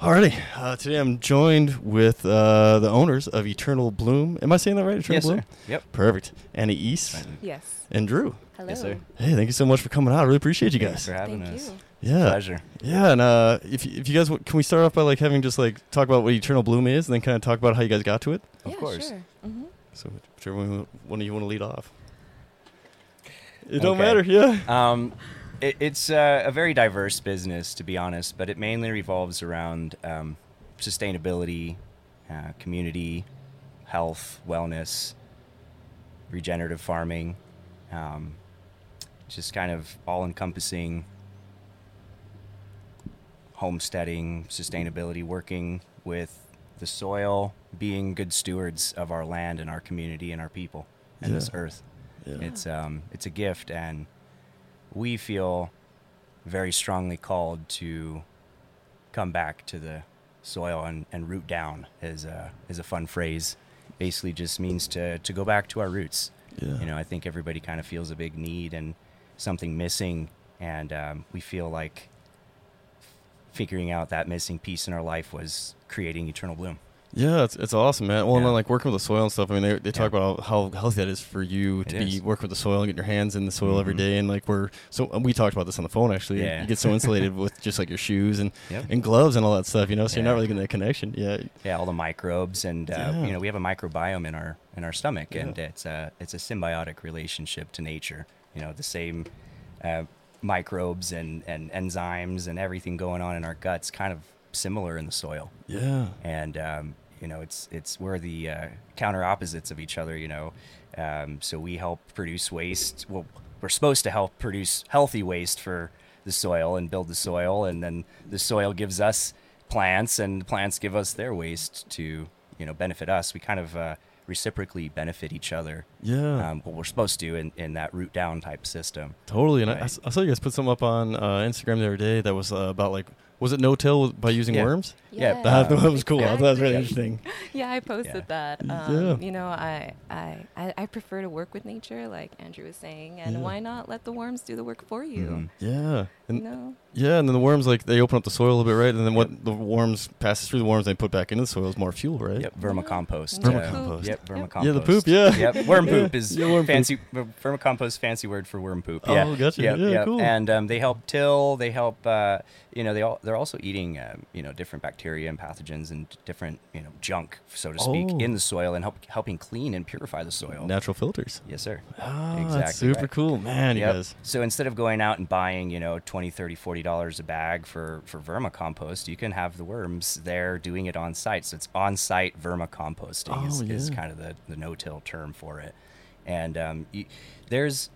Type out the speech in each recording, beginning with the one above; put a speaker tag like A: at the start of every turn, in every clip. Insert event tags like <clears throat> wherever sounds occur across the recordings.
A: Alrighty, uh, today I'm joined with uh, the owners of Eternal Bloom. Am I saying that right? Eternal
B: Yes,
A: Bloom.
B: sir. Yep.
A: Perfect. Annie East
C: Yes.
A: and Drew.
C: Hello.
B: Yes, sir.
A: Hey, thank you so much for coming out. I really appreciate you
B: Thanks
A: guys.
B: for having
C: Thank
B: us.
C: you.
A: Yeah.
B: Pleasure.
A: Yeah, and uh, if y- if you guys w- can we start off by like having just like talk about what Eternal Bloom is, and then kind of talk about how you guys got to it.
B: Of course.
C: Sure. hmm
A: So whichever one one of you want to lead off. It don't
B: Okay.
A: matter. Yeah.
B: Um, it, it's uh, a very diverse business, to be honest, but it mainly revolves around um, sustainability, uh, community, health, wellness, regenerative farming, um, just kind of all encompassing homesteading, sustainability, working with the soil, being good stewards of our land and our community and our people and this
A: Yeah.
B: earth.
A: Yeah.
B: It's um, it's a gift, and we feel very strongly called to come back to the soil and, and root down is a is a fun phrase. Basically, just means to to go back to our roots.
A: Yeah.
B: You know, I think everybody kind of feels a big need and something missing, and um, we feel like figuring out that missing piece in our life was creating eternal bloom.
A: Yeah, it's, it's awesome, man. Well, and
B: Yeah.
A: then, like working with the soil and stuff. I mean, they, they talk
B: Yeah.
A: about how healthy that is for you to
B: It
A: be
B: is.
A: working with the soil and get your hands in the soil every
B: Mhm.
A: day. And like we're so and we talked about this on the phone actually.
B: Yeah.
A: You get so
B: <laughs>
A: insulated with just like your shoes and
B: Yep.
A: and gloves and all that stuff, you know. So you're not
B: Yeah.
A: really getting that connection. Yeah.
B: Yeah, all the microbes, and uh,
A: Yeah.
B: you know we have a microbiome in our in our stomach, and
A: Yeah.
B: it's a it's a symbiotic relationship to nature. You know, the same uh, microbes and and enzymes and everything going on in our guts, kind of similar in the soil,
A: Yeah.
B: and um, you know it's it's we're the uh, counter opposites of each other. You know, um, so we help produce waste. Well, we're supposed to help produce healthy waste for the soil and build the soil, and then the soil gives us plants, and the plants give us their waste to you know benefit us. We kind of uh, reciprocally benefit each other.
A: Yeah.
B: Um, what we're supposed to in, in that root down type system.
A: Totally, and I- I,
B: Right.
A: s- I saw you guys put something up on uh, Instagram the other day that was uh, about like was it no till by using
B: Yeah.
A: worms?
B: Yeah,
C: Yes.
A: That,
B: Uh,
A: that was cool. I thought that was really
C: Exactly.
A: interesting.
C: <laughs> Yeah, I posted that. Um,
A: Yeah.
C: You know, I, I I I prefer to work with nature, like Andrew was saying, and
A: Yeah.
C: why not let the worms do the work for you?
B: Mhm.
A: Yeah,
C: You
A: and <laughs>
C: know,
A: yeah, and then the worms like they open up the soil a little bit, right? And then what the worms passes through the worms, they put back into the soil is more fuel, right?
B: Yep, vermicompost.
C: Yeah.
A: Vermicompost.
B: Yep, vermicompost.
A: Yeah, the poop, yeah.
B: Yep, worm
A: Yeah.
B: poop is
A: Yeah, worm poop.
B: fancy. ver- Vermicompost, fancy word for worm poop.
A: Oh,
B: Yeah.
A: gotcha.
B: Yep,
A: Yeah,
B: yep.
A: cool.
B: And um, they help till. They help. Uh, you know, they all, they're also eating. Um, you know, different bacteria and pathogens and d- different you know junk, so to speak,
A: Oh.
B: in the soil and help helping clean and purify the soil.
A: Natural filters.
B: Yes, sir.
A: Ah, that's
B: Exactly
A: super
B: right.
A: cool, man. You
B: Yep.
A: guys.
B: So instead of going out and buying, you know, 20, 30, 40 dollars a bag for for vermicompost, you can have the worms there doing it on site. So it's on-site vermicomposting is,
A: Oh,
B: is
A: yeah.
B: kind of the, the no-till term for it. And um, y there's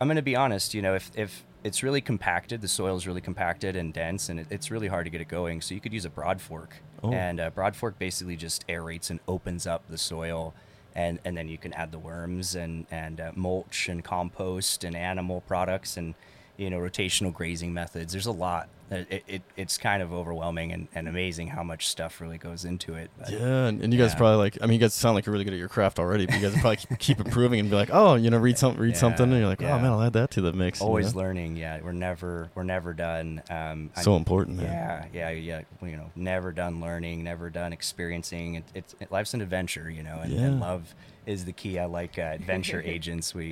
B: I'm going to be honest, you know, if if it's really compacted, the soil is really compacted and dense and it, it's really hard to get it going. So you could use a broad fork.
A: Oh.
B: And a broad fork basically just aerates and opens up the soil and and then you can add the worms and and uh, mulch and compost and animal products and you know rotational grazing methods there's a lot Uh, it, it it's kind of overwhelming and, and amazing how much stuff really goes into it but
A: Yeah, and, and you guys
B: Yeah.
A: probably like. I mean, you guys sound like you're really good at your craft already. But you guys probably keep, keep improving and be like, oh, you know, read some, read something, and
B: Yeah,
A: you're like,
B: yeah.
A: oh man, I'll add that to the mix. you
B: always
A: know?
B: learning yeah we're never we're never done um I-
A: So important, man.
B: yeah yeah yeah you know never done learning never done experiencing it, it's it, life's an adventure you know and, and
A: Yeah.
B: love is the key i like uh,
A: <laughs>
B: adventure agents we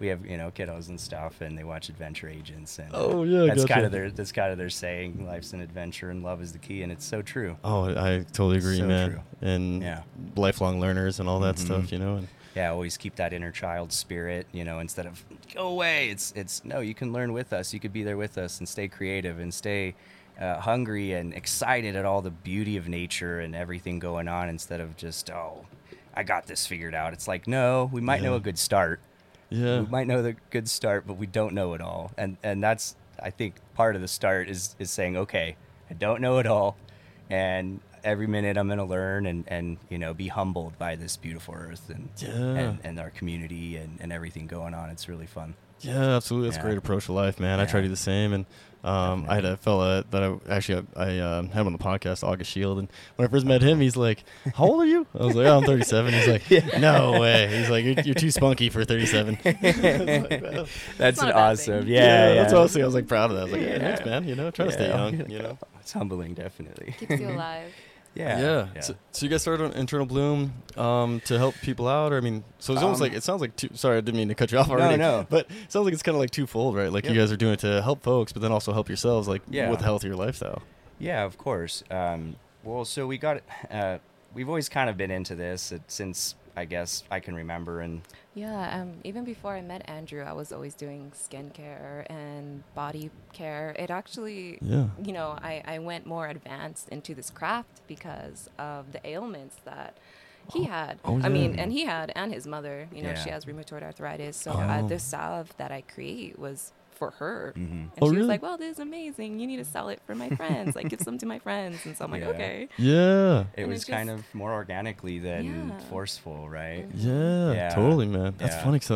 B: we have you know kiddos and stuff and they watch adventure agents and uh,
A: Oh, yeah,
B: that's kind
A: gotcha.
B: of their that's kind of their saying life's an adventure and love is the key and it's so true
A: Oh, I I totally agree,
B: So
A: man.
B: true.
A: And
B: Yeah.
A: lifelong learners and all that stuff,
B: Mhm.
A: you know. And
B: yeah always keep that inner child spirit you know instead of go away it's it's no you can learn with us you could be there with us and stay creative and stay uh, hungry and excited at all the beauty of nature and everything going on instead of just oh i got this figured out it's like no we might know
A: Yeah.
B: a good start
A: yeah,
B: we might know the good start but we don't know it all and and that's i think part of the start is is saying okay i don't know it all and every minute i'm going to learn and and you know be humbled by this beautiful earth and
A: Yeah.
B: and, and our community and and everything going on it's really fun
A: yeah, absolutely. That's a
B: Yeah.
A: great approach to life, man. I try to
B: Yeah.
A: do the same. And um, I had
B: Definitely.
A: a fella that I actually I, I um, had him on the podcast, August Shield. And when I first met him, he's like, "How old are you?" I was like, oh, "I'm 37." He's
B: <laughs>
A: like, "No way." He's like, "You're, you're too spunky for <laughs> 37."
B: that's
C: not
B: an
C: a bad
B: awesome
C: thing.
B: yeah, yeah
A: that's what I was thinking. I was like proud of that. I was like, yeah,
B: Yeah.
A: thanks, man. You know, try to stay
B: Yeah. <laughs>
A: young. You know,
B: it's humbling, definitely. <laughs>
C: Keeps you alive.
B: yeah.
A: Yeah. So, so you guys started on Internal Bloom um, to help people out, or I mean, so it's almost
B: Um,
A: like it sounds like two. Sorry, I didn't mean to cut you off already.
B: no.
A: But it sounds like it's kind of like twofold, right? Like you
B: Yep.
A: guys are doing it to help folks, but then also help yourselves, like
B: Yeah.
A: with a healthier lifestyle.
B: Yeah, of course. Um, well, so we got. Uh, we've always kind of been into this it, since I guess I can remember, and
C: Yeah, um, even before I met Andrew, I was always doing skincare and body care. It actually,
A: Yeah.
C: you know, I, I went more advanced into this craft because of the ailments that he had.
A: oh,
C: I mean,
A: yeah.
C: and he had, and his mother, you know, she
B: Yeah.
C: has rheumatoid arthritis. So uh,
A: Oh.
C: the salve that I create was for her. And
A: Oh,
C: she
A: really?
C: was like, well, this is amazing. You need to sell it for my friends. Like, give some to my friends. And so I'm
A: <laughs>
C: like,
B: Yeah.
C: okay.
A: Yeah.
B: it
C: And it
B: was kind
C: just-
B: of more organically than
C: Yeah. Mm.
B: forceful, right?
A: Yeah.
B: Yeah.
A: Totally, man. That's
B: Yeah.
A: funny. Cause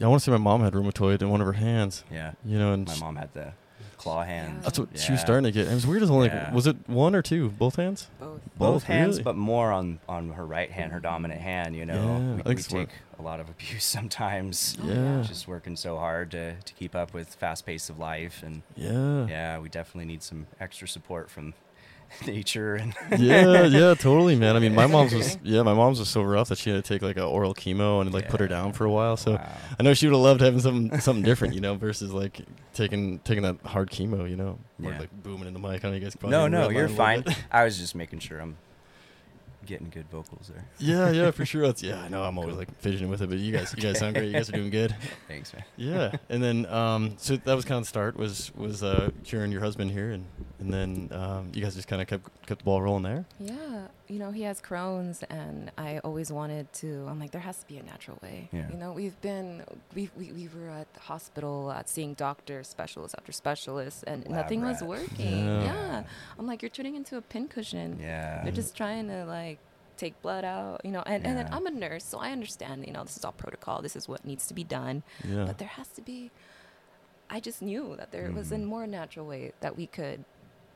A: I, I want to say my mom had rheumatoid in one of her hands.
B: Yeah.
A: You know, and
B: My
A: sh-
B: mom had the claw hand.
A: that's what she
B: Yeah.
A: was starting to get. It was weird. As only like,
B: Yeah.
A: was it one or two? Both hands?
C: Both.
B: Both hands,
A: really?
B: but more on on her right hand, her dominant hand. You know,
A: Yeah,
B: we,
A: I think
B: we
A: it's what-
B: take a lot of abuse <laughs> sometimes.
C: Oh, <gasps> yeah.
A: Yeah.
B: Just working so hard to to keep up with fast pace of life and.
A: Yeah.
B: yeah, we definitely need some extra support from <laughs> nature and
A: yeah, yeah, totally, man. I mean, my mom's was
B: <laughs>
C: Okay.
A: yeah, my mom's was so rough that she had to take like a oral chemo and it, like put her
B: Yeah.
A: down for a while. <laughs> So
B: Wow.
A: I know she would have loved having something something different, you know, versus like taking taking that hard chemo, you know, or
B: Yeah.
A: like booming in the mic. I know you guys probably
B: no,
A: red
B: no,
A: line
B: you're
A: a little
B: fine.
A: bit.
B: I was just making sure I'm getting good vocals there.
A: <laughs> yeah, yeah, for sure. That's yeah. I know I'm always
B: Cool.
A: like fidgeting with it, but you guys, you guys sound great. You guys are doing good.
B: <laughs> Thanks, man. <laughs>
A: Yeah, and then um, so that was kind of the start was was uh, curing your husband here, and and then um, you guys just kind of kept kept the ball rolling there.
C: Yeah, you know, he has Crohn's, and I always wanted to. I'm like, there has to be a natural way.
B: Yeah.
C: You know, we've been, we, we, we were at the hospital uh, seeing doctor specialist after specialist, and
B: Lab
C: nothing was
B: rat.
C: working.
A: Yeah.
C: Yeah. I'm like, you're turning into a pincushion.
B: Yeah.
C: They're just trying to, like, take blood out, you know. And, and then
B: Yeah.
C: I'm a nurse, so I understand, you know, this is all protocol, this is what needs to be done.
A: Yeah.
C: But there has to be, I just knew that there was a
A: Mm-hmm.
B: Mhm.
C: more natural way that we could,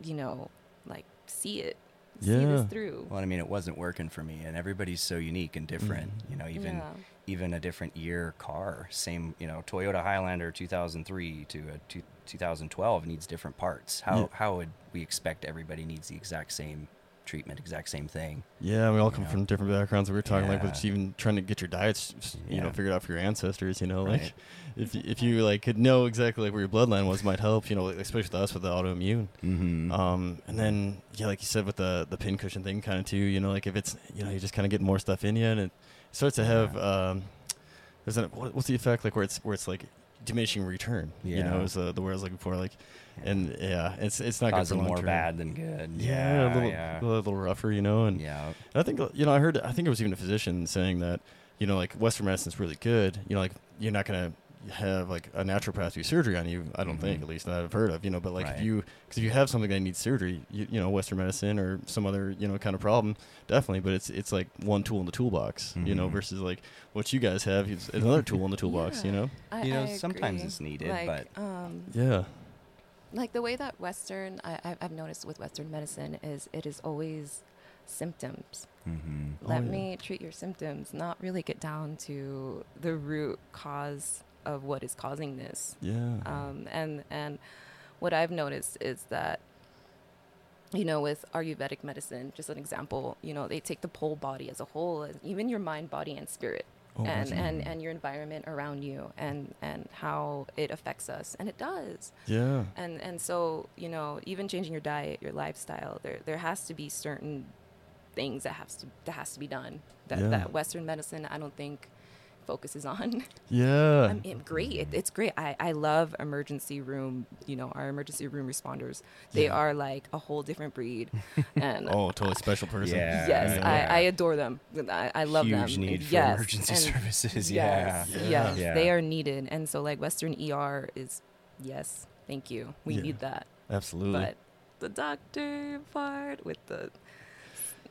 C: you know, like, see it. See
A: Yeah.
C: this through.
B: Well, I mean, it wasn't working for me, and everybody's so unique and different.
A: Mm.
B: You know, even
C: Yeah.
B: even a different year car, same you know Toyota Highlander 2003 to a two, 2012 needs different parts. How
A: Yeah.
B: how would we expect everybody needs the exact same treatment, exact same thing?
A: Yeah, we all come
B: know?
A: from different backgrounds. We were talking like with
B: Yeah.
A: even trying to get your diets, s- you know,
B: Yeah.
A: figured out for your ancestors. You know, like
B: Right.
A: if if you like could know exactly like where your bloodline was, might help. You know, like, especially with us with the autoimmune.
B: Mm-hmm.
A: Um, and then yeah, like you said with the the pincushion thing, kind of too. You know, like if it's you know you're just kind of getting more stuff in you, and it starts to have um, there's an what, what's the effect like where it's where it's like diminishing return. You know,
B: Yeah.
A: is uh, the word I was looking for. Like, and yeah, it's it's not good for
B: Causing
A: long
B: more
A: term.
B: bad than good.
A: Yeah, a little,
B: yeah.
A: a little rougher, you know, and
B: yeah.
A: And I think you know, I heard, I think it was even a physician saying that, you know, like Western medicine's really good. You know, like you're not gonna have like a naturopath do surgery on you. I don't think,
B: Mhm.
A: at least that I've heard of. You know, but like if
B: Right.
A: you, because if you have something that needs surgery, you, you know, Western medicine or some other you know kind of problem, definitely. But it's it's like one tool in the toolbox, you know,
B: Mhm.
A: versus like what you guys have, it's another tool in the toolbox,
C: Yeah.
A: you know.
C: I,
B: You know,
C: I
B: sometimes
C: agree.
B: it's needed,
C: like, um,
A: Yeah.
C: like the way that Western, I, I- I've noticed with Western medicine is it is always symptoms.
B: Mm-hmm.
A: Oh,
C: Let
A: yeah.
C: me treat your symptoms, not really get down to the root cause of what is causing this.
A: Yeah.
C: Um, and and what I've noticed is that you know with Ayurvedic medicine, just an example, you know they take the whole body as a whole, and even your mind, body, and spirit,
A: Oh,
C: and,
A: gotcha.
C: and and your environment around you, and and how it affects us, and it does.
A: yeah.
C: And and so you know even changing your diet, your lifestyle, there there has to be certain things that has to that has to be done that,
A: Yeah.
C: that Western medicine I don't think focuses on. <laughs>
A: Yeah.
C: I'm, I'm great. It, it's great. I, I love emergency room. You know, our emergency room responders. They
A: Yeah.
C: are like a whole different
B: <laughs>
C: breed. And
A: oh, totally special person.
B: Yeah.
C: yes,
B: yeah.
C: I, I adore them. I, I love them.
B: Huge need for
C: yes.
B: emergency
C: and
A: <laughs>
B: services.
C: Yes,
B: Yeah.
A: Yeah.
C: yes,
B: Yeah.
C: they are needed. And so, like Western ER is yes, thank you. We
A: Yeah.
C: need that.
B: Mm.
A: Absolutely.
C: But the doctor part with the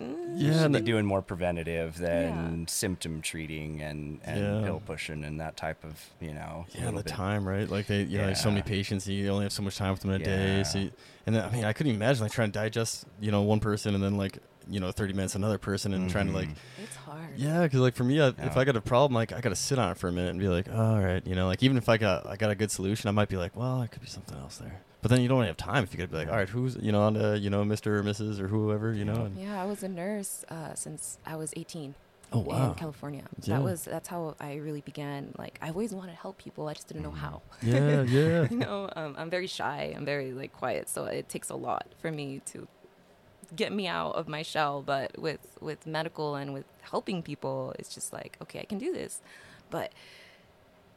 C: Mm,
A: Yeah,
B: Yeah,
A: and
B: they're
A: the-
B: doing more preventative than symptom treating and, and
A: Yeah.
B: pill pushing and that type of you know.
A: Yeah,
B: little
A: and the
B: bit.
A: time, right? Like they, you know, there's so many
B: Yeah.
A: patients. And you only have so much time with them in a day. So,
B: Yeah.
A: you, and then, I mean, I couldn't imagine like trying to digest, you know, one person and then like you know 30 minutes to another person and trying to like
C: It's hard.
A: yeah, because like for me, I, if
B: Mm-hmm. Yeah.
A: I got a problem, like I got to sit on it for a minute and be like, all right, you know, like even if I got I got a good solution, I might be like, well, it could be something else there. But then you don't really have time if you got to be like, all right, who's you know on to you know Mr. or Mrs. or whoever, you know. And,
C: Yeah, I was a nurse uh, since I was 18
A: Oh
C: in California.
A: Yeah.
C: That was that's how I really began. Like I always wanted to help people, I just didn't know how.
A: Mm. <laughs>
B: <laughs>
A: yeah, yeah.
C: <laughs> you know, um, I'm very shy. I'm very like quiet, so it takes a lot for me to get me out of my shell. But with with medical and with helping people, it's just like okay, I can do this, but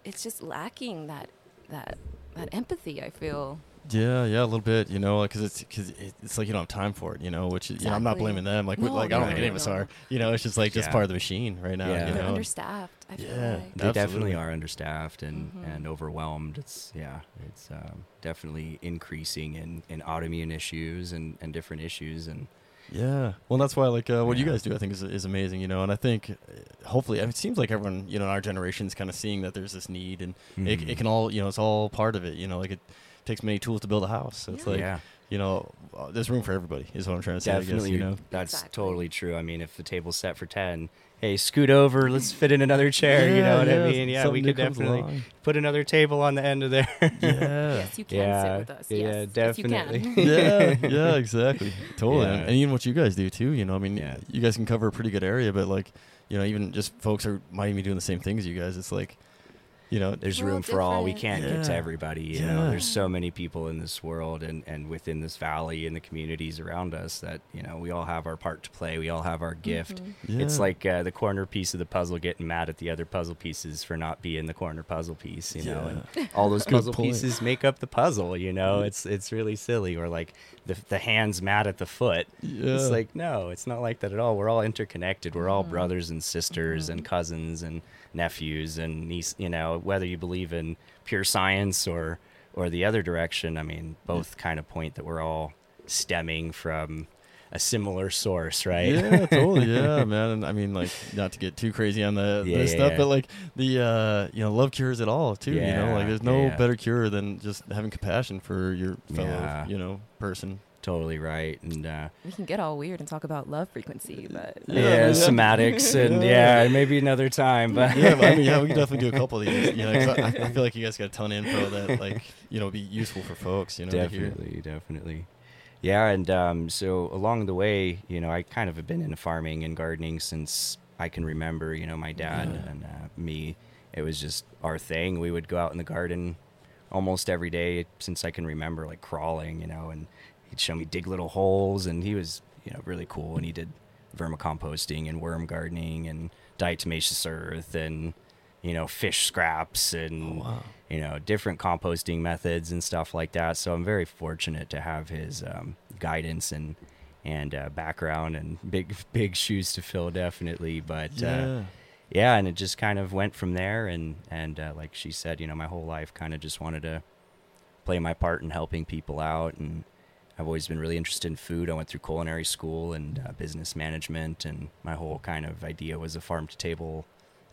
C: it's just lacking that that that empathy. I feel
A: Yeah, yeah, a little bit, you know, because it's because it's like you don't have time for it, you know. Which you know, I'm not
C: Exactly.
A: blaming them. Like, we-
C: No,
A: like I
B: no,
A: don't think
B: no,
A: any of us
C: no.
A: are. You know, it's just like just
B: Yeah.
A: part of the machine right now.
B: Yeah.
A: You
C: they're
A: know? and-
C: understaffed. I feel
A: Yeah.
C: like.
B: They
A: Absolutely. Mm-hmm.
B: definitely are understaffed and, and overwhelmed. It's yeah, it's um, definitely increasing in, in autoimmune issues and, and different issues and
A: Yeah. Well, that's why like uh, what you
B: Yeah.
A: guys do, I think, is, is amazing. You know, and I think uh, hopefully, I mean, it seems like everyone, you know, in our generation is kind of seeing that there's this need, and it,
B: Mhm.
A: it can all, you know, it's all part of it. You know, like it takes many tools to build a house. So it's
C: Yeah.
A: like,
B: yeah,
A: you know, uh, there's room for everybody. Is what I'm trying to say. I guess,
B: definitely.
A: you know.
B: That's
C: Exactly.
B: totally true. I mean, if the table's set for ten, hey, scoot over. Let's fit in another chair. you know what I mean? Yeah, we
A: something new
B: could
A: comes
B: definitely <laughs>
A: along.
B: put another table on the end of there.
A: Yeah.
C: Yes, you can sit with us. Yes,
B: yeah,
C: yes, you
B: definitely.
C: can.
B: <laughs>
A: yeah, yeah, exactly, totally,
B: Yeah.
A: and, and even what you guys do too. You know, I mean,
B: Yeah.
A: you guys can cover a pretty good area, but like, you know, even just folks are might even be doing the same thing as you guys. It's like, you know,
B: There's
C: We're all
B: room for all. We
C: different.
B: can't get to
A: Yeah.
B: everybody. You know,
A: Yeah.
B: there's so many people in this world and, and within this valley and the communities around us that, you know, we all have our part to play. We all have our gift. It's
A: Yeah.
B: like uh, the corner piece of the puzzle getting mad at the other puzzle pieces for not being the corner puzzle piece, you know, and all
A: <laughs>
B: those
A: Good
B: puzzle
A: point. Mm-hmm.
B: pieces make up the puzzle, you know, it's, it's really silly. Or like the, the hand's mad at the foot.
A: Yeah.
B: It's like, no, it's not like that at all. We're all interconnected. We're all brothers and sisters and cousins and nephews and niece. You know, whether you believe in pure science or or the other direction, I mean, both kind of point that we're all stemming from a similar source, right?
A: Yeah, totally. Yeah, man. And I mean, like, not to get too crazy on the
B: Yeah,
A: this
B: yeah,
A: stuff,
B: yeah.
A: but like the uh, you know, love cures it all too. you know, like
B: Yeah,
A: there's no
B: yeah.
A: better cure than just having compassion for your fellow,
B: Yeah.
A: you know, person.
B: <laughs> totally right. And uh,
C: We can get all weird and talk about love frequency, but
A: Yeah,
B: yeah,
A: yeah. <laughs>
B: somatics and yeah. maybe another time, but
A: yeah, but I mean, yeah,
B: <laughs>
A: we can definitely <laughs> do a couple of these. You know, 'cause I, I feel like you guys got a ton of info <laughs> that like you know be useful for folks. You know, to hear.
B: definitely, definitely. Yeah, and um, so along the way, you know, I kind of have been into farming and gardening since I can remember. You know, my dad
A: Yeah.
B: and uh, me, it was just our thing. We would go out in the garden almost every day since I can remember, like crawling, you know, and he'd show me dig little holes, and he was, you know, really cool. And he did vermicomposting and worm gardening and diatomaceous earth and you know fish scraps and
A: Oh, wow.
B: you know different composting methods and stuff like that so i'm very fortunate to have his um, guidance and and uh, background and big <laughs> big shoes to fill definitely but uh,
A: Yeah.
B: yeah and it just kind of went from there and and uh, like she said you know my whole life kind of just wanted to play my part in helping people out and i've always been really interested in food i went through culinary school and uh, business management and my whole kind of idea was a farm to table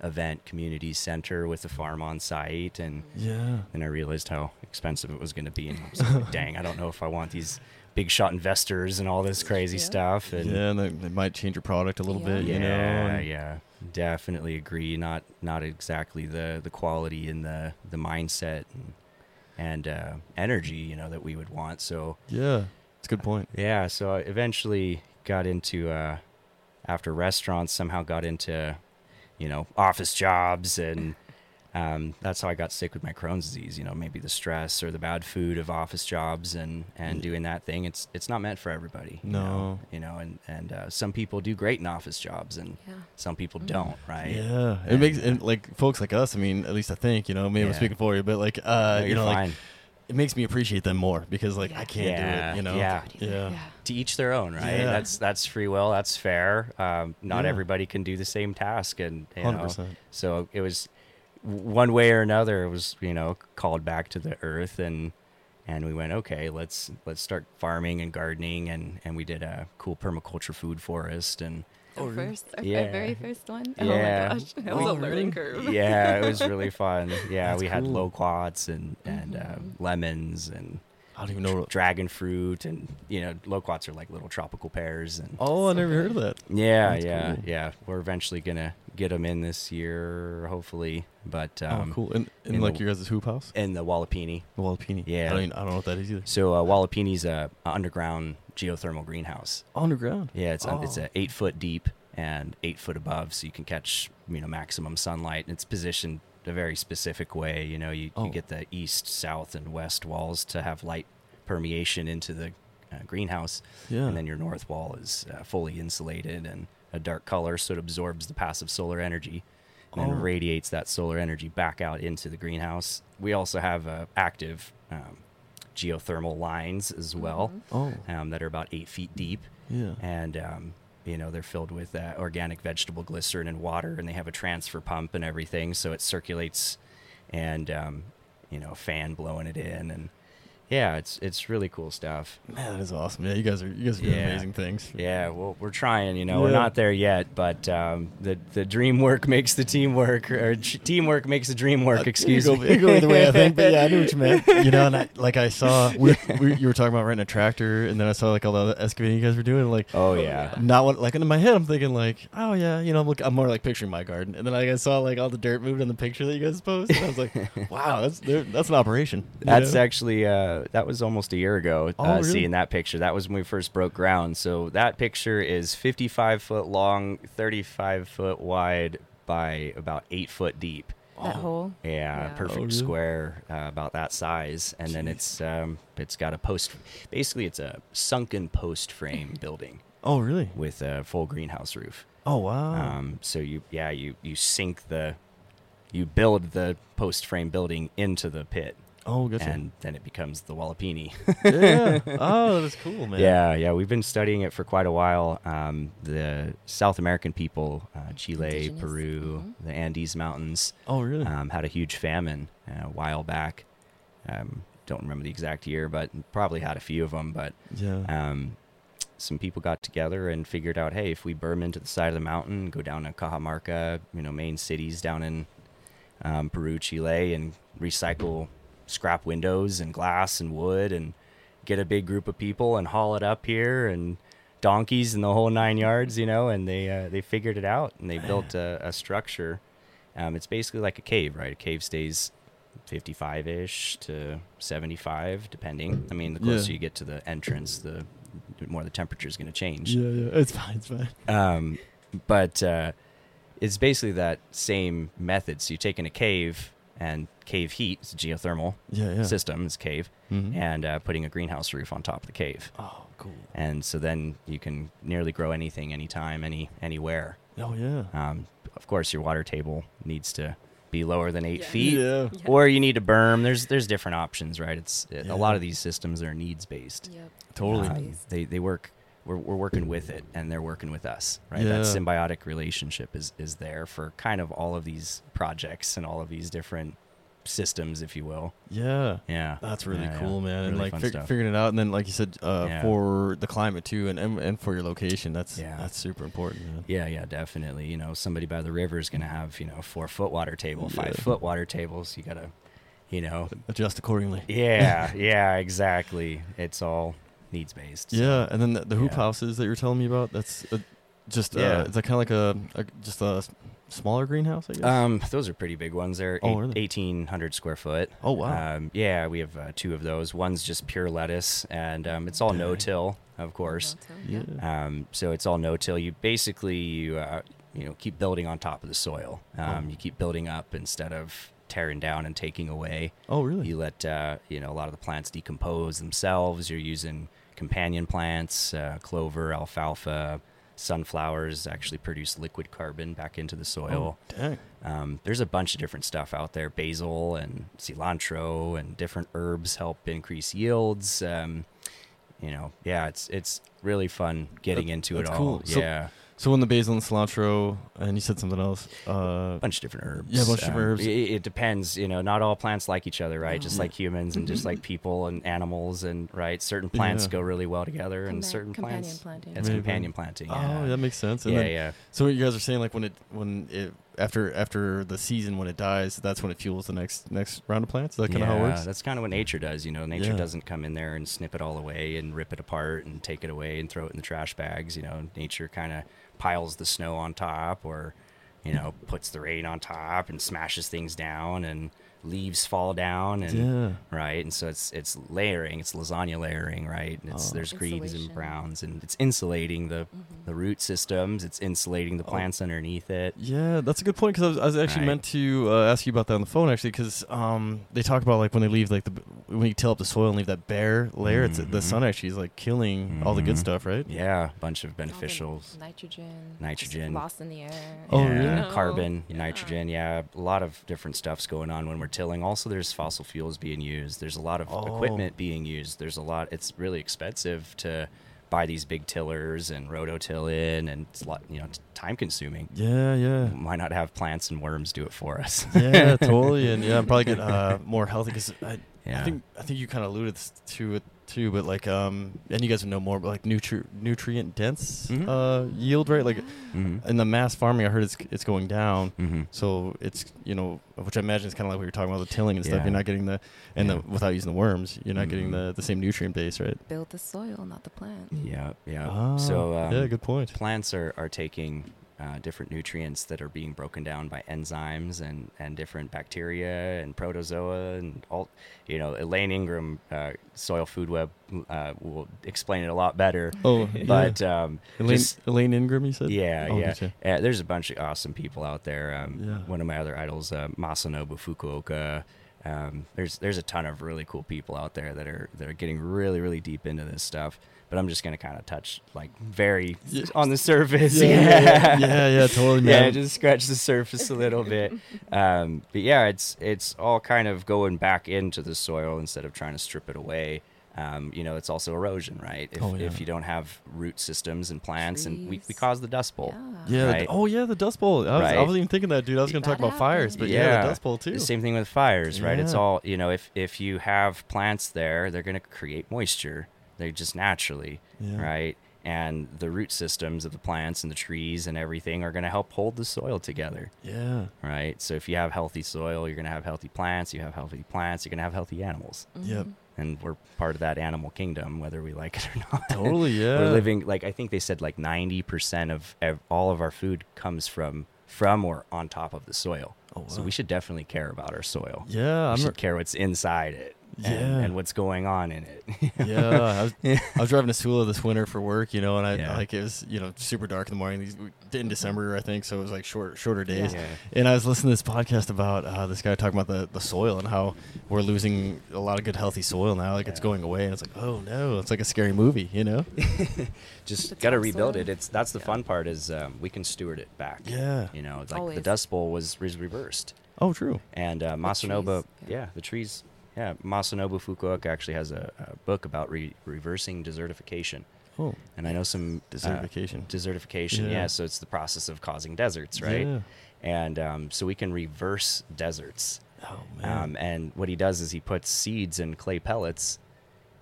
B: event community center with a farm on site and
A: Yeah.
B: and I realized how expensive it was going to be. And I was
A: <laughs>
B: like, dang, I don't know if I want these big shot investors and all this crazy
C: Yeah.
B: stuff. And
A: Yeah, and they, they might change your product a little
C: Yeah.
A: bit,
B: yeah,
A: you know. and-
B: yeah, definitely agree. Not not exactly the the quality and the the mindset and, and uh, energy you know that we would want. So
A: yeah, it's a good point.
B: yeah, so I eventually got into uh, after restaurants somehow got into you know office jobs and um, that's how I got sick with my Crohn's disease. You know, maybe the stress or the bad food of office jobs and and doing that thing. It's it's not meant for everybody. you know,
A: Mm. No.
B: you know, and and uh, some people do great in office jobs and
C: yeah.
B: some people don't. Right?
A: Yeah, it
B: And,
A: makes
B: uh,
A: and like folks like us. I mean, at least I think you know. Maybe I'm
B: Yeah.
A: speaking for you, but like uh,
B: No,
A: you
B: you're
A: know, like
B: fine.
A: it makes me appreciate them more because like I
C: Yeah.
A: can't
B: Yeah,
A: do it. You know.
B: yeah.
A: Yeah.
B: to each their own, right?
A: Yeah.
B: That's that's free will. That's fair. Um, not
A: Yeah.
B: everybody can do the same task, and you know,
A: 100%.
B: so it was w- one way or another. It was you know called back to the earth, and and we went okay. Let's let's start farming and gardening, and and we did a cool permaculture food forest, and
C: Our first, our, our
B: Yeah.
C: very first one.
B: Yeah.
C: Oh my gosh, <laughs> that was
A: Oh,
C: a learning
A: really?
C: curve.
B: <laughs> yeah, it was really fun. Yeah,
A: That's
B: we had
A: cool.
C: Mm-hmm.
B: loquats and and uh, lemons and.
A: I don't even know. What,
B: dragon fruit, and you know, loquats are like little tropical pears. And
A: oh, I never heard of that.
B: yeah,
A: That's
B: yeah,
A: cool.
B: yeah. We're eventually gonna get them in this year, hopefully. But um,
A: oh, cool. And, and
B: in
A: like
B: the-
A: your guys' hoop house,
B: And the Wallapini.
A: the Wallapini.
B: Yeah.
A: I don't, even, I don't know what that is either.
B: So uh, Wallapini's a a underground geothermal greenhouse.
A: Underground.
B: Yeah, it's uh, it's
A: Oh.
B: a eight foot deep and eight foot above, so you can catch you know maximum sunlight. And it's positioned a very specific way. You know, you,
A: Oh.
B: you get the east, south, and west walls to have light permeation into the uh, greenhouse,
A: Yeah.
B: and then your north wall is uh, fully insulated and a dark color, so it absorbs the passive solar energy.
A: Oh.
B: And then radiates that solar energy back out into the greenhouse. We also have uh, active um, geothermal lines as well <laughs>
A: Oh.
B: um, that are about eight feet deep,
A: Yeah.
B: and um, you know they're filled with uh, organic vegetable glycerin and water, and they have a transfer pump and everything, so it circulates, and um, you know a fan blowing it in, and yeah, it's it's really cool stuff.
A: Man, that is awesome. Yeah, you guys are you guys are doing
B: Yeah.
A: amazing things. Uh,
B: Yeah, well, we're trying. You know, we're
A: Yeah.
B: not there yet, but um, the the dream work <laughs> makes the team work, or tr- teamwork makes the dream work. Excuse
A: you go,
B: me.
A: You go Uh, either way, I think. But yeah, I knew what you meant. You know, and I, like I saw we, we, you were talking about renting a tractor, and then I saw like all the other excavating you guys were doing. Like,
B: <laughs> Oh yeah.
A: not what like in my head I'm thinking like oh yeah you know I'm, look, I'm more like picturing my garden and then like, I saw like all the dirt moved in the picture that you guys posted and I was like
B: <laughs>
A: wow that's there- that's an operation you
B: That's
A: know?
B: actually uh, that was almost a year ago.
A: Oh,
B: uh,
A: really?
B: Seeing that picture, that was when we first broke ground. So that picture is 55 foot long, 35 foot wide by about eight foot deep.
C: That hole.
B: Yeah,
C: Yeah.
B: perfect
A: Oh, really?
B: square, uh, about that size, and then it's um, it's got a post. Basically, it's a sunken post
A: <laughs>
B: frame building
A: oh really
B: with a full greenhouse roof.
A: oh wow
B: Um, so you yeah you you sink the you build the post frame building into the pit
A: oh gotcha
B: and then it becomes the Wallapini.
A: <laughs> yeah oh that's cool man
B: yeah, yeah, we've been studying it for quite a while. Um, the South American people, uh, Chile,
C: Indigenous, Mm-hmm.
B: Peru, the Andes Mountains,
A: oh really
B: um, had a huge famine uh, a while back. Um, don't remember the exact year, but probably had a few of them. But
A: yeah
B: um, some people got together and figured out, hey, if we berm into the side of the mountain, go down to Cajamarca, you know, main cities down in um, Peru, Chile, and recycle scrap windows and glass and wood, and get a big group of people and haul it up here and donkeys and the whole nine yards, you know. And they uh, they figured it out and they built a, a structure. Um, it's basically like a cave, right? A cave stays 55 ish to 75, depending. I mean, the
A: Yeah.
B: closer you get to the entrance, the more the temperature is going to change.
A: yeah yeah it's fine it's fine
B: Um, but uh, it's basically that same method. So you take in a cave and cave heat, it's a geothermal
A: yeah yeah
B: system, it's cave,
A: Mhm.
B: and uh, putting a greenhouse roof on top of the cave.
A: oh cool
B: And so then you can nearly grow anything, anytime, any anywhere.
A: oh yeah
B: Um, of course, your water table needs to be lower than eight feet
A: yeah
C: Yeah.
B: or you need a berm. There's there's different options, right? It's
A: Yeah.
B: a lot of these systems are needs based.
C: Yep.
A: totally
C: Uh,
B: they they work. We're, we're working with it, and they're working with us, right? That
A: Yeah.
B: symbiotic relationship is is there for kind of all of these projects and all of these different systems, if you will.
A: yeah
B: Yeah,
A: That's really
B: Yeah, yeah.
A: cool, man. and
B: Really
A: like
B: fun
A: fig-
B: stuff.
A: figuring it out, and then like you said, uh,
B: Yeah.
A: for the climate too, and, and and for your location, that's
B: Yeah.
A: that's super important. Man.
B: Yeah, yeah, definitely. You know, somebody by the river is going to have you know a four foot water table, five
A: Yeah.
B: foot water tables. You gotta, you know,
A: Adjust accordingly.
B: yeah, yeah, exactly. It's all needs based.
A: <laughs> Yeah, and then the, the hoop
B: Yeah.
A: houses that you're telling me about, that's uh just
B: Yeah.
A: uh, it's like kind of like a, a just a s- smaller greenhouse, I guess.
B: Um, those are pretty big ones. They're
A: Oh,
B: eight-
A: really?
B: 1,800 square foot.
A: Oh, wow.
B: Um, yeah, we have uh, two of those. One's just pure lettuce, and um, it's all
A: Dang.
B: no-till, of course.
C: Well, too,
A: yeah.
B: Um, so it's all no-till. You basically you uh, you know keep building on top of the soil. Um,
A: Oh.
B: You keep building up instead of tearing down and taking away.
A: Oh, really?
B: You let uh, you know a lot of the plants decompose themselves. You're using companion plants, uh, clover, alfalfa, sunflowers actually produce liquid carbon back into the soil.
A: Oh, Dang.
B: Um, there's a bunch of different stuff out there basil and cilantro and different herbs help increase yields. Um, you know, yeah, it's it's really fun getting
A: That-
B: into
A: that's
B: it all.
A: cool. So-
B: Yeah,
A: So when the basil and cilantro, and you said something else. Uh,
B: a bunch of different herbs. um,
A: Yeah, a bunch of different herbs.
B: It, it depends. You know, not all plants like each other, right? Just
A: Yeah.
B: like humans
A: <clears throat>
B: and just like people and animals and right. Certain plants
A: Yeah.
B: go really well together, and
C: Compa-
B: certain
C: companion
B: plants.
C: planting.
B: It's
A: Maybe.
B: companion planting.
A: Oh,
B: Yeah,
A: that makes sense. And
B: yeah,
A: then,
B: yeah.
A: So what you guys are saying like when it when it after after the season when it dies, that's when it fuels the next next round of plants. Is that kind of
B: yeah,
A: how it works?
B: That's kind of what nature does. You know, nature
A: Yeah.
B: doesn't come in there and snip it all away and rip it apart and take it away and throw it in the trash bags. You know, nature kind of piles the snow on top or,
A: <laughs>
B: you know, puts the rain on top and smashes things down and leaves fall down and
A: Yeah.
B: right and so it's it's layering it's lasagna layering right and it's
A: Oh.
B: there's greens and
C: Insulation.
B: browns and it's insulating the
C: Mm-hmm.
B: the root systems it's insulating the plants underneath it
A: Oh. Yeah, that's a good point because I was, I was actually
B: Right.
A: meant to uh, ask you about that on the phone actually because um, they talk about like when they leave like the when you till up the soil and leave that bare layer, it's the
B: Mhm.
A: sun actually is like killing all the good
B: Mhm.
A: stuff, right?
B: yeah bunch of
C: All the
B: beneficials
C: nitrogen, just
B: Nitrogen.
C: lost in the air.
A: Oh,
B: yeah,
A: really?
C: No.
B: carbon,
C: Yeah.
B: nitrogen, yeah, a lot of different stuff's going on when we're tilling. Also, there's fossil fuels being used. There's a lot of
A: Oh.
B: equipment being used. There's a lot. It's really expensive to buy these big tillers and rototill in, and it's a lot, you know, it's time consuming.
A: Yeah, yeah.
B: Why not have plants and worms do it for us?
A: yeah, totally, and yeah, I'm probably get uh, more healthy because I, I
B: <laughs> Yeah.
A: think I think you kind of alluded s- to it too, but like um, and you guys would know more, but like nutri- nutrient dense
B: Mhm.
A: uh, yield rate, like
B: hmm
A: in the mass farming, I heard it's it's going down.
B: hmm
A: So it's you know, which I imagine is kind of like what you're talking about the tilling and stuff.
B: Yeah.
A: You're not getting the and the,
B: Yeah.
A: without using the worms, you're not getting
B: Mhm.
A: the, the same nutrient base, right?
C: <gasps> Build the soil, not the plant.
B: Yeah, yeah.
A: Ah,
B: so um,
A: yeah, good
B: <laughs>
A: point.
B: plants are, are taking uh, different nutrients that are being broken down by enzymes and, and different bacteria and protozoa and all you know elaine ingram uh, soil food web uh, will explain it a lot better
A: Oh,
B: but
A: yeah.
B: um,
A: Elaine,
B: just-
A: Elaine Ingram, you said?
B: yeah
A: Oh,
B: yeah <laughs>
A: gotcha.
B: Uh, there's a bunch of awesome people out there um,
A: Yeah.
B: one of my other idols uh, masanobu fukuoka um, there's there's a ton of really cool people out there that are that are getting really really deep into this stuff but i'm just going to kind of touch like very
A: Yeah.
B: on the surface
A: Yeah, yeah, yeah, yeah, yeah, totally, man.
B: yeah, just scratch the surface a little bit. Um, but yeah, it's it's all kind of going back into the soil instead of trying to strip it away. Um, you know, it's also erosion, right? If,
A: Oh, yeah.
B: if you don't have root systems and plants, and we, we
C: Trees.
B: cause the dust bowl.
A: Yeah. the-
B: Right.
A: oh, yeah, the Dust Bowl. I was, I
B: Right.
A: was even thinking that, dude. I was going to talk
C: That
A: about fires, but
C: happened.
A: yeah, the Dust Bowl too.
B: The same thing with fires, right? It's
A: Yeah.
B: all you know. If if you have plants there, they're going to create moisture. They just naturally,
A: Yeah.
B: right? And the root systems of the plants and the trees and everything are going to help hold the soil together.
A: Yeah.
B: right? So if you have healthy soil, you're going to have healthy plants. You have healthy plants, you're going to have healthy animals.
A: Yep.
C: Mm-hmm.
B: And we're part of that animal kingdom, whether we like it or <laughs> not.
A: Totally, yeah.
B: we're living like I think they said like 90% of ev- all of our food comes from from or on top of the soil.
A: Oh,
B: So
A: wow.
B: we should definitely care about our soil.
A: Yeah,
B: we
A: I'm.
B: should care what's inside it. and-
A: Yeah.
B: and what's going on in it. <laughs>
A: yeah, I was, I was driving to Sula this winter for work, you know, and I
B: Yeah.
A: like it was you know super dark in the morning. These in December, I think, so it was like short shorter days.
B: Yeah.
A: And I was listening to this podcast about uh, this guy talking about the, the soil and how we're losing a lot of good healthy soil now. Like it's
B: Yeah.
A: going away, and it's like oh no, it's like a scary movie, you
B: <laughs>
A: know?
B: just
C: The
B: got to
C: topsoil.
B: rebuild it. It's that's the
C: Yeah.
B: fun part is um, we can steward it back.
A: Yeah.
B: you know, like the
C: Always.
B: Dust Bowl was, was reversed.
A: Oh, true.
B: and uh,
C: trees,
B: Masanobu, yeah.
C: yeah.
B: the trees. Yeah, Masanobu Fukuoka actually has a, a book about re- reversing desertification,
A: Oh,
B: and I know some uh,
A: Desertification.
B: desertification, yeah.
A: Yeah.
B: So it's the process of causing deserts, right?
A: Yeah.
B: And um, so we can reverse deserts.
A: oh man.
B: Um, and what he does is he puts seeds in clay pellets,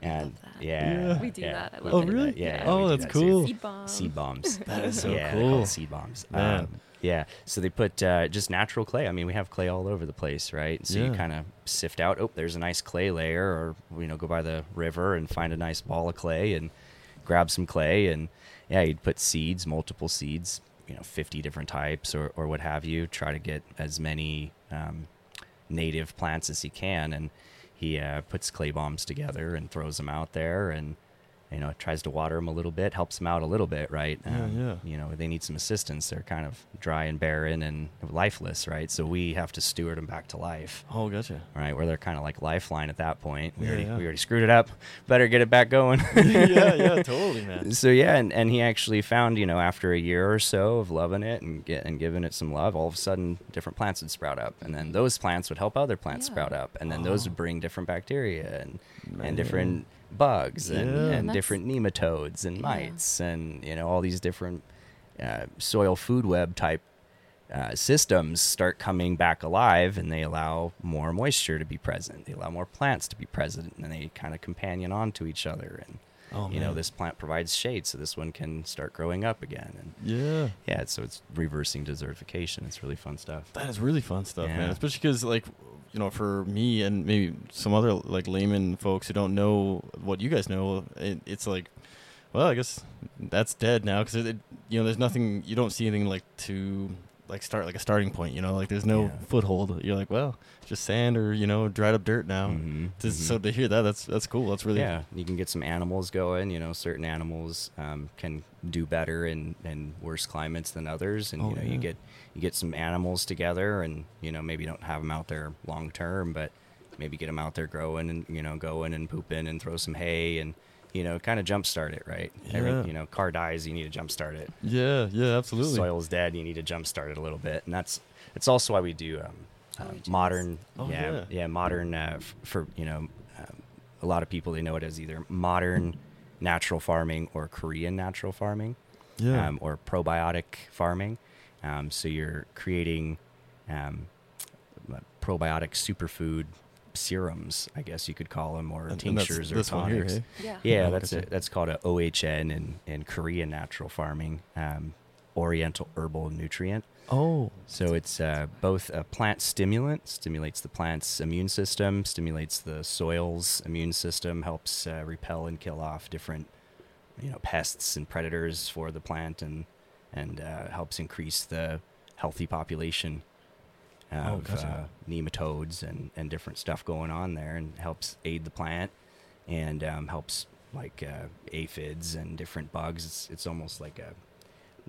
B: and
C: love that.
B: yeah,
A: Yeah.
C: We do
B: yeah,
C: that. I
B: we
C: love
A: oh
B: do that,
A: really?
B: Yeah.
A: Oh,
B: we do
A: that's
B: that too.
A: cool.
C: Seed bomb.
B: Seed bombs.
A: That is so
B: yeah, they're called
A: cool.
B: seed bombs.
A: Man.
B: Um, yeah. So they put uh, just natural clay. I mean, we have clay all over the place, right? So you
A: Yeah.
B: kind of sift out. Oh, there's a nice clay layer, or you know, go by the river and find a nice ball of clay and grab some clay and yeah, you'd put seeds, multiple seeds, you know, 50 different types or or what have you. Try to get as many um, native plants as he can, and he uh, puts clay bombs together and throws them out there and. You know, tries to water them a little bit, helps them out a little bit, right? Um,
A: Yeah, yeah.
B: You know, they need some assistance. They're kind of dry and barren and lifeless, right? So we have to steward them back to life,
A: Oh,
B: <laughs>
A: gotcha. <laughs>
B: right? Where they're kind of like lifeline at that point. We,
A: Yeah,
B: already,
A: yeah.
B: we already screwed it up. Better get it back going. <laughs>
A: yeah, yeah, totally, man.
B: so yeah, and, and he actually found, you know, after a year or so of loving it and get, and giving it some love, all of a sudden different plants would sprout up, and then those plants would help other plants
C: Yeah.
B: sprout up, and then those would bring different bacteria and and different bugs and,
A: Yeah.
B: and
C: That's-
B: different nematodes and mites and you know all these different uh, soil food web type uh, systems start coming back alive and they allow more moisture to be present they allow more plants to be present and they kind of companion on to each other and
A: Oh,
B: you know,
A: man.
B: this plant provides shade, so this one can start growing up again. And
A: Yeah.
B: yeah, so it's reversing desertification. It's really fun stuff.
A: That is really fun stuff, man.
B: Yeah.
A: Especially because, like, you know, for me and maybe some other like layman folks who don't know what you guys know, it, it's like, well, I guess that's dead now because it, it, you know, there's nothing you don't see anything like to like start like a starting point. You know, like there's no
B: Yeah.
A: foothold. You're like, well, just sand or you know, dried up dirt now.
B: Mhm,
A: Just-
B: mhm.
A: So to hear that, that's that's cool. That's really
B: yeah, you can get some animals going. You know, certain animals um, can do better in, in worse climates than others, and
A: Oh,
B: you know,
A: yeah.
B: you get you get some animals together, and you know, maybe don't have them out there long term, but maybe get them out there growing and you know, going and pooping and throw some hay and you know, kind of jumpstart it, right?
A: Yeah.
B: you know, car dies, you need to jumpstart it.
A: yeah, yeah, absolutely.
B: Soil's dead, you need to jumpstart it a little bit, and that's it's also why we do um, uh,
C: Allergies.
B: modern,
A: Oh,
B: yeah,
A: yeah.
B: yeah, modern uh, f- for you know, um, a lot of people they know it as either modern natural farming or Korean natural farming,
A: Yeah.
B: um, or probiotic farming. Um, so you're creating um, probiotic superfood serums, I guess you could call them, or
A: And- and that's
B: tinctures
A: this
B: or
A: one
B: tonics.
A: here, hey?
C: Yeah.
B: Yeah,
A: Oh,
B: that's
A: gotcha.
B: it. That's called a OHN in, in Korean natural farming, um, Oriental herbal nutrient.
A: Oh,
B: So it's uh, both a plant stimulant, stimulates the plant's immune system, stimulates the soil's immune system, helps uh, repel and kill off different, you know, pests and predators for the plant, and and uh, helps increase the healthy population
A: Oh,
B: of
A: gotcha.
B: uh, nematodes and and different stuff going on there, and helps aid the plant, and um, helps like uh, aphids and different bugs. It's it's almost like a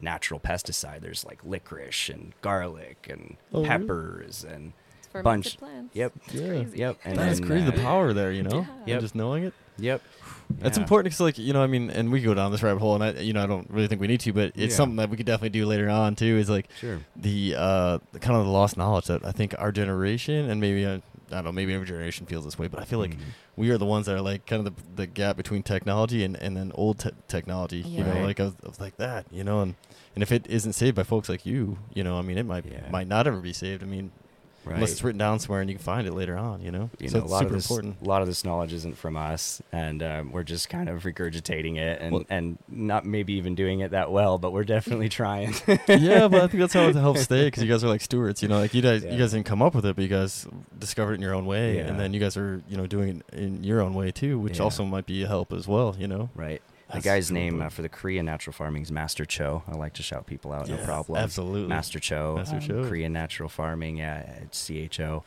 B: natural pesticide. There's like licorice and garlic and
A: Oh, really?
B: peppers and
C: It's fermented
B: bunch.
C: plants.
B: Yep.
C: It's
A: Yeah.
C: crazy.
B: Yep. And
A: that is
B: then,
A: crazy. the
B: uh,
A: power there, you know,
C: Yeah.
A: and
B: Yep.
A: just knowing it.
B: Yep.
A: That's
B: Yeah.
A: important because, like, you know, I mean, and we could go down this rabbit hole, and I, you know, I don't really think we need to, but it's
B: Yeah.
A: something that we could definitely do later on too. Is like
B: Sure.
A: the uh, the kind of the lost knowledge that I think our generation and maybe uh, I don't know, maybe every generation feels this way, but I feel like
B: Mhm.
A: we are the ones that are like kind of the, the gap between technology and and then old te- technology. You know,
B: Yeah.
A: like I was, I was like that, you know, and and if it isn't saved by folks like you, you know, I mean, it might
B: Yeah.
A: might not ever be saved. I mean, unless it's
B: Right.
A: written down somewhere and you can find it later on, you know.
B: You
A: so
B: know, a
A: it's
B: lot of
A: super
B: this,
A: important.
B: a lot of this knowledge isn't from us, and um, we're just kind of regurgitating it, and,
A: Well-
B: and not maybe even doing it that well, but we're definitely trying.
A: yeah, but I think that's how
B: <laughs>
A: it helps stay because you guys are like stewards. You know, like you guys,
B: Yeah.
A: you guys didn't come up with it, but you guys discovered it in your own way,
B: Yeah.
A: and then you guys are, you know, doing it in your own way too, which
B: Yeah.
A: also might be a help as well. You know,
B: right.
A: That's
B: the guy's
A: super
B: name
A: cool.
B: uh, for the Korean natural farming is Master Cho. I like to shout people out,
A: Yes,
B: no problem.
A: absolutely.
B: Master Cho.
A: Master
B: um,
A: Cho.
B: Korean natural farming. Yeah, it's CHO.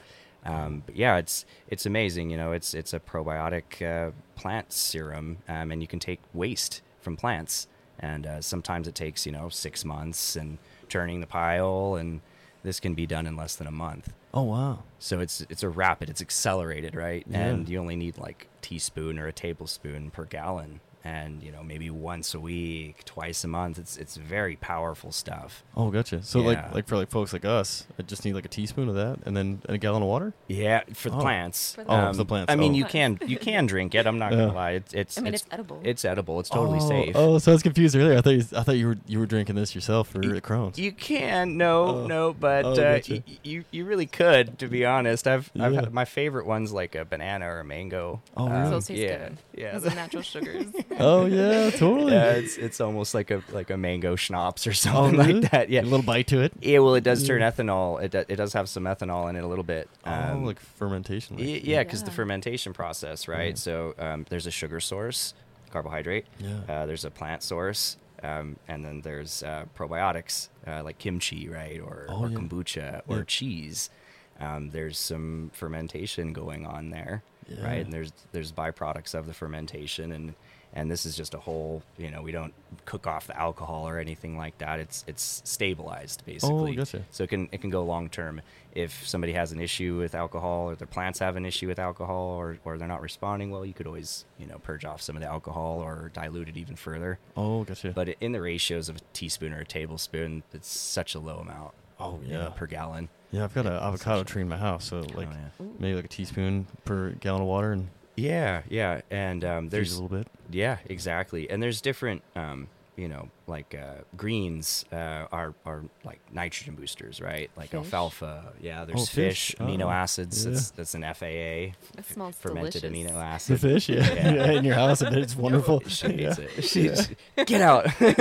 B: Um, but yeah, it's it's amazing. You know, it's it's a probiotic uh, plant serum, um, and you can take waste from plants, and uh, sometimes it takes you know six months and turning the pile, and this can be done in less than a month.
A: Oh wow,
B: So it's it's a rapid, it's accelerated, right?
A: Yeah.
B: And you only need like teaspoon or a tablespoon per gallon, and you know maybe once a week, twice a month. It's it's very powerful stuff.
A: oh gotcha. So
B: Yeah.
A: like, like for like folks like us, I just need like a teaspoon of that, and then a gallon of water.
B: Yeah, for the
A: Oh.
B: plants. Um,
C: For the Oh,
A: for the plants.
B: I mean,
A: Oh.
B: you can you can drink it. I'm not
A: Yeah.
B: gonna lie. It's it's
C: I mean, it's edible.
B: It's edible. It's totally
A: oh,
B: safe.
A: Oh, so I was confused earlier. I thought you, I thought you were you were drinking this yourself for the Crohn's.
B: You <laughs> can no
A: Oh.
B: no, but
A: Oh,
B: uh,
A: gotcha.
B: y- you you really could to be honest. I've I've
A: Yeah.
B: had my favorite ones like a banana or a mango.
A: Oh,
B: Um,
A: really?
C: So it tastes
B: yeah
C: good.
B: yeah. <laughs>
C: It's the natural sugars. <laughs>
A: oh yeah, totally.
B: Yeah, it's it's almost like a like a mango schnapps or <laughs> something
A: Oh, really?
B: like that. Yeah.
A: a little bite to it.
B: yeah, well, it does turn ethanol. It, do, it does have some ethanol in it a little bit.
A: oh, like fermentation.
B: Um, y-
A: like-
B: yeah, because the
C: Yeah.
B: fermentation process, right?
A: Mhm.
B: So um, there's a sugar source, carbohydrate.
A: Yeah.
B: Uh, there's a plant source, um, and then there's uh, probiotics uh, like kimchi, right, or,
A: Oh,
B: or
A: yeah.
B: kombucha
A: Yeah.
B: or cheese. Um, there's some fermentation going on there,
A: Yeah.
B: right? And there's there's byproducts of the fermentation, and and this is just a whole, you know, we don't cook off the alcohol or anything like that. It's it's stabilized basically.
A: gotcha.
B: So it can it can go long term. If somebody has an issue with alcohol, or their plants have an issue with alcohol, or, or they're not responding well, you could always you know purge off some of the alcohol or dilute it even further.
A: Oh, gotcha.
B: But in the ratios of a teaspoon or a tablespoon, it's such a low amount.
A: Oh,
B: you know,
A: yeah.
B: per gallon.
A: Yeah, I've got an avocado
B: essentially.
A: tree in my house, so like
B: Oh, yeah.
C: Ooh.
A: maybe like a teaspoon per gallon of water and
B: Yeah, yeah, and um,
A: there's
B: there's
A: a little bit.
B: Yeah, exactly. And there's different, um, you know, like uh, greens uh, are are like nitrogen boosters, right? Like
C: Fish.
B: alfalfa. Yeah, there's
A: Oh,
B: fish,
A: fish.
B: amino
A: Oh,
B: acids.
A: yeah.
B: That's that's an FAA.
C: That smells
B: fermented
C: delicious.
B: amino
A: The
B: acid.
A: fish, yeah,
B: Yeah.
A: <laughs> yeah. in your house, I bet it's wonderful.
B: She hates
A: yeah.
B: it. She, she- get out.
A: <laughs> Yeah,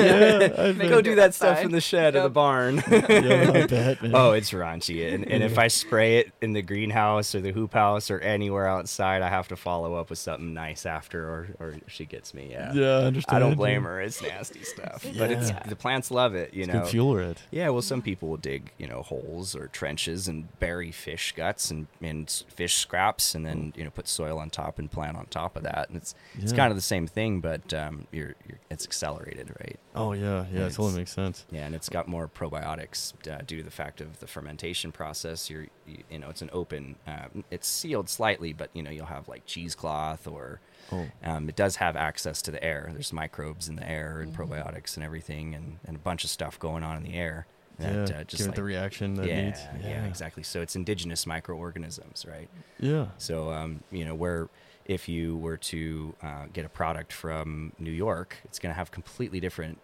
B: <laughs>
A: I
C: Make
A: bet.
B: Go do that stuff
C: outside.
B: in the shed or the
A: <laughs>
C: Yep.
B: barn. <laughs>
A: yeah, I bet, man.
B: oh, it's raunchy. And, and if I spray it in the greenhouse or the hoop house or anywhere outside, I have to follow up with something nice after, or, or she gets me. Yeah.
A: yeah, I understand.
B: I don't blame
A: yeah.
B: her. It's nasty stuff, but it's
A: Yeah.
B: the plants love it. You
A: It's
B: know,
A: good fuel for it.
B: yeah, well, some people will dig, you know, holes or trenches and bury fish guts and, and s- fish scraps, and then you know put soil on top and plant on top of that, and it's it's
A: Yeah.
B: kind of the same thing, but um, you're, you're it's accelerated, right?
A: Oh yeah, yeah, it
B: It's-
A: totally makes sense.
B: Yeah, and it's got more probiotics uh, due to the fact of the fermentation process. You're you, you know it's an open, uh, it's sealed slightly, but you know you'll have like cheesecloth or
A: Oh,
B: um, it does have access to the air. There's microbes in the air and probiotics and everything, and, and a bunch of stuff going on in the air. That,
A: yeah,
B: uh,
A: give it the reaction that it
B: yeah,
A: needs.
B: yeah, exactly. So it's indigenous microorganisms, right?
A: Yeah,
B: So um, you know, where if you were to uh, get a product from New York, it's going to have completely different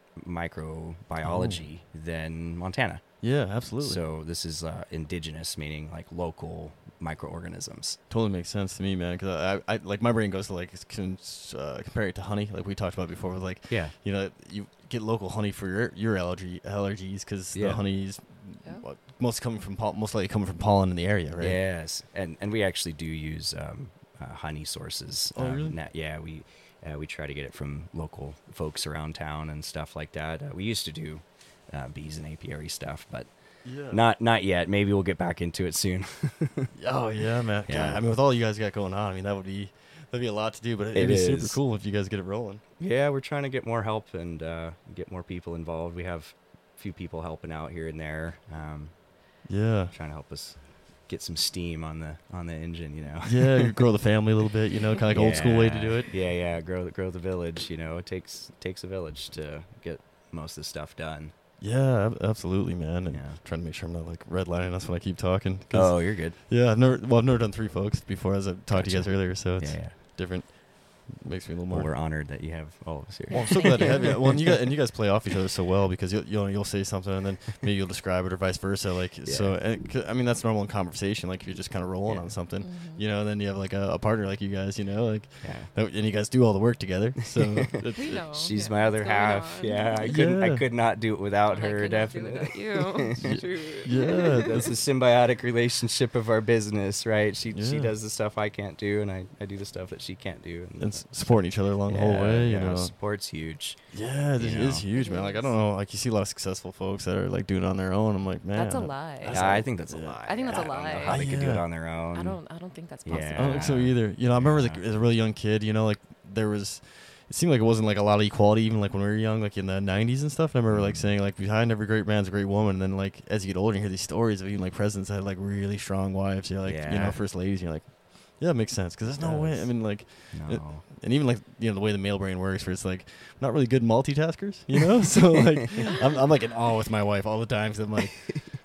B: microbiology than Montana.
A: yeah, Oh. absolutely.
B: So this is uh, indigenous, meaning like local microorganisms.
A: totally makes sense to me, man. Because I, I, like my brain goes to like cons- uh, compare it to honey, like we talked about before. With like,
B: Yeah.
A: you know, you get local honey for your your allergy allergies because
B: Yeah.
A: the honey's
C: Yeah.
A: what- most coming from pol- most likely coming from pollen in the area, right?
B: Yes, and and we actually do use um, uh, honey sources.
A: Oh,
B: um,
A: really?
B: na- yeah, we uh, we try to get it from local folks around town and stuff like that. Uh, we used to do uh, bees and apiary stuff, but
A: Yeah.
B: not not yet. Maybe we'll get back into it soon.
A: <laughs>
B: <laughs>
A: Oh yeah, man. God,
B: Yeah.
A: I mean, with all you guys got going on, I mean, that would be that'd be a lot to do, but it,
B: It
A: would be super
B: is.
A: cool if you guys get it rolling.
B: yeah, we're trying to get more help and uh, get more people involved. We have a few people helping out here and there, um,
A: Yeah.
B: trying to help us get some steam on the on the engine. You know.
A: Yeah,
B: <laughs>
A: you grow the family a little bit, you know, kind of like old school way to
B: Yeah.
A: do it.
B: Yeah, yeah, grow the grow the village. You know, it takes takes a village to get most of the stuff done.
A: Yeah, ab- absolutely, man. And
B: Yeah.
A: trying to make sure I'm not like redlining us when I keep talking. Mm. 'cause-
B: Oh, you're good.
A: Yeah, I've never well, I've never done three folks before, as I talked to you
B: Gotcha.
A: guys earlier. So it's
B: yeah, yeah.
A: different. Makes me a little
B: Well,
A: more.
B: we're honored that you have all of us
A: Well,
B: here.
A: I'm so glad to have
B: <laughs>
A: you. Well, and you guys, and you guys play off each other so well because you'll you'll, you'll say something and then maybe you'll describe it or vice versa. Like so, and, 'cause, I mean that's normal in conversation. Like if you're just kind of rolling
B: Yeah.
A: on something,
C: Mhm.
A: you know, and then you have like a, a partner like you guys, you know, like
B: Yeah.
A: that- and you guys do all the work
B: <laughs>
A: together. So it's,
C: We know.
B: She's
C: Oh, yeah,
B: my other
C: what's going
B: half.
C: on.
B: Yeah, I couldn't. I
A: Yeah.
B: could not do it without
C: Oh, And I
B: her.
C: could not do
B: Definitely. <laughs>
C: without you. <laughs> It's true.
A: yeah,
B: That's
A: that's
B: the symbiotic relationship of our business, right? She she
A: Yeah.
B: does the stuff I can't do, and I, I do the stuff that she can't do. And,
A: and s- supporting each other along the
B: yeah,
A: whole way. You
B: yeah,
A: know,
B: support's huge.
A: yeah, this
B: you
A: is
B: know.
A: huge, man. Like I don't know, like you see a lot of successful folks that are like doing it on their own. I'm like, man,
C: That's a
A: I-
C: lie.
A: That's
B: yeah,
A: a-
B: I think that's a
A: yeah.
B: lie.
C: I think that's a
B: don't know
C: lie.
B: how they could do it
A: Yeah.
B: on their own.
C: I don't. I don't think that's possible.
B: Yeah.
A: I don't think so either. You know, I remember like, as a really young kid, you know, like there was, it seemed like it wasn't like a lot of equality even like when we were young, like in the 90s and stuff. And I remember
B: Mm.
A: like saying like behind every great man's a great woman. And then like as you get older, you hear these stories of even like presidents that had like really strong wives, you know, like, you
B: Yeah.
A: know, first ladies, and you're like, yeah, it makes sense because there's
B: It
A: no way. I
B: does.
A: mean, like,
B: No.
A: and even like you know the way the male brain works, where it's like not really good multitaskers, you know. <laughs> so
B: <laughs>
A: like, I'm, I'm like in awe with my wife all the time. Cause I'm like,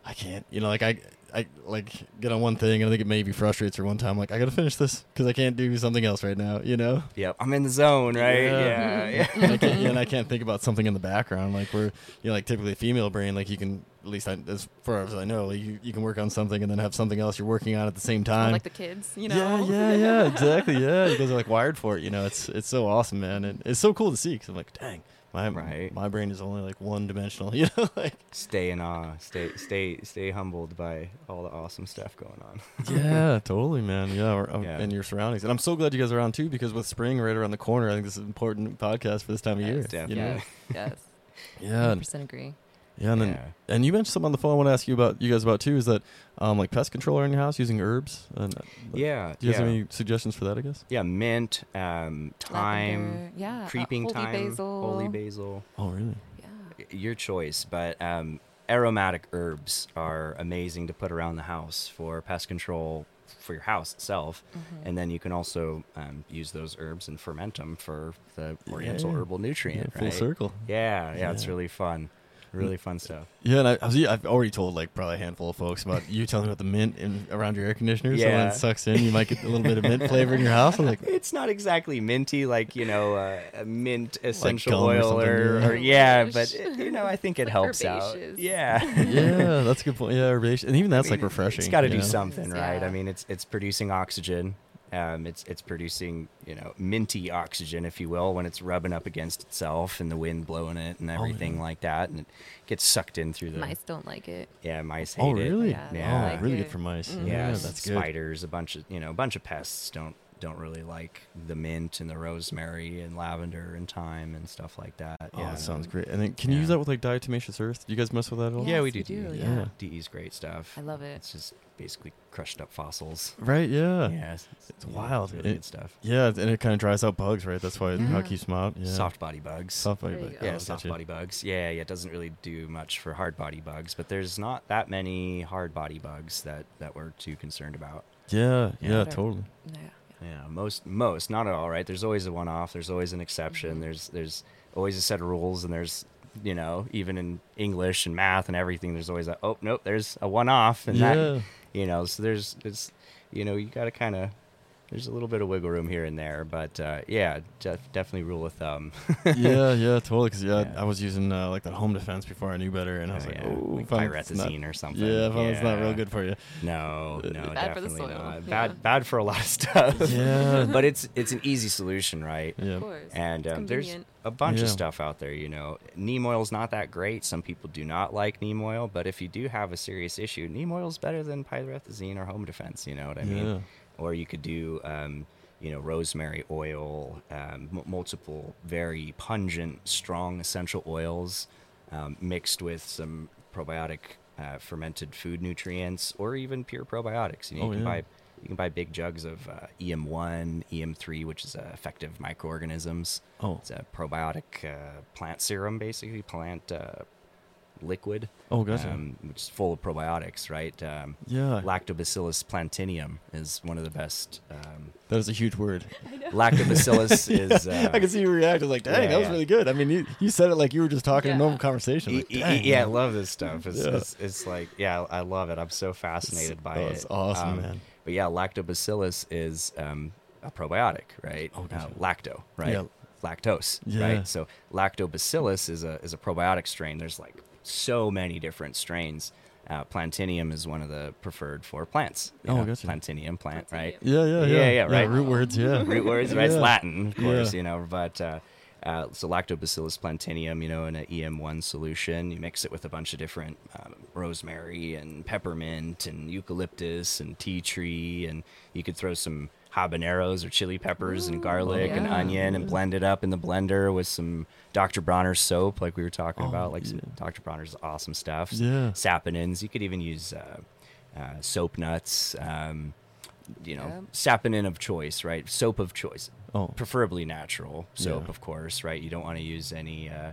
A: I can't, you know, like I I like get on one thing and I think it maybe frustrates her one time. Like I gotta finish this because I can't do something else right now, you know.
B: Yep, I'm in the zone, right? Yeah,
A: Yeah.
B: yeah.
C: Mm-hmm.
A: and, I can't, yeah, and I can't think about something in the background. Like where you know, like typically a female brain, like you can at least I, as far as I know, like, you you can work on something and then have something else you're working on at the same
C: Or
A: time.
C: like the kids, you know.
A: Yeah, yeah, yeah, exactly. Yeah, you guys
C: <laughs>
A: are like wired for it. You know, it's it's so awesome, man, and it's so cool to see. Cause I'm like, dang, my
B: Right.
A: my brain is only like one dimensional. <laughs> You know, like
B: <laughs> Stay in awe. Stay, stay, stay humbled by all the awesome stuff going on.
A: <laughs>
B: <laughs>
A: yeah, totally, man. Yeah, or, uh,
B: Yeah.
A: and your surroundings. And I'm so glad you guys are on too, because with spring right around the corner, I think this is an important podcast for this time of year.
C: Yes,
A: You know?
B: <laughs> definitely.
C: yes,
A: <laughs>
C: yes.
A: Yeah,
C: Hundred
A: and,
C: percent agree.
A: yeah, and then
B: Yeah.
A: and you mentioned something on the phone. I want to ask you about you guys about too. Is that um like pest control in your house using herbs? And uh,
B: Yeah,
A: do you guys
B: yeah.
A: have any suggestions for that? I guess.
B: yeah, mint, um, thyme,
C: Lavender, yeah, uh,
B: creeping
C: holy
B: thyme,
C: basil.
B: holy basil,
A: Oh, really?
C: Yeah.
B: Y- your choice. But um, aromatic herbs are amazing to put around the house for pest control for your house itself,
C: mm-hmm.
B: and then you can also um, use those herbs and ferment them for the oriental
A: Yeah.
B: herbal
A: Yeah,
B: nutrient.
A: full
B: right?
A: circle.
B: Yeah, yeah, it's
A: Yeah.
B: really fun.
D: Really fun stuff.
A: Yeah, and I, I was, I've already told like probably a handful of folks about you telling about the mint in, around your air conditioner. So when
B: Yeah.
A: it sucks in, you might get a little bit of
B: <laughs>
A: mint flavor in your house. I'm like,
B: It's not exactly minty, like you know, uh, a mint essential
A: gum or
B: oil
A: something,
B: or,
A: yeah.
B: or yeah,
C: Gosh.
B: but you know, I think it
C: Like
B: helps out.
C: herbaceous.
B: Yeah.
A: yeah, that's a good point. Yeah, herbaceous, and even that's like refreshing.
B: It's got to
A: you
B: do
A: know?
B: something, right?
C: Yeah.
B: I mean, it's it's producing oxygen. Um, it's it's producing you know minty oxygen, if you will, when it's rubbing up against itself and the wind blowing it
A: Oh,
B: and everything like that, and it gets sucked in through the
C: Mice don't like it.
B: yeah mice. Hate
A: Oh,
B: it.
A: really?
C: Yeah,
B: Yeah.
A: Oh, really
C: like uh, mm-hmm.
A: good for mice.
C: it.
A: Yeah,
B: Yeah,
A: that's good.
B: spiders, a bunch of you know a bunch of pests don't don't really like the mint and the rosemary and lavender and thyme and stuff like that.
A: Oh,
B: yeah,
A: that sounds great. And then can you
B: Yeah.
A: use that with like diatomaceous earth? Do you guys mess with that at all?
B: Yeah, we
C: Yes,
B: do.
C: we do,
A: yeah.
B: DE's great stuff.
C: I love it.
B: It's just basically crushed up fossils.
A: Right. Yeah. Yeah,
B: Yeah, it's, it's
A: wild.
B: Really
A: It-
B: good stuff.
A: and it kind of dries out bugs, right? That's why it how
C: Yeah.
A: it keeps them out. Yeah.
B: Soft body bugs.
A: Soft body
C: There you
A: bug.
C: go.
A: Oh,
B: yeah,
A: gotcha.
B: soft body bugs. Yeah, yeah. It doesn't really do much for hard body bugs, but there's not that many hard body bugs that that we're too concerned about.
A: Yeah.
B: Yeah.
A: Yeah.
C: Better. <laughs>
A: Totally.
C: Yeah.
B: Yeah, most most not at all. Right? There's always a one off. There's always an exception.
A: Mm-hmm.
C: Mhm.
B: There's there's always a set of rules, and there's you know even in English and math and everything, there's always a oh nope, there's a one off, and
A: Yeah.
C: <laughs>
B: that you know so there's it's you know you got to kind of there's a little bit of wiggle room here and there, but uh, yeah, def- definitely rule of thumb.
A: yeah, yeah, totally. Because yeah,
B: Yeah.
A: I was using uh, like that home defense before I knew better, <laughs> and I was
B: Oh,
A: like,
B: <laughs> yeah.
A: oh, if
B: Like
A: it's not-
B: pyrathazine or something.
A: Yeah, if it's not real
B: Yeah.
A: good for you.
B: No,
A: Uh,
B: no,
C: Bad for the
B: definitely
C: soil,
B: not.
C: yeah.
B: Bad, bad for a lot of
A: <laughs>
B: stuff.
A: Yeah.
B: <laughs> but it's it's an easy solution, right?
A: Yeah.
C: Of course.
B: And
C: It's
B: um, there's
C: convenient.
B: a bunch
A: Yeah.
B: of stuff out there, you know. Neem oil's not that great. Some people do not like neem oil, but if you do have a serious issue, neem oil's better than pyrethazine or home defense. You know what I mean?
A: Yeah.
B: Or you could do, um, you know, rosemary oil, um, m- multiple very pungent, strong essential oils um, mixed with some probiotic uh, fermented food nutrients, or even pure probiotics. You know,
A: Oh,
B: you
A: yeah.
B: can buy you can buy big jugs of uh, EM1, EM3, which is uh, effective microorganisms.
A: Oh.
B: It's a probiotic uh, plant serum, basically, plant uh, liquid.
A: Oh, gotcha.
B: Um, which is full of probiotics, right? Um,
A: Yeah.
B: Lactobacillus plantaneum is one of the best. Um,
A: That is a huge word.
B: lactobacillus
A: <laughs>
B: is. Uh,
A: I can see you react. I was like, dang,
B: yeah,
A: that was
B: yeah.
A: really good. I mean, you, you said it like you were just talking in
C: Yeah.
A: normal conversation.
B: E-
A: Like,
B: e- e-
A: dang,
B: yeah, I
A: man.
B: love this stuff. It's,
A: Yeah.
B: it's, it's like, yeah, I love it. I'm so fascinated by
A: oh,
B: it. Um,
A: it's awesome, man.
B: But yeah, lactobacillus is um, a probiotic, right? Uh,
A: Oh, gotcha.
B: lacto, right?
A: Yeah.
B: Lactose,
A: Yeah.
B: right? So lactobacillus is a is a probiotic strain. There's like so many different strains. Uh, Plantinium is one of the preferred for plants. you
A: Oh,
B: know,
A: gotcha.
B: Plantinium plant, right?
A: Yeah, yeah, yeah,
B: Yeah, yeah, right.
A: root words, yeah.
B: root words, right? It's
A: Yeah.
B: Latin, of course,
A: Yeah.
B: you know. But uh, uh, so lactobacillus plantaneum, you know, in an EM1 solution, you mix it with a bunch of different um, rosemary and peppermint and eucalyptus and tea tree, and you could throw some habaneros or chili peppers and garlic and
C: yeah.
B: onion and blend it up in the blender with some Dr. Bronner's soap, like we were talking
A: Oh,
B: about, like some
A: yeah.
B: Dr. Bronner's awesome stuff.
A: Yeah.
B: Saponins. You could even use uh, uh, soap nuts. Um, you know,
C: Yeah.
B: saponin of choice, right? Soap of choice,
A: Oh.
B: preferably natural soap,
A: Yeah.
B: of course, right? You don't want to use any, uh,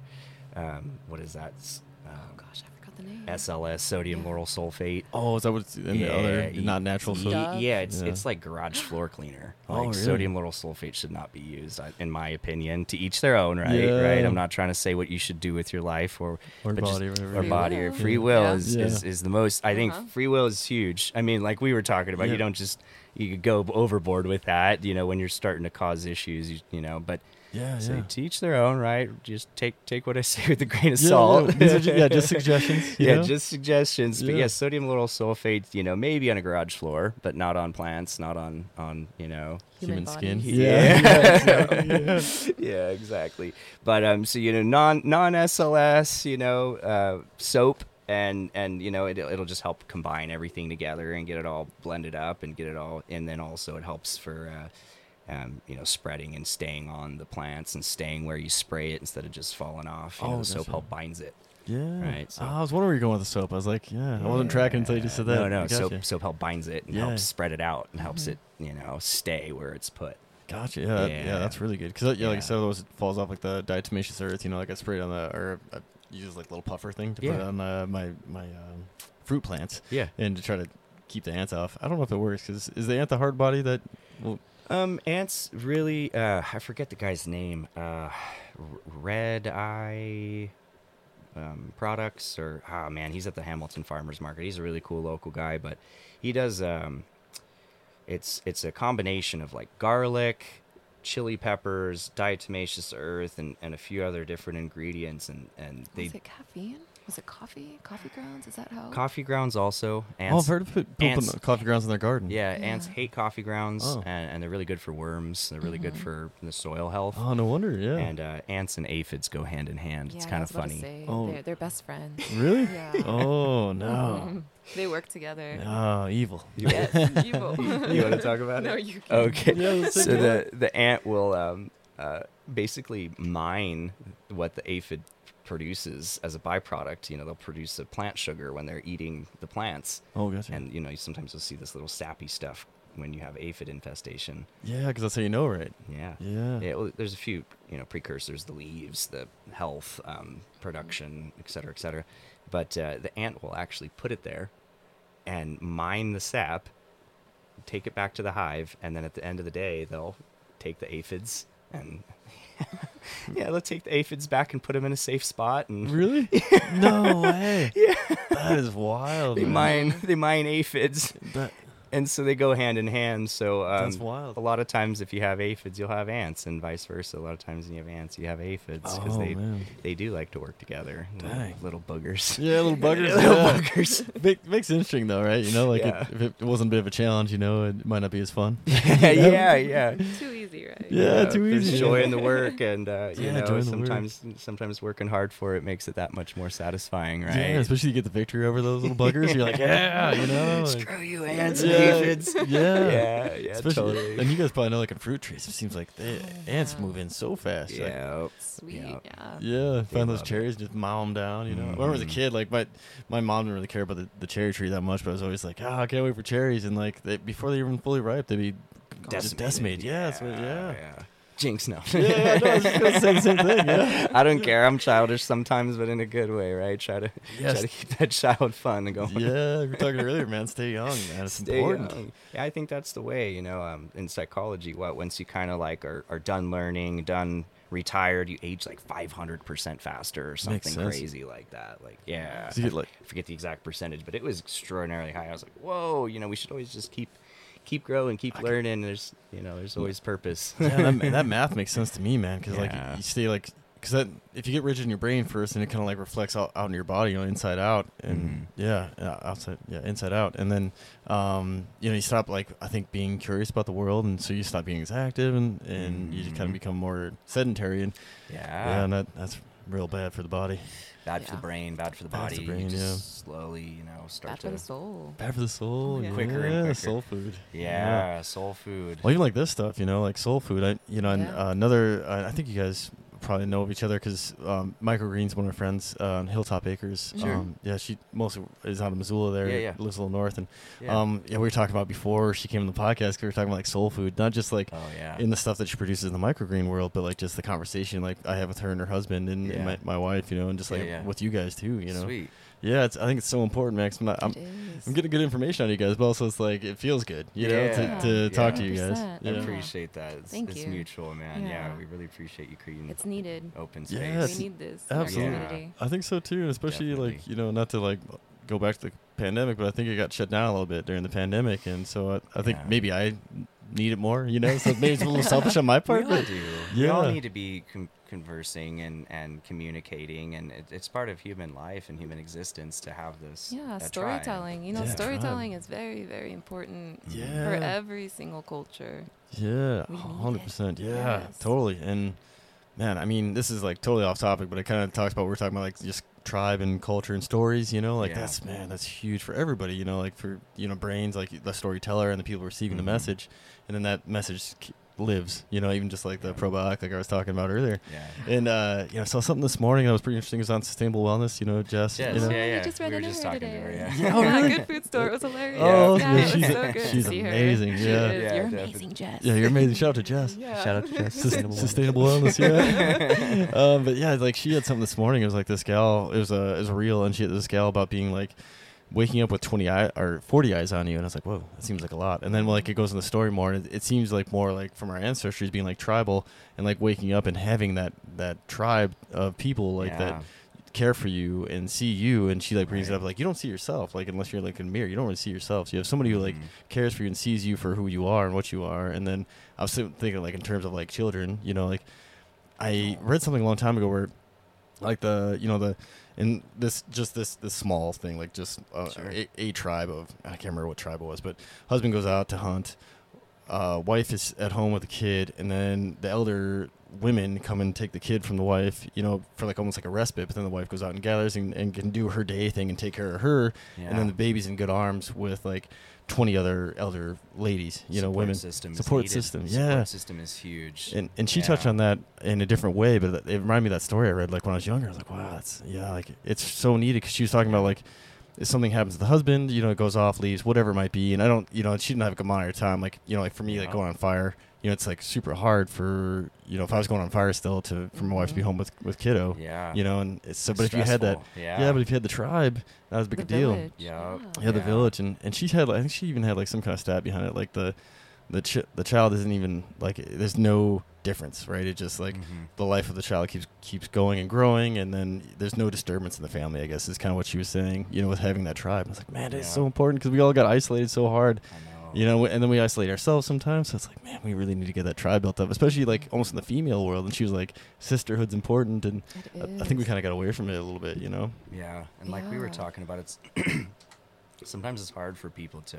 B: um, what is that? S- Um,
C: Gosh, I forgot the name.
B: SLS, sodium
C: Oh, Yeah.
B: lauryl sulfate.
A: Oh, is that what it's in the other
B: you-
A: not natural
B: y-
A: food?
C: Stuff.
B: Yeah, it's
A: Yeah.
B: it's like garage floor cleaner.
A: Oh,
B: Like
A: really?
B: sodium lauryl sulfate should not be used, I- in my opinion. To each their own, right?
A: Yeah.
B: Right. I'm not trying to say what you should do with your life or
A: Or
B: but just-
A: body or whatever.
B: or
C: Free
B: body
C: will.
B: or free
C: Yeah.
B: will
C: Yeah.
B: Is,
A: Yeah.
B: is is the most. I
C: Uh-huh.
B: think free will is huge. I mean, like we were talking about,
A: Yeah.
B: you don't just you could go overboard with that. You know, when you're starting to cause issues, you, you know, but.
A: Yeah,
B: So
A: Oh, yeah.
B: to each their own, right? Just take take what I say with a grain of
A: Yeah,
B: salt.
A: yeah, these are ju- yeah,
B: <laughs>
A: just suggestions, you
B: yeah,
A: know?
B: just suggestions. But
A: Yeah.
B: yeah, sodium lauryl sulfate, you know, maybe on a garage floor, but not on plants, not on on you know.
A: Human
C: body.
A: skin.
B: Yeah.
A: yeah, exactly, yeah.
B: <laughs> yeah, exactly. But um, so you know, non non SLS, you know, uh, soap. And, and you know it, it'll just help combine everything together and get it all blended up and get it all and then also it helps for uh, um, you know spreading and staying on the plants and staying where you spray it instead of just falling off. You
A: Oh,
B: know, the
A: that's
B: soap
A: right.
B: help binds it.
A: Yeah.
B: Right, so-
A: Ah, I was wondering where you're going with the soap. I was like, yeah, <laughs> I wasn't tracking until you just said that.
B: No, no,
A: I
B: soap
A: gotcha.
B: soap help binds it and
A: Yeah. Mm-hmm.
B: helps spread it out and helps it you know stay where it's put.
A: Gotcha. Yeah, yeah,
B: Yeah.
A: that's really good. Because yeah, like I
B: Yeah.
A: said, those falls off like the diatomaceous earth. You know, like I sprayed on the or I use like little puffer thing to put
B: Yeah.
A: on uh, my my um, fruit plants
B: Yeah.
A: and to try to keep the ants off. I don't know if it works because is the ant the hard body that? Well,
B: Um, ants really. Uh, I forget the guy's name. Uh, R- Red Eye um, products or ah man, he's at the Hamilton Farmers Market. He's a really cool local guy, but he does um, it's it's a combination of like garlic, chili peppers, diatomaceous earth, and, and a few other different ingredients, and and they
C: Was it caffeine? Was it coffee? Coffee grounds? Is that how?
B: coffee grounds also.
A: Oh, I've
B: Ants,
A: heard of pe- people
B: ants-
A: putting coffee grounds in their garden.
B: yeah, ants
C: Yeah.
B: hate coffee grounds,
A: Oh.
B: and, and they're really good for worms. They're really
C: Mm-hmm.
B: good for the soil health.
A: Oh, no wonder. Yeah.
B: And uh, ants and aphids go hand in hand.
C: yeah,
B: it's
C: I
B: kind of
C: was about to
B: funny.
C: say,
A: Oh.
C: They're, they're best friends.
B: <laughs>
A: really?
C: yeah.
A: Oh no.
C: They work together.
B: <laughs>
A: Oh, evil.
C: Yes, evil.
B: You want to talk about
C: no,
B: it?
C: you can.
B: Okay.
A: Yeah, let's
B: so
A: take it
B: the the ant will um, uh, basically mine what the aphid produces as a byproduct. You know, they'll produce a plant sugar when they're eating the plants,
A: Oh, gotcha.
B: and you know, you sometimes you'll see this little sappy stuff when you have aphid infestation.
A: yeah, because that's how you know, right?
B: Yeah.
A: Yeah.
B: Yeah, well, there's a few, you know, precursors: the leaves, the health, um, production, et cetera, et cetera. But uh, the ant will actually put it there, and mine the sap, take it back to the hive, and then at the end of the day, they'll take the aphids and <laughs> yeah, they'll take the aphids back and put them in a safe spot, and
A: Really? no way. Yeah. That is wild.
B: <laughs> they
A: man.
B: mine they mine aphids,
A: That-
B: and so they go hand in hand. So um,
A: That's wild.
B: A lot of times, if you have aphids, you'll have ants, and vice versa. A lot of times, when you have ants, you have aphids because
A: Oh,
B: they
A: man.
B: they do like to work together. little-
A: Dang.
B: Little, boogers.
A: yeah,
B: <laughs>
A: little buggers.
B: little
A: yeah. <laughs>
B: buggers.
A: Make, makes it interesting though, right? You know, like
B: Yeah.
A: it, if it wasn't a bit of a challenge, you know, it might not be as fun.
B: <laughs> yeah, yeah, yeah.
C: Too easy, right?
A: Yeah, too
B: Uh, there's
A: easy.
B: joy in the work,
A: <laughs>
B: and uh, you
A: Yeah, joy in the
B: know
A: work.
B: sometimes sometimes working hard for it makes it that much more satisfying, right?
A: Yeah, especially you get the victory over those little buggers.
B: <laughs>
A: You're like, yeah, you know. like-
B: Screw you, ants, and
A: yeah,
B: aphids.
A: yeah,
B: <laughs> Yeah, yeah,
A: Especially,
B: totally.
A: and you guys probably know, like in fruit trees, it seems like the ants move in so fast. You're like,
B: yeah.
C: Sweet.
B: Yeah.
C: Yeah.
A: Yeah, find those
B: love it.
A: cherries, and just mow them down. You know, when I was a
B: Mhm.
A: kid, like my my mom didn't really care about the, the cherry tree that much, but I was always like, oh, I can't wait for cherries, and like they, before they even fully ripe, they'd be just decimated. Yeah, that's what- yeah.
B: Jinx, no.
A: yeah, yeah, no, I was just gonna
B: <laughs>
A: say the same thing. Yeah.
B: I don't care. I'm childish sometimes, but in a good way, right? Try to try
A: Yes.
B: to keep that <laughs> child fun and going.
A: yeah, we were talking earlier, man. Stay young, man. It's
B: Stay
A: important.
B: young. Yeah, I think that's the way. You know, um, in psychology, what once you kind of like are, are done learning, done retired, you age like 500 percent faster or something
A: sense.
B: crazy like that. Like, yeah,
A: So you get, like-
B: I forget the exact percentage, but it was extraordinarily high. I was like, whoa, you know, we should always just keep keep growing, keep learning. There's you know, there's always purpose.
A: yeah,
B: <laughs>
A: that, that math makes sense to me, man. Because
B: Yeah.
A: like you stay like because that if you get rigid in your brain first, and it kind of like reflects out, out in your body, you know, inside out, and
B: Mm-hmm.
A: yeah, yeah, outside, yeah, inside out, and then um, you know you stop like I think being curious about the world, and so you stop being as active, and and you just kind
B: Mhm.
A: of become more sedentary, and yeah,
B: yeah,
A: and that that's real bad for the body,
B: bad for the
C: Yeah.
B: brain, bad for the
A: Bad for
B: body.
A: the
B: you
A: brain,
B: just
A: yeah.
B: slowly, you know, start
C: Bad for
B: to
C: the soul.
A: bad for the soul,
C: Yeah.
B: Quicker and
A: yeah,
B: quicker.
A: soul food,
B: Yeah, soul food.
A: Well, even like this stuff, you know, like soul food. I, you know, and,
C: Yeah.
A: uh, another. Uh, I think you guys probably know of each other because um, Michael Green's one of my friends, uh, Hilltop Acres.
C: Sure.
A: Um, yeah, she mostly is out of Missoula there.
B: Yeah, yeah.
A: Lives a little north, and
B: Yeah.
A: um, yeah, we were talking about before she came on the podcast. 'cause we were talking about like soul food, not just like.
B: oh yeah.
A: In the stuff that she produces in the microgreen world, but like just the conversation like I have with her and her husband and, and
B: Yeah.
A: my, my wife, you know, and just
B: Yeah,
A: like
B: yeah.
A: with you guys too, you know.
B: Sweet.
A: Yeah, it's, I think it's so important, man. 'cause I'm, not, I'm,
C: It is.
A: I'm getting good information out of you guys, but also it's like it feels good, you know,
B: Yeah.
A: to, to
B: Yeah.
A: talk to you guys.
C: 100%.
B: I
A: Yeah.
C: Yeah.
B: appreciate that. It's,
C: Thank
B: it's
C: you.
B: mutual, man. Yeah.
C: Yeah.
B: we really appreciate you creating
C: It's needed.
B: open space.
A: Yeah, Yes.
C: We need this.
A: Absolutely.
C: In our community.
A: I think so too, and especially like
B: Definitely.
A: you know, not to like go back to the pandemic, but I think it got shut down a little bit during the pandemic, and so I, I think
B: Yeah.
A: maybe I need it more, you know. So maybe it's a little selfish on my
B: We
A: part,
B: all
A: but
B: do. We all
A: Yeah.
B: need to be con conversing and, and communicating, and it, it's part of human life and human existence to have this. that
C: Yeah,
B: tribe.
C: storytelling. You know,
A: Yeah, tribe.
C: storytelling is very, very important
A: yeah,
C: for every single culture.
A: yeah,
C: We need
A: hundred
C: it.
A: percent, yeah,
C: Yes.
A: totally. And man, I mean, this is like totally off topic, but it kind of talks about we're talking about like just tribe and culture and stories, you know, like
B: Yeah.
A: that's man, that's huge for everybody, you know, like for you know brains, like the storyteller and the people receiving
B: Mhm.
A: the message, and then that message k- lives, you know, even just like the
B: Yeah.
A: probiotic, like I was talking about earlier.
B: Yeah.
A: And uh, you know, I saw something this morning that was pretty interesting. It was on sustainable wellness. You know, Jess.
B: Yes,
A: you know?
B: yeah,
C: I
B: yeah.
C: just
B: We
C: read
B: were
C: an
B: just
C: interview
B: talking to her, <laughs>
C: today.
B: yeah.
A: Yeah,
C: <laughs>
A: oh, really?
C: good food store. It was hilarious.
A: Oh,
C: yeah,
A: yeah,
C: it was
A: she's-
C: so good
A: she's
C: to see her.
A: amazing,
C: She
A: yeah.
C: is.
B: Yeah,
C: You're
B: definitely.
C: amazing, Jess.
A: Yeah, you're amazing. Shout out to Jess.
C: Yeah.
D: Shout out to Jess.
A: Sus-
D: Sustainable.
A: sustainable wellness. Yeah. um, but yeah, like she had something this morning. It was like this gal. It was a it was a reel, and she had this gal about being like waking up with 20 eye, or 40 eyes on you and i was like whoa that seems like a lot and then like it goes in the story more and it, it seems like more like from our ancestors being like tribal and like waking up and having that that tribe of people like
B: yeah.
A: that care for you and see you and she like brings it up like you don't see yourself like unless you're like in a mirror you don't really see yourself so you have somebody who like cares for you and sees you for who you are and what you are and then i was thinking like in terms of like children you know like i read something a long time ago where like the you know the and this just this this small thing like just uh, a, a tribe of i can't remember what tribe it was but husband goes out to hunt uh, wife is at home with the kid, and then the elder women come and take the kid from the wife, you know, for like almost like a respite. But then the wife goes out and gathers and, and can do her day thing and take care of her, and
B: Yeah.
A: then the baby's in good arms with like twenty other elder ladies, you know,
B: Support
A: women
B: system is
A: support
B: needed.
A: system, yeah.
B: Support system is huge.
A: And and she
B: Yeah.
A: touched on that in a different way, but it reminded me of that story I read like when I was younger. I was like, wow, that's yeah, like it's so needed because she was talking about like if something happens to the husband, you know, it goes off, leaves, whatever it might be, and I don't, you know, she didn't have a good monitor time. Like you know, like for me, like
B: Yeah.
A: going on fire, you know, it's like super hard for you know if I was going on fire still to for my wife to be home with with kiddo,
B: Mm-hmm. Yeah.
A: you know, and it's, so but if you had that,
B: Stressful,
A: yeah.
B: yeah.
A: but if you had the tribe, that was a big
C: The
A: a deal.
C: village,
B: Yeah.
C: Oh,
A: Yeah, the
B: Yeah.
A: village, and and she had, like, I think she even had like some kind of stat behind it, like the the ch- the child isn't even like there's no difference, right? It just like
B: Mhm.
A: the life of the child keeps keeps going and growing, and then there's no disturbance in the family. I guess is kind of what she was saying, you know, with having that tribe. I was like, man, it's
B: Yeah. Oh.
A: so important because we all got isolated so hard.
B: I
A: You know, and then we isolate ourselves sometimes. So it's like, man, we really need to get that tribe built up, especially like almost in the female world. And she was like, sisterhood's important, and I, I think we kind of got away from it a little bit, you know.
B: Yeah, and like we were
C: Yeah.
B: talking about, it's <clears throat> sometimes it's hard for people to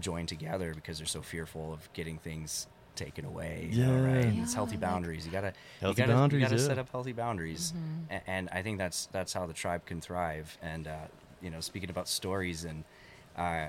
B: join together because they're so fearful of getting things taken away. You know, right?
A: Yeah.
B: And It's healthy
C: Yeah.
B: boundaries. You gotta
A: Healthy
B: you gotta,
A: boundaries,
B: You gotta
A: yeah.
B: set up healthy boundaries,
C: Mm-hmm.
B: A- and, I think that's that's how the tribe can thrive. And uh, you know, speaking about stories and uh,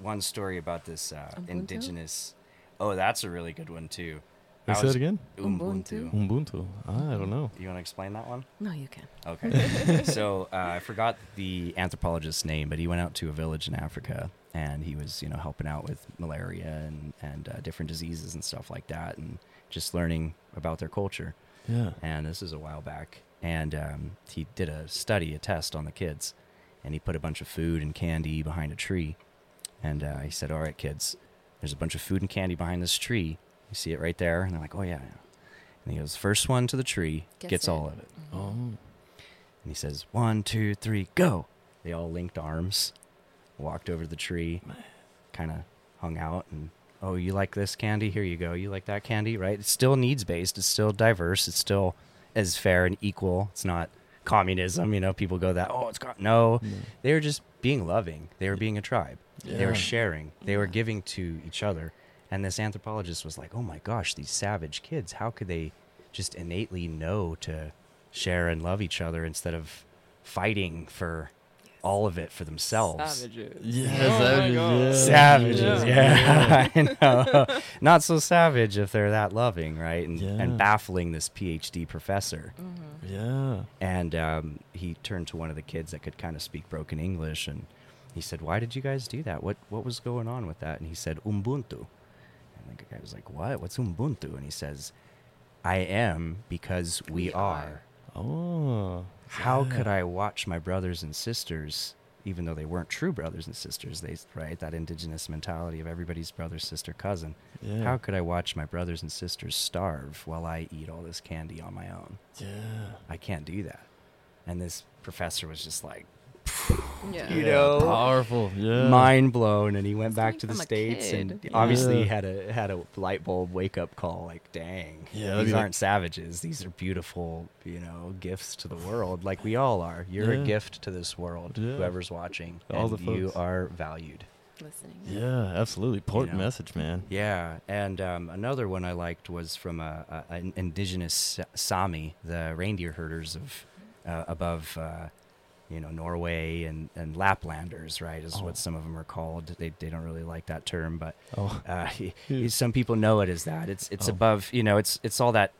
B: one story about this uh,
C: Ubuntu?
B: indigenous. Oh, that's a really good one too.
A: Wait,
B: I
A: say that
B: was-
A: again?
B: Ubuntu.
A: Ubuntu. Ah, I don't know.
B: You want to explain that one?
C: No, you can.
B: Okay. so uh, I forgot the anthropologist's name, but he went out to a village in Africa and he was, you know, helping out with malaria and, and uh, different diseases and stuff like that and just learning about their culture.
A: Yeah.
B: And this is a while back. And um, he did a study, a test on the kids. And he put a bunch of food and candy behind a tree. And uh, he said, All right, kids, there's a bunch of food and candy behind this tree. You see it right there? And they're like, Oh, yeah. yeah. And he goes, First one to the tree
C: Gets
B: gets
C: it.
B: all of it.
C: Mm-hmm.
A: Oh.
B: And he says, One, two, three, go. They all linked arms, walked over the tree, kind of hung out, and oh, you like this candy? Here you go. You like that candy? Right? It's still needs based, it's still diverse, it's still as fair and equal. It's not communism. You know, people go that, oh, it's got no. They were just being loving, they were being a tribe, they
A: Yeah.
B: were sharing, they were
C: Yeah.
B: giving to each other. And this anthropologist was like, oh my gosh, these savage kids, how could they just innately know to share and love each other instead of fighting for all of it for themselves?
D: Savages.
A: Yeah,
D: Oh my
A: savages.
D: God.
A: yeah. Yeah.
B: Savages, yeah, <laughs> I know. Not so savage if they're that loving, right? And,
A: Yeah.
B: and baffling this PhD professor.
C: Mm-hmm.
A: Yeah.
B: And um, he turned to one of the kids that could kind of speak broken English, and he said, "Why did you guys do that? What what was going on with that?" And he said, "Ubuntu." And the guy was like, "What? What's Ubuntu?" And he says, "I am because we,
C: We
B: are.
C: are.
A: Oh.
B: How could I watch my brothers and sisters?" Even though they weren't true brothers and sisters, they right that indigenous mentality of everybody's brother, sister, cousin.
A: Yeah.
B: How could I watch my brothers and sisters starve while I eat all this candy on my own?
A: Yeah.
B: I can't do that. And this professor was just like
C: Yeah.
B: You know,
A: Powerful. Yeah.
B: mind blown, and he went
C: It's
B: back
C: coming
B: to the
C: from a
B: states,
C: kid,
B: and
C: yeah.
B: obviously he
A: Yeah.
B: had a had a light bulb wake up call. Like, dang,
A: Yeah, that'd be
B: these
A: like-
B: aren't savages. These are beautiful, you know, gifts to the world, like we all are. You're
A: Yeah.
B: a gift to this world.
A: Yeah.
B: Whoever's watching,
A: All
B: and
A: the
B: you
A: folks.
B: are valued.
C: Listening.
A: Yeah. Absolutely. Important
B: know.
A: message, man.
B: Yeah, and um, another one I liked was from a, a, an indigenous Sa- Sami, the reindeer herders of uh, above, uh, you know, Norway and, and Laplanders, right? Is
A: Oh.
B: what some of them are called. They they don't really like that term, but
A: Oh.
B: uh,
A: Yeah.
B: some people know it as that. It's it's
A: Oh.
B: above, you know, it's it's all that,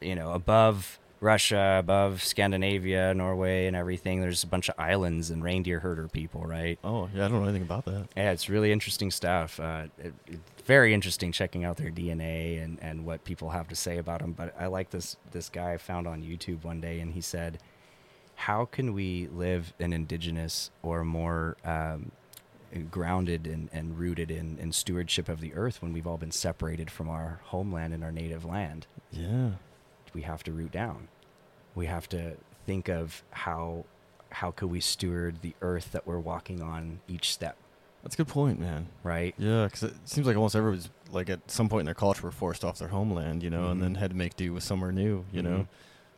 B: you know, above Russia, above Scandinavia, Norway, and everything. There's a bunch of islands and reindeer herder people, right?
A: Oh. Yeah. I don't know anything about that.
B: Yeah, it's really interesting stuff. Uh, it, it's very interesting checking out their DNA and, and what people have to say about them. But I like this this guy I found on YouTube one day, and he said, "How can we live an indigenous or more um, grounded and, and rooted in, in stewardship of the earth when we've all been separated from our homeland and our native land?
A: Yeah.
B: We have to root down. We have to think of how how could we steward the earth that we're walking on each step,
A: That's a good point, man.
B: right?
A: Yeah, because it seems like almost everybody's like at some point in their culture were forced off their homeland, you know, and then
B: Mhm.
A: had to make do with somewhere new, you know.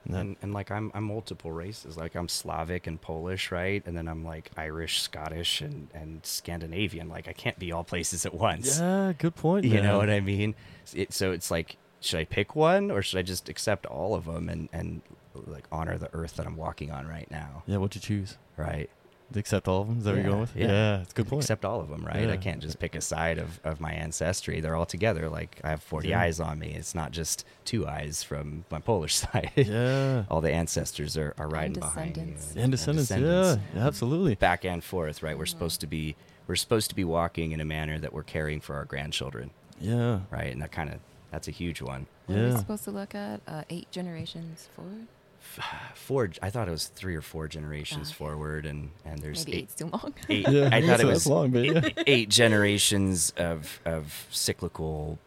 A: And that,
B: Mm-hmm. And, and like I'm, I'm multiple races. Like I'm Slavic and Polish, right? And then I'm like Irish, Scottish, and and Scandinavian. Like I can't be all places at once.
A: yeah, good point.
B: You know
A: man.
B: what I mean? S- It, so it's like, should I pick one or should I just accept all of them and and like honor the earth that I'm walking on right now?
A: Yeah, what'd you choose?
B: Right.
A: They accept all of them? Is that what
B: Yeah,
A: you're going with?
B: yeah.
A: it's a good point.
B: Accept all of them, right?
A: Yeah.
B: I can't just pick a side of, of my ancestry. They're all together. Like I have 40
A: Yeah.
B: eyes on me. It's not just two eyes from my Polish <laughs> side. <laughs>
A: yeah.
B: all the ancestors are, are riding behind you.
C: descendants.
A: And descendants,
B: descendants.
A: yeah, yeah, absolutely.
B: Back and forth, right? We're supposed to be we're supposed to be walking in a manner that we're caring for our grandchildren,
A: Yeah,
B: right? And that kind of that's a huge one.
C: What are we
A: Yeah.
C: supposed to look at? Uh, eight generations forward?
B: Four, I thought it was three or four generations
C: Okay.
B: forward, and and there's
C: Maybe
B: eight,
C: eight's too long. <laughs>
B: eight,
A: yeah.
B: I thought
A: that's- that's
B: it was
A: long, but yeah.
B: <laughs> eight generations of of cyclical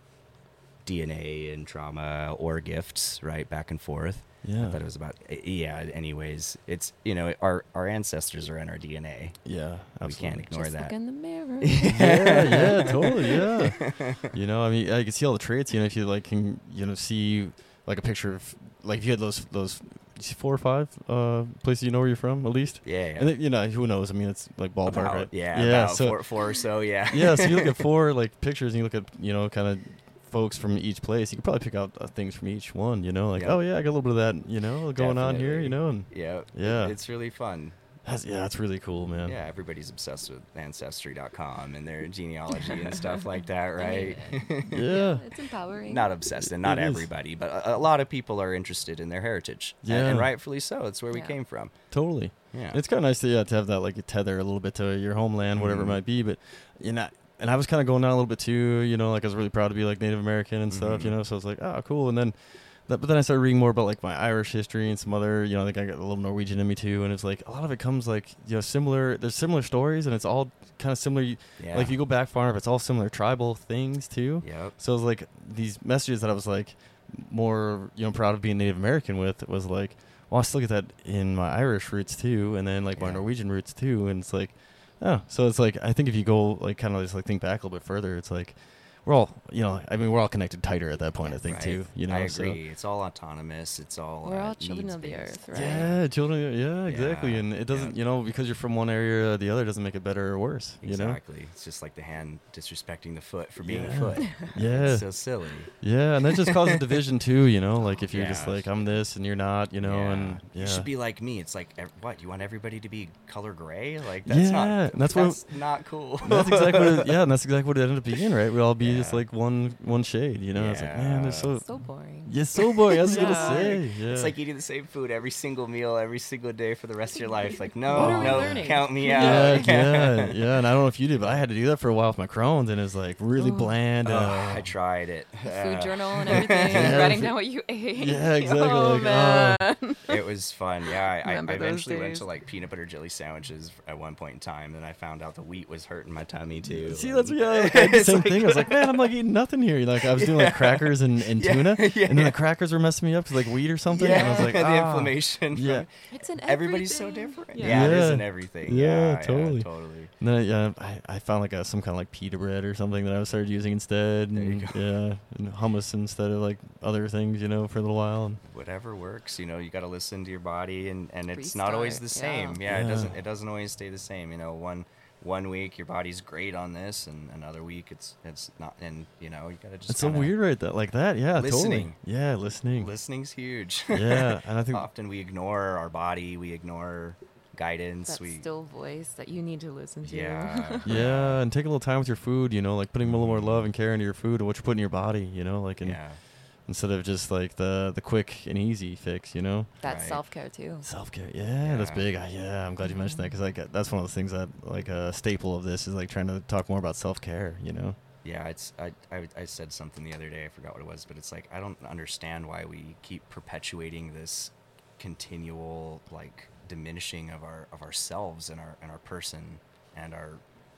B: DNA and trauma or gifts, right, back and forth. <laughs> I
A: Yeah.
B: thought it was about yeah. Anyways, it's you know our our ancestors are in our DNA.
A: yeah,
B: We can't
A: absolutely.
B: ignore
C: Just
B: that.
C: look in the mirror.
A: <laughs> yeah,
B: <laughs>
A: yeah, totally, yeah. You know, I mean, I can see all the traits. You know, if you like, can you know, see like a picture of like if you had those those four or five uh places you know where you're from at least.
B: yeah, yeah.
A: And then, you know, who knows? I mean, it's like ballpark,
B: About-
A: right?
B: yeah,
A: yeah.
B: about
A: so
B: four, four or so, yeah.
A: <laughs> yeah, so you
B: <laughs>
A: look at four like pictures, and you look at you know kind of folks from each place. You could probably pick out uh, things from each one. You know, like
B: Yep.
A: oh yeah, I got a little bit of that. You know, going on here. You
B: Definitely.
A: know, and
B: yeah,
A: Yeah.
B: It's really fun.
A: that's, yeah, that's really cool, man.
B: Yeah, everybody's obsessed with ancestry.com and their genealogy and stuff
A: <laughs>
B: like that, right? <laughs>
A: yeah,
C: It's empowering.
B: not obsessed, and not
A: It is.
B: everybody, but a, a lot of people are interested in their heritage. and- And,
A: Yeah.
B: rightfully so. It's where we
C: Yeah.
B: came from.
A: totally.
B: Yeah.
A: It's kind of nice to yeah, to have that like tether a little bit to your homeland, whatever
B: Mhm.
A: it might be. But you know, and I was kind of going down a little bit too. You know, like I was really proud to be like Native American and stuff. You
B: Mhm.
A: know, so I was like, oh, cool. And then, that, but then I started reading more about like my Irish history and some other. You know, I think I got a little Norwegian in me too. And it's like a lot of it comes like you know similar. There's similar stories, and it's all kind of similar.
B: yeah.
A: Like if you go back far enough, it's all similar tribal things too.
B: Yep.
A: So it was like these messages that I was like more you know proud of being Native American with was like, well, I still get that in my Irish roots too, and then like my
B: Yeah.
A: Norwegian roots too, and it's like, oh, so it's like I think if you go like kind of just like think back a little bit further, it's like we're all you know I mean we're all connected tighter at that point I think
B: Right.
A: too you know
B: I
A: so-
B: agree. It's all autonomous. It's all.
C: We're
B: uh,
C: all children of the
B: needs-based.
C: earth, right?
A: Yeah, children. Yeah, exactly.
B: Yeah,
A: And it doesn't,
B: yeah.
A: you know, because you're from one area or the other, doesn't make it better or worse.
B: Exactly. It's just like the hand disrespecting the foot for being
A: Yeah.
B: a foot.
A: You know. <laughs> Yeah.
B: It's so silly.
A: Yeah, and that just causes division too, you know. Like if you're just
B: Yeah.
A: like I'm this and you're not, you know,
B: yeah.
A: and yeah,
B: You should be like me. It's like, ev- what? You want everybody to be color gray? Like that's
A: Yeah,
B: not.
A: that's
B: That's,
A: what-
B: not cool.
A: <laughs> that's exactly what
B: <laughs>
A: it, yeah, and that's exactly what it ended up being, right? We all be just
B: Yeah.
A: like one one shade, you know. It's like man, they're
B: Yeah.
A: so
C: So boring.
A: yeah, so boring. I was gonna
C: Yeah.
A: say, yeah,
B: It's like eating the same food every single meal, every single day for the rest of your life. Like,
C: What are
B: no,
C: we
B: no,
C: learning?
B: count me out.
A: yeah,
B: <laughs>
A: yeah, yeah. And I don't know if you did, but I had to do that for a while with my Crohn's, and it was like really
C: Ooh.
A: bland. uh, and,
B: Ugh, Oh, I tried it.
C: The
B: Uh,
C: food journal
B: <laughs>
A: <laughs>
C: and everything,
A: Yeah,
C: writing
A: food-
C: down what you ate.
A: Yeah, exactly,
C: <laughs> Oh,
A: like, oh.
C: man.
B: It was fun. Yeah, I, I
C: Remember
B: I
C: those
B: eventually went
C: days.
B: to like peanut butter jelly sandwiches at one point in time. Then I found out the wheat was hurting my tummy too.
A: <laughs> See, that's
B: and- <laughs>
A: yeah, like, I did the
B: It's
A: same
B: like-
A: thing. I was
B: <laughs>
A: like, man, I'm like eating nothing here. Like I was doing like crackers and, and
B: Yeah,
A: tuna,
B: <laughs> yeah,
A: and then
B: yeah.
A: the crackers were messing me up because like wheat or something.
B: Yeah,
A: and I was like,
B: the
A: ah,
B: inflammation. from-
A: Yeah.
C: It's in
B: everybody's so
C: everything.
B: different.
C: Yeah.
B: Yeah, it is in
A: Yeah.
B: everything.
A: Yeah,
B: Yeah,
A: totally.
B: totally.
A: And then I, yeah, I, I found like a, some kind of like pita bread or something that I started using instead.
B: There you
A: And, Yeah, and hummus instead of like other things, you know, for a little while. And
B: Whatever works, you know, you got to listen to your body, and and it's not always the
C: Restart, yeah.
B: same. Yeah,
A: Yeah.
B: it doesn't it doesn't always stay the same. You know, one one week your body's great on this, and another week it's it's not. And you know, you got to just.
A: it's so
B: kinda-
A: weird, right? That like that, yeah,
B: Listening.
A: totally. Yeah, listening.
B: <laughs> Listening's huge.
A: yeah,
B: <laughs>
A: and I think
B: Often we ignore our body, we ignore guidance.
C: That
B: we
C: still voice that you need to listen to. <laughs>
B: yeah.
A: yeah, and take a little time with your food, you know, like putting a little more love and care into your food and what you put in your body, you know, like and
B: Yeah.
A: instead of just like the the quick and easy fix, you know.
C: That's
B: Right.
C: self care too.
A: Self care, yeah, that's
B: Yeah.
A: big. I, yeah, I'm glad you mentioned that because like that's one of those things that like a staple of this is like trying to talk more about self care, you know.
B: Yeah, it's I, I I said something the other day. I forgot what it was, but it's like I don't understand why we keep perpetuating this continual like diminishing of our of ourselves and our and our person and our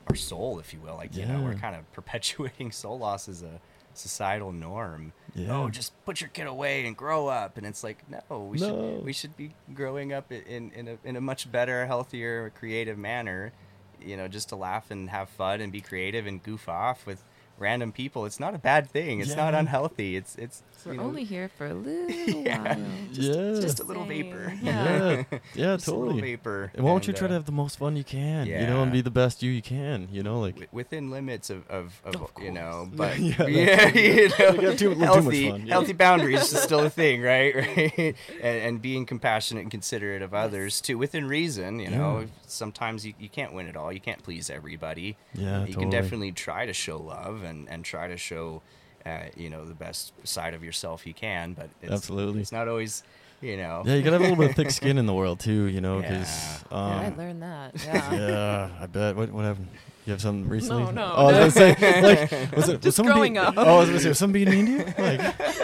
B: our soul, if you will. Like you know, we're
A: Yeah.
B: <laughs> kind of perpetuating soul loss as a societal norm.
A: Yeah.
B: Oh, just put your kid away and grow up. And it's like, no, we
A: No.
B: should we should be growing up i- in in a in a much better, healthier, creative manner. You know, just to laugh and have fun and be creative and goof off with random people. It's not a bad thing. It's not
A: Yeah.
B: unhealthy. It's it's
C: We're
B: you know,
C: only here <laughs> for a little while.
A: Just- Yeah.
B: just a little vapor.
C: Saying.
A: yeah, yeah,
B: <laughs> Just a little
A: totally.
B: vapor.
A: And why don't you
B: And,
A: try to
B: uh,
A: have the most fun you can, you know, and
B: yeah.
A: be the best you you can, you know, like
B: wi- within limits of, of, of,
A: Of
B: you know,
A: course. <laughs>
B: but
A: Yeah,
B: <laughs> yeah,
A: that's-
B: you know,
A: got too- too much
B: healthy,
A: fun, yeah.
B: healthy boundaries
A: <laughs>
B: is still a thing, right? <laughs> Right, and, and being compassionate and considerate of others too, within reason. You know,
A: Yeah.
B: sometimes you, you can't win it all, you can't please everybody.
A: Yeah,
B: you
A: totally.
B: can definitely try to show love and and try to show, uh, you know, the best side of yourself you can, but it's,
A: Absolutely.
B: it's not always, you know,
A: yeah, you gotta have a little bit of thick skin in the world too, you know, because
B: Yeah.
A: um,
C: I
A: <laughs>
C: learned that. <laughs> Yeah.
A: yeah, I bet. What what happened? You have something recently?
C: no,
A: Oh, I was gonna say,
C: <laughs>
A: like, was it was someone
C: growing
A: being,
C: up.
A: Oh, I was gonna say, was someone being mean
C: <laughs>
A: to you?
B: <laughs>
A: Like,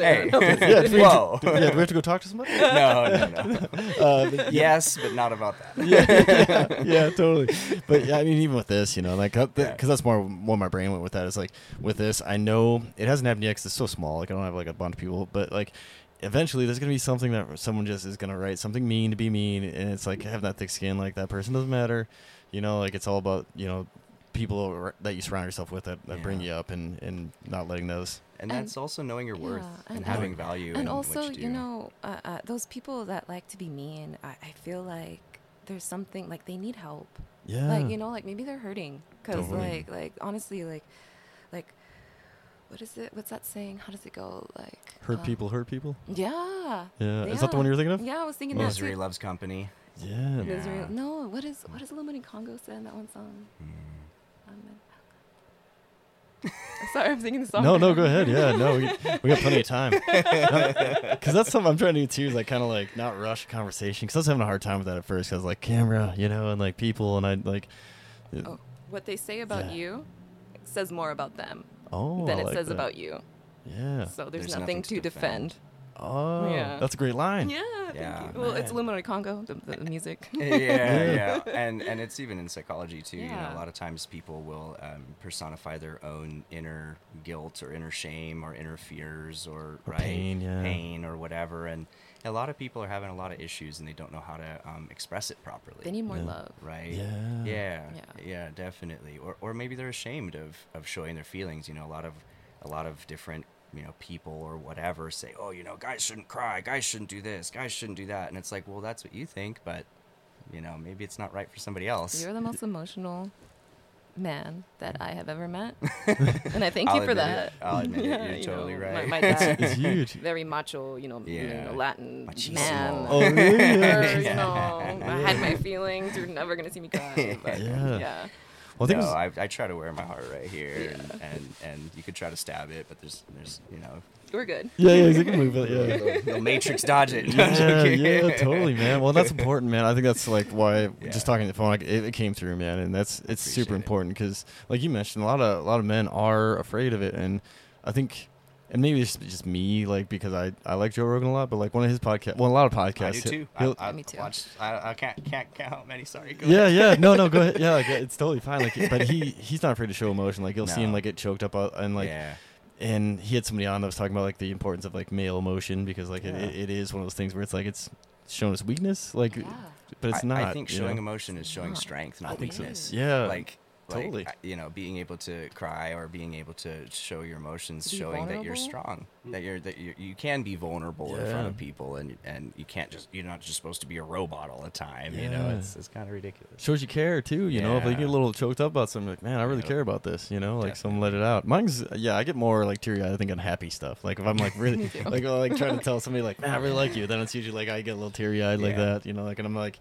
B: Hey.
A: <laughs> yeah, do we, have
B: Whoa.
A: to, do- yeah, do we have to go talk to somebody?
B: <laughs> <laughs> no, no, no.
A: <laughs> Uh, but
B: yes, but not about that.
A: yeah, <laughs> yeah, totally. But yeah, I mean, even with this, you know, like because
B: Yeah.
A: that's more what my brain went with that. Is like with this, I know it hasn't happened yet 'cause it's so small. Like I don't have like a bunch of people, but like eventually there's gonna be something that someone just is gonna write something mean to be mean, and it's like having that thick skin. Like that person doesn't matter, you know. Like it's all about you know people ar- that you surround yourself with that, that bring
B: Yeah.
A: you up and and not letting those.
B: and
C: And-
B: that's also knowing your worth
C: yeah,
B: and,
C: and-
B: having value in
C: and also,
B: what you,
C: you,
B: do.
C: know, uh, uh, those people that like to be mean, I, I feel like there's something like they need help.
A: Yeah,
C: Like you know, like maybe they're hurting because
A: Totally.
C: like like honestly, like like what is it? What's that saying? How does it go? Like
A: hurt
C: uh,
A: people, hurt people.
C: Yeah.
A: Yeah. Is that the one you were thinking of? Oh,
C: Yeah, I was thinking that.
B: misery
C: too.
B: loves
C: <laughs>
B: company <laughs>
A: Yeah, Hmm.
B: Yeah.
C: Misery. No, what is what does Lil Money Congo say in that one song? Um, Sorry, I'm singing the song.
A: No, no, go ahead. Yeah, no, we, we got
C: <laughs>
A: plenty of time. Because that's something I'm trying to do too, is like kind of like not rush conversation. Because I was having a hard time with that at first. Because like camera, you know, and like people, and I like,
C: Oh, what they say about
A: Yeah.
C: you says more about them
A: oh,
C: than
A: I
C: it
A: like
C: says
A: that.
C: about you.
A: Yeah.
C: So there's,
B: There's
C: nothing, to defend.
A: Oh,
C: Yeah.
A: that's a great line.
C: Yeah. thank
B: Yeah,
C: you. Well, it's
A: man.
C: Illuminati Congo, the,
B: <laughs>
C: the, the music.
B: yeah yeah and and it's even in psychology too you know
C: Yeah.
B: a lot of times people will um, personify their own inner guilt or inner shame or inner fears or,
A: Or
B: right,
A: pain, yeah.
B: pain or whatever and a lot of people are having a lot of issues and they don't know how to um, express it properly
C: they need more
A: Yeah.
C: love.
B: right
A: Yeah.
B: yeah
C: Yeah.
B: yeah definitely or, or maybe they're ashamed of of showing their feelings you know a lot of a lot of different you know people or whatever say oh you know guys shouldn't cry guys shouldn't do this guys shouldn't do that and it's like well that's what you think but you know maybe it's not right for somebody else
C: You're the most emotional man that I have
B: <laughs>
C: ever met, and I thank
B: I'll
C: you for
B: admit
C: that.
B: it. I'll
C: <laughs>
B: admit it.
C: Yeah,
B: You're
C: you
B: totally
C: know,
B: right. <laughs>
C: My, my dad,
A: It's
C: <laughs>
A: huge.
C: very macho, you know, you
B: Yeah.
C: know Latin
B: Machismo.
C: man.
A: Oh, really?
C: Or,
A: Yeah.
C: you know, I had my feelings. You're never gonna see me cry. But,
A: Yeah.
C: yeah.
A: Well, I think
B: no,
A: it was-
B: I, I try to wear my heart right here, and, and and you could try to stab it, but there's there's you know
C: <laughs> we're good.
A: yeah, yeah,
B: <laughs>
A: you can move it. Yeah.
B: the matrix dodge <laughs> it.
A: yeah,
B: <laughs>
A: yeah, totally, man. Well, that's important, man. I think that's like why
B: Yeah.
A: just talking to the phone, like, it, it came through, man, and that's it's super
B: Appreciate it.
A: important because, like you mentioned, a lot of a lot of men are afraid of it, and I think, and maybe it's just me, like because I I like Joe Rogan a lot, but like one of his podcasts, well, a lot of podcasts,
B: I do
A: he'll-
B: too.
A: he'll-
B: I, I
C: Me too.
B: Watched, I, I can't can't count how many. Sorry. Go
A: yeah, yeah, no, no, go
B: <laughs>
A: ahead. Yeah, like, it's totally fine. Like, but he he's not afraid to show emotion. Like, you'll see him
B: No.
A: like get choked up uh, and like
B: yeah.
A: and he had somebody on that was talking about like the importance of like male emotion because like it
B: Yeah.
A: it, it is one of those things where it's like it's shown as weakness like
C: Yeah.
A: but it's
B: I-
A: not
B: I, think
A: you
B: showing
A: know?
B: emotion is showing
C: not.
B: strength,
C: I
B: not
C: think so.
B: weakness.
A: yeah
B: Like, like,
A: Totally.
B: I- you know, being able to cry or being able to show your emotions,
C: Be
B: showing that you're
C: vulnerable.
B: strong, that you're that you you can be vulnerable in front
A: Yeah.
B: of people, and and you can't just you're not just supposed to be a robot all the time. You know,
A: Yeah.
B: it's it's kind of ridiculous.
A: shows you care too you know if they get
B: Yeah.
A: a little choked up about something like man i really
B: Yeah.
A: care about this you know like some let it out mine's yeah i get more like teary-eyed i think on happy stuff like if i'm like
B: <laughs>
A: really like oh, like trying to tell somebody like man i really like you then it's usually like i get a little teary-eyed like
B: Yeah.
A: that you know like and i'm like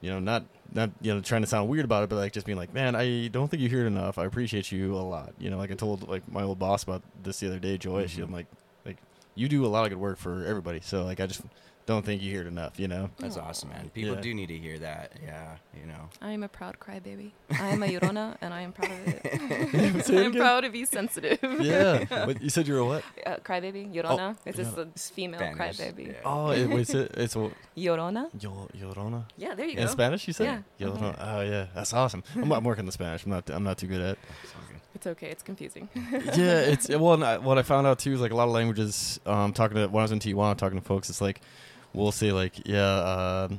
A: you know not not you know trying to sound weird about it but like just being like man i don't think you hear it enough i appreciate you a lot you know like i told like my old
B: Mm-hmm.
A: boss about this the other day joy she i'm like like you do a lot of good work for everybody so like i just don't think you hear it enough. You
B: <laughs>
A: know.
C: Oh.
B: That's awesome, man. People
A: Yeah.
B: do need to hear that. Yeah, you know.
C: I am a proud crybaby. I am a Yorona, <laughs> and I am proud of
A: <laughs>
C: it.
A: Say it
C: I'm
A: again.
C: proud to be sensitive.
A: Yeah. Wait, you said you were what?
C: <laughs> Uh, crybaby, Yorona. it's just a
A: Llorona.
C: female
B: Spanish,
C: crybaby.
B: yeah.
A: Oh, it, wait, it's
C: <laughs>
A: it's a-
C: Yorona.
A: Yo- Llorona.
C: Yeah, there you go.
A: In Spanish, you said?
C: Yeah.
A: Yo- Oh, yeah. That's awesome. I'm, I'm working the Spanish. I'm not. I'm not too good
C: <laughs>
A: at.
B: It's all good.
C: It's okay. It's confusing.
A: yeah,
C: <laughs>
A: it's um, well. and I- What I found out too is like a lot of languages. Um, talking to when I was in Tijuana, talking to folks, it's like we'll say like yeah, um,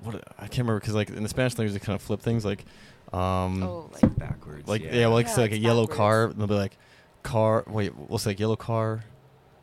A: what I can't remember because like in the Spanish language they kind of flip things like, um,
C: oh, like
B: Backwards.
A: like yeah, well, like
C: Yeah,
A: say, like a
C: it's
A: yellow
C: backwards.
A: car. and They'll be like car. Wait, we'll say like yellow car.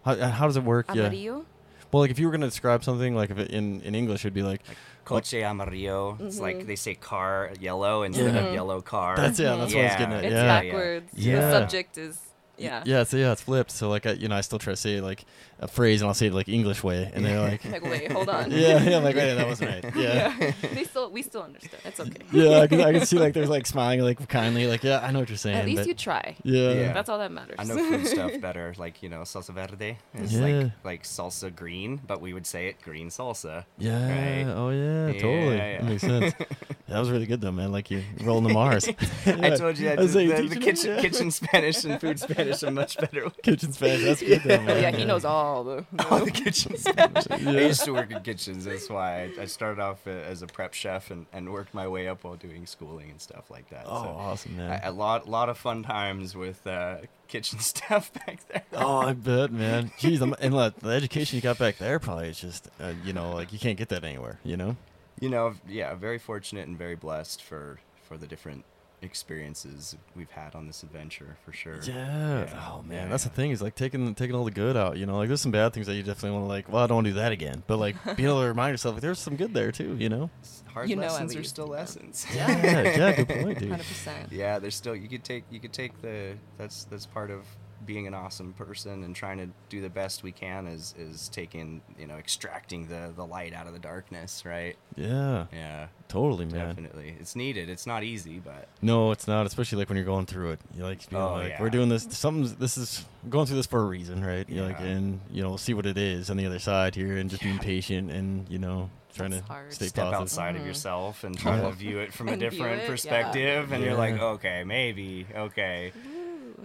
A: How, uh, how does it work? Yeah.
C: amarillo.
A: Well, like if you were gonna describe something like if it, in in English, it'd be like
B: Coche amarillo. It's like
C: Mm-hmm.
B: they say car yellow instead
A: Yeah.
B: of yellow car.
A: that's yeah, that's what I was
B: Yeah.
A: getting at.
C: It's
A: yeah.
B: yeah.
C: backwards.
A: Yeah.
C: The subject is yeah.
A: Yeah, so yeah, it's flipped. So like I, you know, I still try to say like a phrase, and I'll say it like English way, and they're
C: <laughs>
A: like, <laughs>
C: Like wait, hold on.
A: yeah, yeah, I'm like wait, that wasn't right. Yeah,
C: Yeah. they still <laughs> we still understand. It's okay.
A: yeah, I can, I can see like they're like smiling like kindly, like yeah, I know what you're saying.
C: At least
A: but-
C: you try.
A: yeah,
B: Yeah.
C: That's all that matters.
B: I know food
C: <laughs>
B: stuff better, like you know salsa verde. It's
A: Yeah.
B: like like salsa green, but we would say it green salsa.
A: yeah,
B: Right.
A: oh yeah,
B: Yeah,
A: totally,
B: yeah.
A: that makes
B: <laughs>
A: sense. that was really good though, man. Like you rolling the Mars.
B: I told you that
A: I was
B: the,
A: like,
B: the,
A: teaching him,
B: kitchen
A: yeah. <laughs>
B: kitchen Spanish and food Spanish are much better. <laughs>
A: kitchen Spanish. That's good though, man.
C: <laughs> yeah, he knows all the.
B: All the kitchen Spanish. I
A: Yeah.
B: used to
A: <laughs>
B: work in kitchens. That's why I, I started off uh, as a prep chef and, and worked my way up while doing schooling and stuff like that.
A: Oh, awesome,
B: I,
A: man.
B: a lot lot of fun times with uh, kitchen <laughs> staff back there.
A: Oh, I bet, man. Jeez, I'm, and like, the education you got back there probably is just, uh, you know, like you can't get that anywhere, you know?
B: You know, yeah, very fortunate and very blessed for for the different experiences we've had on this adventure for sure.
A: Yeah.
B: Yeah.
A: Oh
B: Yeah,
A: man, that's the
B: yeah.
A: thing is like taking taking all the good out. You know, like there's some bad things that you definitely want to like. Well, I don't want to do that again. But like being able to remind yourself, like there's some good there too. You know.
B: Hard
C: You know at
B: lessons are
C: least,
B: still
C: yeah.
B: lessons.
A: Yeah. yeah. Good
C: <laughs>
A: point, dude.
C: Hundred
B: <laughs>
C: percent.
B: yeah, there's still you could take you could take the that's that's part of being an awesome person and trying to do the best we can is is taking you know extracting the the light out of the darkness, right?
A: Yeah.
B: Yeah,
A: Totally, man.
B: definitely. It's needed. It's not easy, but
A: No, it's not. Especially like when you're going through it. You're like, you know,
B: Oh,
A: like
B: yeah.
A: we're doing this. Something's this is going through this for a reason, right? You're like,
B: Yeah.
A: and you know, we'll see what it is on the other side here, and just being patient and you know, trying
C: That's
A: to
C: hard.
A: stay
B: step
A: positive.
B: outside of yourself and try to
A: Yeah.
B: view it from a
C: Mm-hmm. And view
B: different
C: it, yeah.
B: perspective and you're like
A: Yeah.
B: okay maybe okay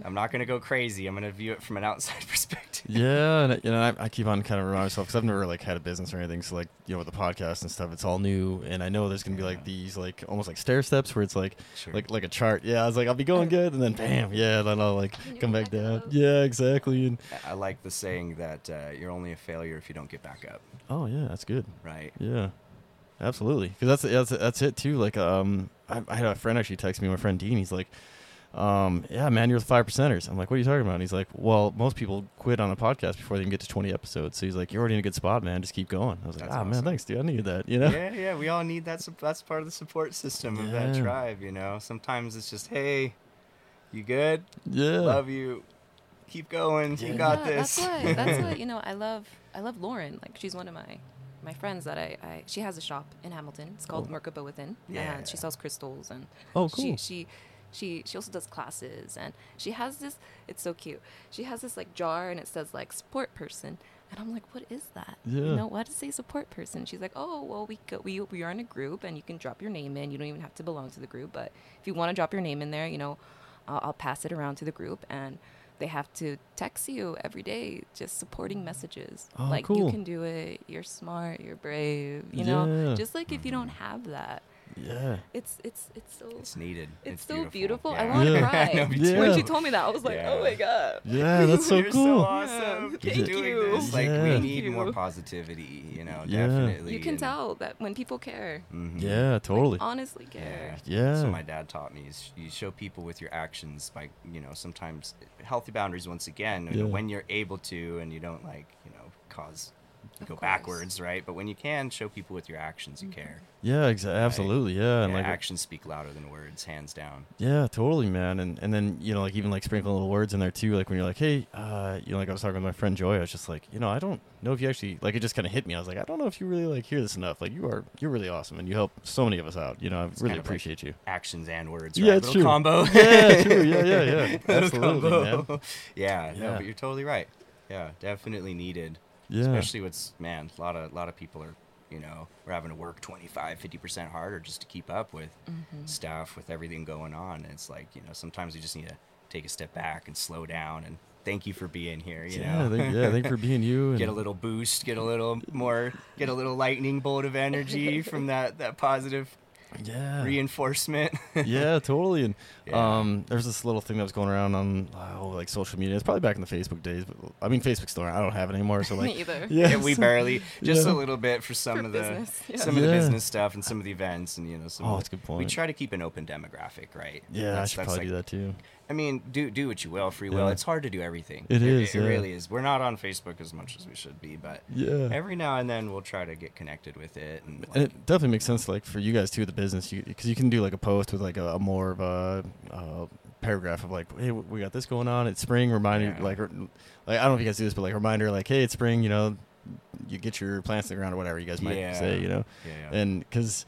B: i'm not going to go crazy i'm going to view it from an outside <laughs> perspective
A: Yeah, and I- you know, I, I keep on kind of reminding myself because I've never like had a business or anything. So like, you know, with the podcast and stuff, it's all new, and I know there's gonna be like these like almost like stair steps where it's like
B: Sure.
A: like like a chart. Yeah, I was like, I'll be going good, and then bam, yeah, then I'll like
C: And you're
A: come back
C: back
A: down.
C: up.
A: Yeah, exactly. And
B: I- i like the saying that uh, you're only a failure if you don't get back up
A: oh yeah, that's good.
B: right
A: Yeah, absolutely. Because that's, that's that's it too. Like, um, I, I had a friend actually text me. My friend Dean. He's like, um, yeah, man, you're the five percenters. I'm like, what are you talking about? And he's like, well, most people quit on a podcast before they even get to 20 episodes. So he's like, you're already in a good spot, man. Just keep going. I was like,
B: That's
A: ah, man,
B: awesome.
A: thanks, dude. I needed that. You know?
B: yeah yeah we all need that sup- that's part of the support system of that
A: Yeah.
B: tribe you know sometimes it's just hey you good
A: <laughs> Yeah.
B: love you keep going you
A: Yeah.
B: got
C: Yeah,
B: this
C: That's what that's what you know. I love I love Lauren. Like she's one of my my friends that I, I she has a shop in Hamilton. It's called
A: Cool.
C: Merkaba Within.
B: Yeah.
C: And she sells crystals and
A: Oh,
C: she
A: cool.
C: she she she also does classes and she has this it's so cute. She has this like jar and it says like support person. And I'm like, what is that?
A: Yeah.
C: You know, why does it say support person? She's like, oh, well, we go, we we are in a group, and you can drop your name in. You don't even have to belong to the group, but if you want to drop your name in there, you know, I'll, I'll pass it around to the group, and they have to text you every day, just supporting messages.
A: Oh,
C: like
A: cool.
C: you can do it. You're smart. You're brave. You know,
A: Yeah.
C: just like if you don't have that,
B: <laughs>
A: Yeah.
C: it's it's it's so
B: <laughs> it's needed
C: it's, so beautiful. I
B: Yeah.
C: want to
A: Yeah.
C: cry.
B: <laughs> I know, me
A: Yeah.
B: too.
C: When she told me that, I was like,
B: Yeah.
C: oh my god.
A: Yeah. That's so
B: <laughs> You're so
A: cool.
B: awesome.
C: Yeah.
B: Keep
A: Thank
B: doing
C: you.
B: this. Like
A: Yeah.
B: we
A: Thank
B: need more
C: you.
B: positivity, you know,
A: Yeah.
B: definitely.
C: You can
B: and-
C: tell that when people care,
B: Mhm.
A: yeah. Totally.
C: honestly
B: Yeah.
C: care.
A: Yeah.
B: So my dad taught me is you show people with your actions by, you know, sometimes healthy boundaries once again, you know,
A: Yeah.
B: when you're able to and you don't like, you know, cause
C: Of
B: go
C: course. Mm-hmm.
B: backwards, right? But when you can show people with your actions you care.
A: yeah. Exa- absolutely. Yeah. And
B: Yeah,
A: like
B: actions speak louder than words, hands down.
A: Yeah, totally, man. And and then you know, like even like sprinkling little words in there too. Like when you're like, hey, uh, you know, like I was talking with my friend Joy, I was just like, you know, I don't know if you actually like. It just kind of hit me. I was like, I don't know if you really like hear this enough. Like you are, you're really awesome, and you help so many of us out. You know, I really
B: kind of like-
A: appreciate you.
B: Actions and words,
A: Yeah,
B: right?
A: it's
B: Little
A: true.
B: combo.
A: yeah,
B: <laughs>
A: true. Yeah, yeah, yeah. Absolutely, man.
B: yeah, no,
A: Yeah.
B: but you're totally right. Yeah, definitely needed.
A: Yeah.
B: Especially what's man, a lot of lot of people are, you know, we're having to work 25, 50% harder just to keep up with stuff, with everything going on. And it's like, you know, sometimes you just need to take a step back and slow down and thank you for being here, you
A: yeah,
B: know.
A: thank,
B: <laughs>
A: yeah, thank you for being you. And
B: get a little boost, get a little more, get a little lightning bolt of energy from that that positive
A: yeah,
B: <laughs> reinforcement.
A: yeah, totally. And
B: Yeah.
A: um, there's this little thing that was going around on oh, like social media. It's probably back in the Facebook days, but I mean, Facebook's still around. I don't have it anymore. So <laughs> like,
C: <laughs> Me either.
A: yeah,
B: <laughs> Yeah, we
A: so-
B: barely just
A: Yeah.
B: a little bit for some
C: For
B: of the
C: business, yeah.
B: some of the
A: Yeah.
B: business stuff and some of the events and you know some
A: Oh,
B: of the-
A: that's a good
B: we
A: point.
B: try to keep an open demographic right
A: Yeah, I should probably do that too.
B: i mean do do what you will free will
A: Yeah.
B: it's hard to do everything
A: It is,
B: it,
A: yeah.
B: really is we're not on facebook as much as we should be but
A: Yeah.
B: every now and then we'll try to get connected with it and
A: And
B: like,
A: it definitely makes sense, like for you guys too, the business, because you, can do like a post with like a, a more of a uh, paragraph of like, hey, w- we got this going on. It's spring. Reminder,
B: Yeah.
A: like, r- like I don't know if you guys do this, but like reminder, like, hey, it's spring. You know, you get your plants in the ground or whatever you guys might
B: Yeah.
A: say. You know,
B: yeah, yeah.
A: and because,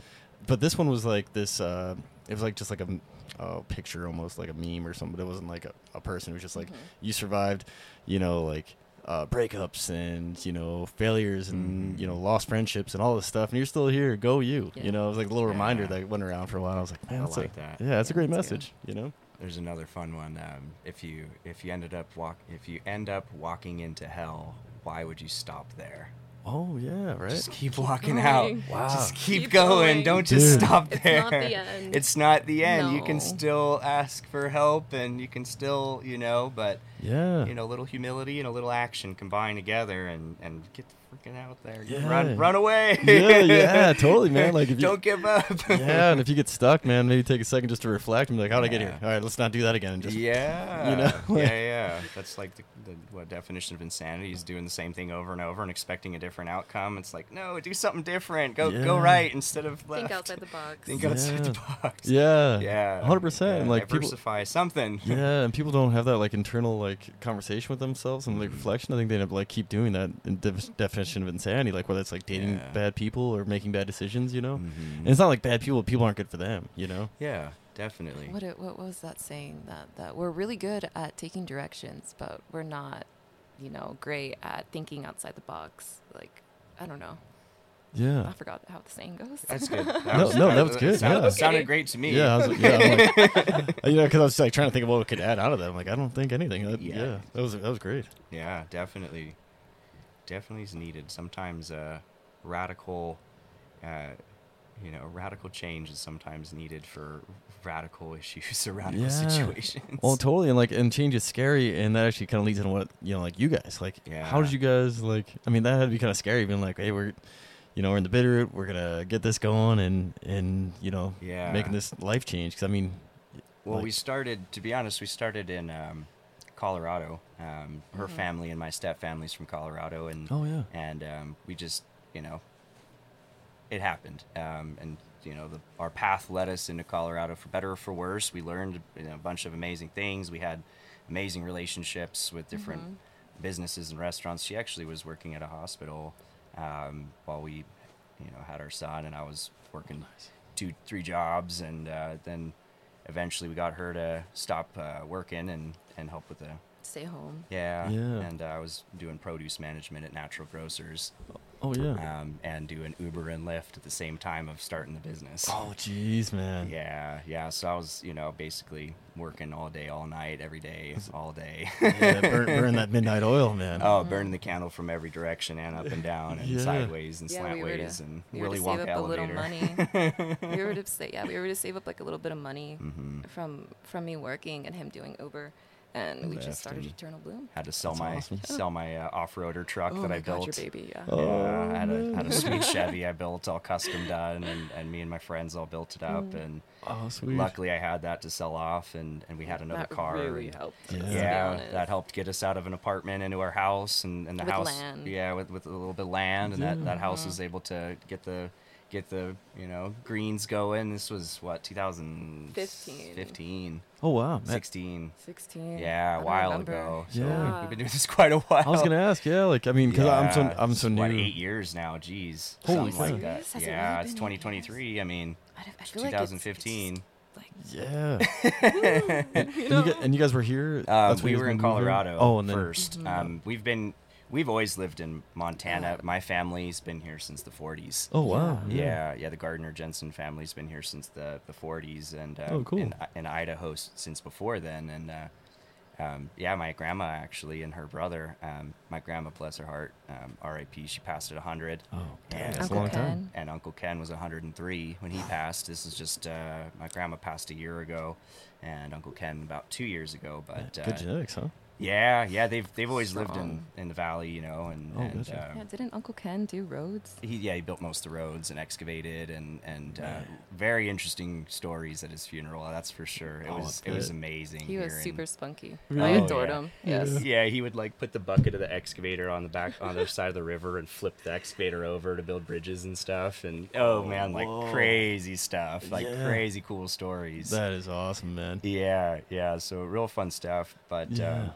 A: but this one was like this. Uh, it was like just like a, m- a picture, almost like a meme or something. But it wasn't like a, a person. It was just like
B: Mm-hmm.
A: you survived. You know, like. Uh, breakups and you know failures and
B: Mhm.
A: you know lost friendships and all this stuff and you're still here go you
C: Yeah.
A: you know it was like a little reminder
B: Yeah.
A: that went around for a while I was like man
B: I
A: that's a-
B: like that.
A: yeah that's a
C: Yeah,
A: great
C: me too.
A: message you know
B: there's another fun one um, if you if you ended up walk if you end up walking into hell why would you stop there
A: oh yeah right
B: Just keep walking out.
C: going.
A: Wow.
B: Just keep,
C: Keep
B: going.
C: going.
B: Don't just
A: Dude.
B: stop
C: It's
B: there.
C: not the end.
B: It's not the end. You can
C: No.
B: still ask for help and you can still, you know, but
A: yeah
B: you know, a little humility and a little action combine together and and get the freaking out there.
A: Yeah.
B: Run run away.
A: yeah yeah totally man like
B: <laughs>
A: if you
B: Don't give up.
A: <laughs> <laughs> yeah and if you get stuck man maybe take a second just to reflect and be like how'd I get here
B: Yeah.
A: all right let's not do that again and just
B: <laughs> yeah.
A: you know, like-
B: yeah, yeah. That's like the, the what definition of insanity is doing the same thing over and over and expecting a different outcome. It's like, no, do something different. Go go
A: Yeah.
B: right instead of left.
C: Think
B: <laughs>
C: outside the box.
B: Think outside the
A: <laughs>
B: box.
A: Yeah.
B: Yeah.
A: Hundred percent.
B: yeah,
A: And like people.
B: diversify something. <laughs>
A: Yeah, and people don't have that like internal like conversation with themselves and like reflection. I think they like keep doing that in def- definition of insanity, like whether it's like dating
B: Yeah.
A: bad people or making bad decisions. You know,
B: Mhm.
A: and it's not like bad people. People aren't good for them. You know.
B: Yeah, definitely.
C: What it, what was that saying that that we're really good at taking directions, but we're not, you know, great at thinking outside the box. Like I don't know. I
A: Yeah.
C: forgot how the saying goes. <laughs>
B: That's good. That
A: No, no, that was good,
B: Sounded,
A: yeah.
B: sounded
C: Okay.
B: great to me.
A: Yeah. I was, yeah. I'm like- you know, because I was like trying to think of what we could add out of that. I'm like, I don't think anything. That, yeah.
B: Yeah.
A: That was that was great.
B: <laughs> Yeah, definitely. Definitely is needed. Sometimes uh, radical, uh, you know, radical change is sometimes needed for radical issues or radical
A: Yeah.
B: <laughs> situations.
A: Well, totally, and like, and change is scary, and that actually kind of leads into what you know, like you guys, like, how did
B: Yeah.
A: you guys like? I mean, that had to be kind of scary, being like, hey, we're, you know, we're in the bitter, we're gonna get this going, and and you know,
B: Yeah.
A: making this life change. Because I mean,
B: Well, we
A: Like-
B: started, to be honest, we started in um, Colorado. Um, her family and my step family's from Colorado, and
A: Oh, yeah.
B: and um, we just, you know, it happened, um, and you know, the, our path led us into Colorado for better or for worse. We learned you know, a bunch of amazing things. We had amazing relationships with different businesses and restaurants. She actually was working at a hospital um, while we, you know, had our son, and I was working two, three jobs, and uh, then eventually we got her to stop uh, working and and help with the
C: Stay home.
B: yeah,
A: Yeah.
B: and uh, I was doing produce management at Natural Grocers,
A: oh yeah,
B: um, and doing Uber and Lyft at the same time of starting the business.
A: oh jeez, man,
B: Yeah, yeah. So I was, you know, basically working all day, all night, every day,
A: <laughs>
B: all day. <laughs>
A: yeah burn, burn that midnight oil, man.
B: oh,
C: Mm-hmm.
B: burning the candle from every direction and up and down and
A: Yeah.
B: sideways and
C: Yeah, we were
B: slantways
C: to,
B: and
C: we were
B: Willy
C: to save
B: Wonka
C: up a
B: elevator.
C: little money.
B: <laughs>
C: we were to say, yeah, we were to save up like a little bit of money
B: Mm-hmm.
C: from from me working and him doing Uber, and we
B: Left
C: just started
B: and-
C: Eternal Bloom.
B: Had to sell
A: That's
B: my
A: awesome.
B: sell my uh, off-roader truck
C: Oh
B: that
C: my
B: I
C: God,
B: built.
C: your baby, yeah.
A: Oh,
B: Yeah, I had a,
A: man.
B: had a
A: <laughs>
B: sweet Chevy I built all custom done, and, and me and my friends all built it up.
C: Mm.
B: And
A: oh sweet,
B: luckily, I had that to sell off, and, and we had another
C: that
B: car.
C: really
B: and-
C: helped.
A: Yeah.
C: us, to be
B: Yeah,
C: honest.
B: that helped get us out of an apartment into our house, and, and the
C: With
B: house.
C: land. Mm-hmm.
B: Yeah, with, with a little bit of land, and that, that house was able to get the get the you know greens going. This was what 2015,
C: Fifteen.
B: 15,
A: oh wow, man.
B: 16.
C: 16. I
B: Yeah, a
C: don't
B: while
C: remember.
B: ago. So
A: Yeah.
C: Uh.
B: we've been doing this <laughs> quite a while.
A: I was gonna ask, yeah, like I mean, because I'm so
B: Yeah,
A: I'm so
B: it's,
A: new.
B: What, eight years now? Jeez.
A: Holy
B: something like
A: cow.
B: that.
C: Serious? Has it really
B: yeah,
C: been
B: it's
C: eight
B: 2023. I mean,
C: I, d- I feel like it's- it's
B: 2015.
C: like
A: Yeah. and, and you, gu- and you guys were here.
B: Um,
A: That's when
B: we
A: you guys
B: were in
A: moved here?
B: Colorado
A: Oh, and then
B: first. Um, we've been We've always lived in Montana. My family's been here since the 40s.
A: Oh wow.
B: Yeah, yeah. The Gardner Jensen family's been here since the, the 40s, and uh,
A: Oh, cool.
B: in, in Idaho s- since before then. And uh, um, yeah, my grandma actually and her brother. Um, my grandma, bless her heart, um, R.I.P. She passed at 100.
A: Oh, damn,
B: Yeah.
A: that's a
C: Uncle
A: long
C: Ken.
A: time.
B: And Uncle Ken was 103 when he passed. This is just uh, my grandma passed a year ago, and Uncle Ken about two years ago. But
A: Good
B: uh,
A: genetics, huh?
B: yeah, yeah, they've they've always lived in,
C: Strong.
B: in the valley, you know, and,
A: Oh,
B: and
A: gotcha.
B: um,
C: Yeah, didn't Uncle Ken do roads?
B: he yeah he built most of the roads and excavated and and uh, very interesting stories at his funeral. That's for sure. It
A: Oh,
B: was
A: I
B: it was
A: bet.
B: amazing.
C: He was
B: hearing-
C: super spunky. I
A: Really?
C: adored
B: Oh, yeah.
C: him. Yes.
B: Yeah, he would like put the bucket of the excavator on the back
A: <laughs>
B: on the side of the river and flip the excavator over to build bridges and stuff. And oh, man, like
A: whoa.
B: crazy stuff, like
A: Yeah.
B: crazy cool stories.
A: That is awesome, man.
B: Yeah, yeah. So real fun stuff. But
A: Yeah.
B: um,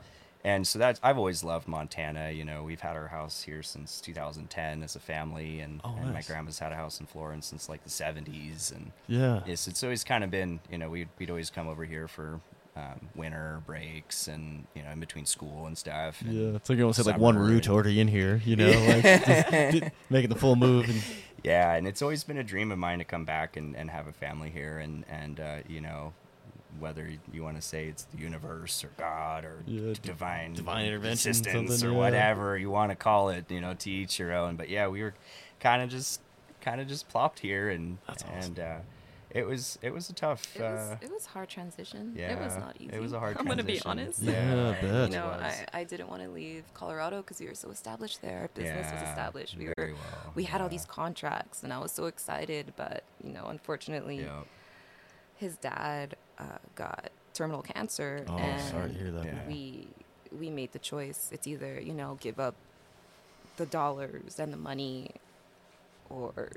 B: and so that's I've always loved Montana. You know, we've had our house here since 2010 as a family, and,
A: Oh,
B: and my
A: nice.
B: grandma's had a house in Florence since like the 70s, and
A: Yeah.
B: yes, it's always kind of been. You know, we'd we'd always come over here for um, winter breaks and you know in between school and stuff. and-
A: Yeah, it's like you almost had like one
B: Summer
A: route
B: and-
A: already in here, you know, like
B: <laughs>
A: just di- making the full move. And
B: Yeah, and it's always been a dream of mine to come back and, and have a family here, and and uh, you know, whether you want to say it's the universe or God or
A: Yeah,
B: d-
A: di-
B: divine
A: divine intervention,
B: assistance
A: something,
B: or
A: yeah.
B: whatever you want to call it, you know, to each your own. But yeah, we were kind of just kind of just plopped here, and
A: That's awesome.
B: and uh, it was it was a tough.
C: It was,
B: uh,
C: it was hard transition. it was
B: yeah,
C: not easy.
B: It was a hard.
C: <laughs> I'm
B: going to
C: be honest.
A: Yeah, I
C: You
A: bet.
C: know, I, I didn't want to leave Colorado because we were so established there. Our business was established. We were,
B: very well,
C: we had all
B: yeah.
C: these contracts, and I was so excited. But you know, unfortunately,
B: Yeah.
C: his dad uh, got terminal cancer,
A: oh,
C: and
A: sorry to hear that.
B: Yeah.
C: we we made the choice. It's either you know give up the dollars and the money, or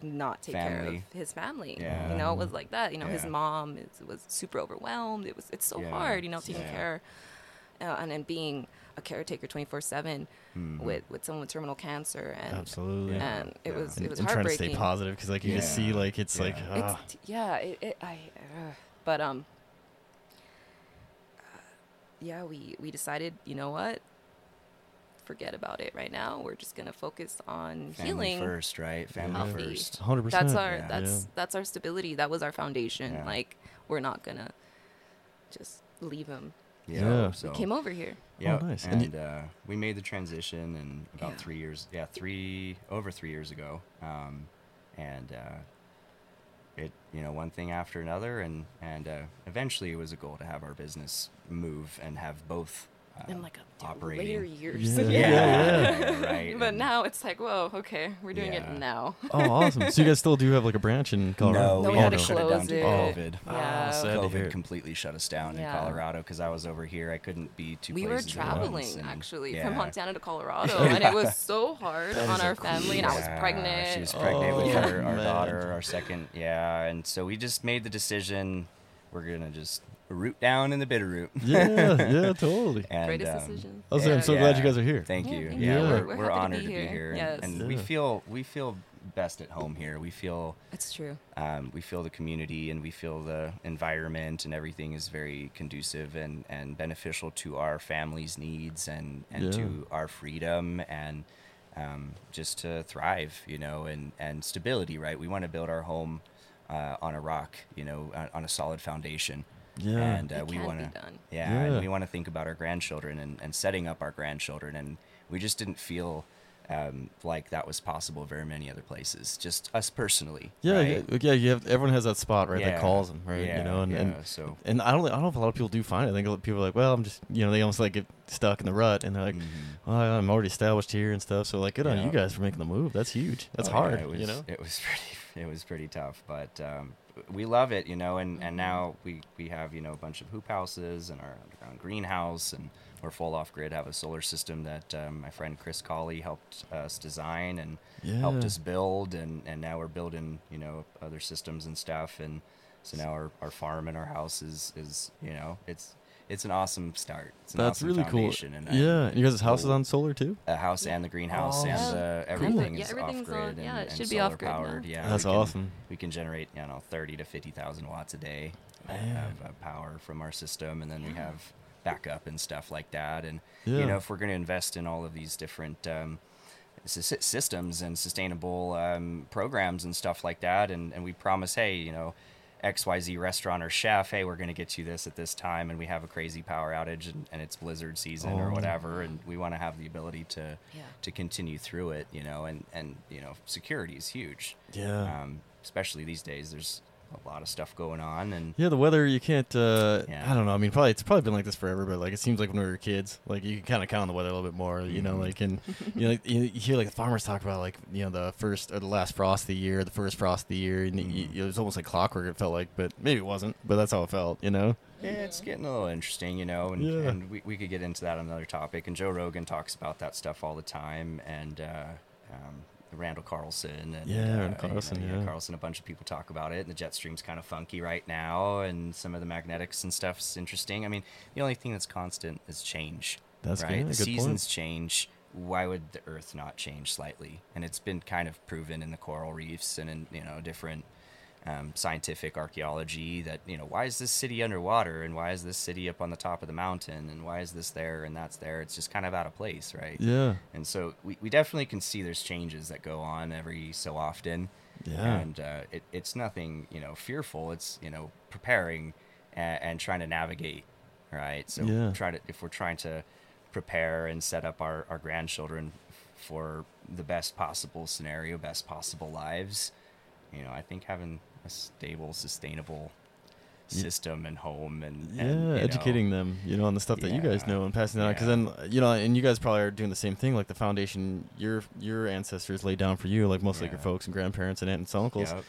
C: not take care
B: Family.
C: of his family.
B: Yeah.
C: You know, it was like that. You know, his
B: Yeah.
C: mom is, was super overwhelmed. It was it's so
B: Yeah.
C: hard. You know, taking
B: Yeah.
C: care uh, and then being a caretaker twenty four seven
B: Hmm.
C: with with someone with terminal cancer and
A: Absolutely.
B: Yeah.
C: and Um, it was
A: And,
C: it was
A: and trying to
C: heartbreaking.
A: stay positive because like you just see
B: Yeah.
A: like it's
B: Yeah.
A: like
B: It's
A: ah,
C: It's t- yeah, it, it I uh, but um uh, yeah, we we decided, you know what? Forget about it right now. We're just going to focus on
B: Family
C: healing.
B: first, right? Family
C: Healthy.
B: first.
A: 100%.
C: That's our
B: Yeah.
C: that's that's our stability. That was our foundation.
B: Yeah.
C: Like we're not going to just leave him.
A: Yeah. Oh,
B: so-
C: We came over here.
B: Yeah,
A: nice. And
B: And,
A: you-
B: uh, we made the transition, and about
C: Yeah.
B: three years, yeah, three over three years ago, um, and uh, it, you know, one thing after another, and and uh, eventually it was a goal to have our business move and have both uh,
C: In like a
B: operating.
C: later years. <laughs>
A: Yeah.
B: Yeah,
A: Yeah,
B: I know, right.
C: But
B: and-
C: now it's like, whoa, okay, we're doing
B: Yeah.
C: it now. <laughs>
A: oh, awesome. So you guys still do have like a branch in Colorado?
B: <laughs> No,
C: No,
B: we
C: we
B: had
C: had to
B: to shut it down Ah,
C: close
B: to
C: it.
B: COVID.
A: Oh,
C: Yeah.
A: sad to hear
B: COVID
A: it.
B: completely shut us down
C: Yeah.
B: in Colorado because I was over here. I couldn't be two.
C: we were
B: places at once,
C: traveling
B: and-
C: actually
B: yeah.
C: from Montana to Colorado,
B: <laughs>
C: and it was so hard on our family, and I was
B: Yeah,
C: pregnant.
B: She was pregnant with
A: Oh,
B: her, our
A: man.
B: daughter, our second. Yeah, and so we just made the decision we're gonna just root down in the Bitterroot.
A: <laughs> yeah, yeah, totally.
B: <laughs> And,
C: Greatest
B: um,
C: decision.
A: I was saying, I'm so glad you guys are here.
B: Thank
C: Yeah,
B: you.
C: thank
B: Yeah,
A: you.
B: we're,
C: We're
B: we're,
C: happy to be
B: honored to be
C: here.
B: here, and-
C: Yes.
B: and, we
A: Yeah.
B: feel we feel best at home here. We feel
C: It's true.
B: um, we feel the community and we feel the environment and everything is very conducive and, and beneficial to our family's needs and, and
A: Yeah.
B: to our freedom and um, just to thrive, you know, and, and stability, right? We want to build our home uh, on a rock, you know, on, on a solid foundation.
A: Yeah.
B: And uh,
C: It
B: we
C: can be
B: want to,
C: done.
B: yeah, and
A: Yeah.
B: we want to think about our grandchildren and, and setting up our grandchildren. And we just didn't feel um, like that was possible very many other places, just us personally.
A: Yeah,
B: right?
A: yeah, yeah, you have everyone has that spot right that
B: Yeah.
A: calls them right,
B: Yeah,
A: you know, and, and
B: yeah, so-
A: and I don't I don't know if a lot of people do find it. I think a lot of people are like, well, I'm just you know they almost like get stuck in the rut and they're like, well, I'm already established here and stuff. So like, good on
B: Mm-hmm.
A: you
B: Yeah.
A: guys for making the move. That's huge. That's
B: Oh, yeah,
A: hard,
B: it was,
A: you know.
B: It was <laughs> pretty. It was pretty tough, but um, we love it, you know. And,
A: Mm-hmm.
B: and now we, we have you know a bunch of hoop houses and our underground greenhouse, and we're full off grid. Have a solar system that um, my friend Chris Colley helped us design and helped
A: Yeah.
B: us build, and, and now we're building you know other systems and stuff, and so now our, our farm and our house is is you know it's it's an awesome start. It's an
A: That's
B: awesome
A: really cool.
B: foundation, And I-
A: yeah, and you guys' house is
B: Cool.
A: on solar too.
B: a house and the greenhouse
A: Oh,
B: and
A: Yeah.
B: uh,
C: cool.
B: everything
C: Yeah,
B: is
C: everything's
B: off grid
C: on- yeah,
B: and,
C: it
B: and
C: should be
B: solar
C: off-grid now.
B: powered. Yeah, we
A: That's
B: can-
A: awesome.
B: We can generate you know thirty to fifty thousand watts a day of, of power from our system, and then we have backup and stuff like that. And
A: Yeah.
B: you know, if we're going to invest in all of these different um, sys- systems and sustainable um, programs and stuff like that, and, and we promise, hey, you know, XYZ restaurant or chef, hey, we're going to get you this at this time, and we have a crazy power outage and, and it's blizzard season or
A: Oh.
B: whatever, and we want to have the ability to
C: Yeah.
B: to continue through it, you know, and and you know, security is huge,
A: Yeah.
B: um, especially these days. There's a lot of stuff going on, and
A: Yeah, the weather you can't. Uh,
B: Yeah.
A: I don't know. I mean, probably it's probably been like this forever, but like it seems like when we were kids, like you can kind of count on the weather a little bit more. You know,
B: Mhm.
A: like and you know, like, you, you hear like the farmers talk about like you know the first or the last frost of the year, the first frost of the year, and you-
B: Mhm.
A: you- it was almost like clockwork. It felt like, but maybe it wasn't. But that's how it felt. You know.
B: Yeah, it's getting a little interesting, you know, and,
A: Yeah.
B: and we, we could get into that on another topic. And Joe Rogan talks about that stuff all the time, and uh, um, Randall Carlson and
A: Yeah, Randall
B: uh,
A: Carlson,
B: you know,
A: yeah.
B: Carlson. A bunch of people talk about it, and the jet stream's kind of funky right now, and some of the magnetics and stuff's interesting. I mean, the only thing that's constant is change.
A: That's
B: right.
A: good, good point.
B: The seasons change. Why would the Earth not change slightly? And it's been kind of proven in the coral reefs and in you know different um, scientific archaeology that you know why is this city underwater and why is this city up on the top of the mountain and why is this there and that's there it's just kind of out of place right
A: Yeah.
B: and so we, we definitely can see there's changes that go on every so often
A: Yeah.
B: and uh, it, it's nothing you know fearful it's you know preparing and, and trying to navigate right so
A: Yeah.
B: try to if we're trying to prepare and set up our, our grandchildren for the best possible scenario best possible lives you know i think having a stable sustainable system and home and,
A: Yeah,
B: and, you know,
A: educating them, you know, on the stuff that you guys
B: Yeah.
A: know and passing that on. 'Cause
B: Yeah.
A: on. Because then, you know, and you guys probably are doing the same thing. Like the foundation your your ancestors laid down for you, like most like your
B: Yeah.
A: folks and grandparents and aunts and uncles,
B: Yep.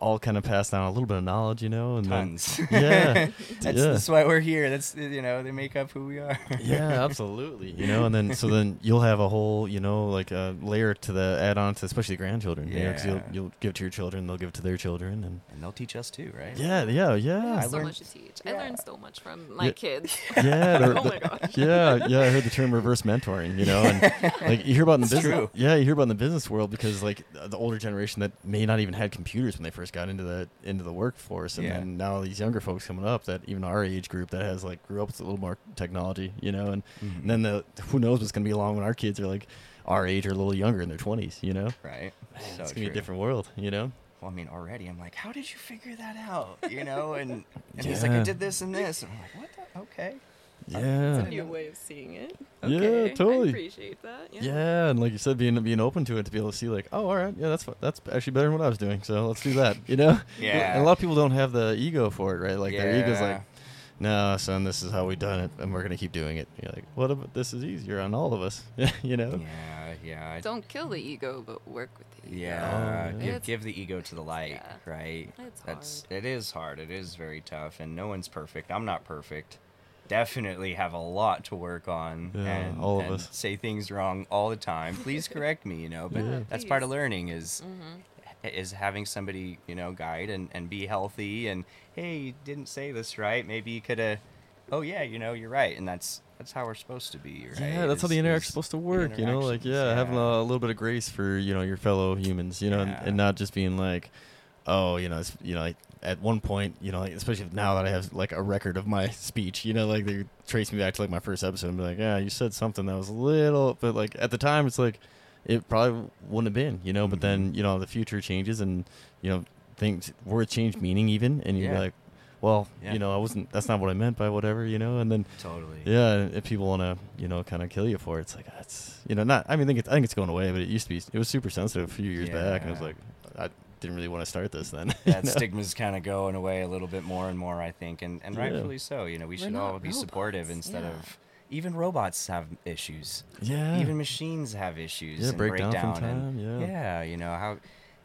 A: all kind of passed down a little bit of knowledge, you know, and then- <laughs>
B: tons <laughs>
A: yeah, <laughs>
B: that's,
A: yeah.
B: that's why we're here that's you know they make up who we are
A: yeah, absolutely. You know, and then so then you'll have a whole, you know, like a layer to the add on to especially the grandchildren. you know, 'cause
B: Yeah.
A: you'll you'll give it to your children, they'll give it to their children, and
B: <laughs> and they'll teach us too right
A: yeah, yeah,
C: I
A: yeah,
C: have so
B: Ah, learned-
C: much to teach. I
B: yeah.
C: learned so much from my
A: Yeah.
B: <laughs>
C: kids.
A: <laughs> yeah. the-
C: oh
A: the-
C: my gosh.
A: yeah, yeah, I heard the term reverse mentoring, you know,
B: <laughs>
A: and like you hear about in the
B: It's
A: business,
B: true.
A: yeah, you hear about in the business world because like th- the older generation that may not even had computers when they first got into the into the workforce, and
B: Yeah.
A: then now these younger folks coming up that even our age group that has like grew up with a little more technology, you know, and,
B: Mm-hmm.
A: and then the who knows what's gonna be along when our kids are like our age or a little younger in their twenties, you know,
B: right So
A: it's gonna be a
B: true.
A: different world, you know.
B: well, I mean, already I'm like, how did you figure that out? You know, and, and he's like, I
A: Yeah.
B: did this and this, and I'm like, what the? Okay.
A: Yeah.
C: It's a new way of seeing it.
A: Yeah,
C: Okay,
A: totally.
C: I appreciate that. Yeah.
A: Yeah, and like you said, being being open to it to be able to see like, oh, all right, yeah, that's fu- that's actually better than what I was doing. So let's do that, you know.
B: Yeah.
A: And a lot of people don't have the ego for it, right? Like their ego's like, no, son, this is how we done it, and we're gonna keep doing it. You're like, what? If this is easier on all of us, <laughs> you know?
B: yeah, yeah, I-
C: Don't kill the ego, but work with the ego.
B: yeah.
A: Oh, yeah.
B: Give,
C: It's-
B: give the ego to the light,
C: yeah.
B: right?
C: It's
B: it is hard. It is very tough, and no one's perfect. I'm not perfect. Definitely have a lot to work on,
A: Yeah,
B: and,
A: all of
B: and
A: us.
B: say things wrong all the time.
C: <laughs>
B: Please correct me, you know. But
A: Yeah.
B: that's part of
C: Please. Mm-hmm.
B: learning is is having somebody you know guide and, and be healthy and hey you didn't say this right maybe you could have oh yeah you know you're right and that's that's how we're supposed to be right
A: Yeah, that's how the
B: Is-
A: interaction's
B: is
A: supposed to work, you know? Like, yeah,
B: interactions,
A: having a little bit of grace for, you know, your fellow humans, you know,
B: Yeah.
A: and, and not just being like, oh, you know, it's, you know, like, at one point, you know, like, especially now that I have like a record of my <laughs> speech, you know, like they trace me back to like my first episode and be like, yeah, you said something that was a little, but like at the time, it's like, it probably wouldn't have been, you know, but
B: Mm-hmm.
A: then, you know, the future changes and, you know, things, words change meaning even, and you're
B: Yeah.
A: like, well,
B: Yeah.
A: you know, I wasn't, that's not what I meant by whatever, you know, and then,
B: totally
A: yeah, and if people want to, you know, kind of kill you for it, it's like that's, you know, not. I mean, I think it's, I think it's going away, but it used to be. It was super sensitive a few years back, and it was
B: Yeah.
A: like, I didn't really want to start this then. <laughs> you
B: that
A: know?
B: stigma's kind of going away a little bit more and more i think and, and
A: Yeah.
B: rightfully so you know we
C: We're
B: should
C: not
B: all be supportive
C: robots,
B: instead
C: yeah.
B: of even robots have issues
A: Yeah.
B: even machines have issues
A: Yeah,
B: and
A: break down from
B: and-
A: time, yeah.
B: you know how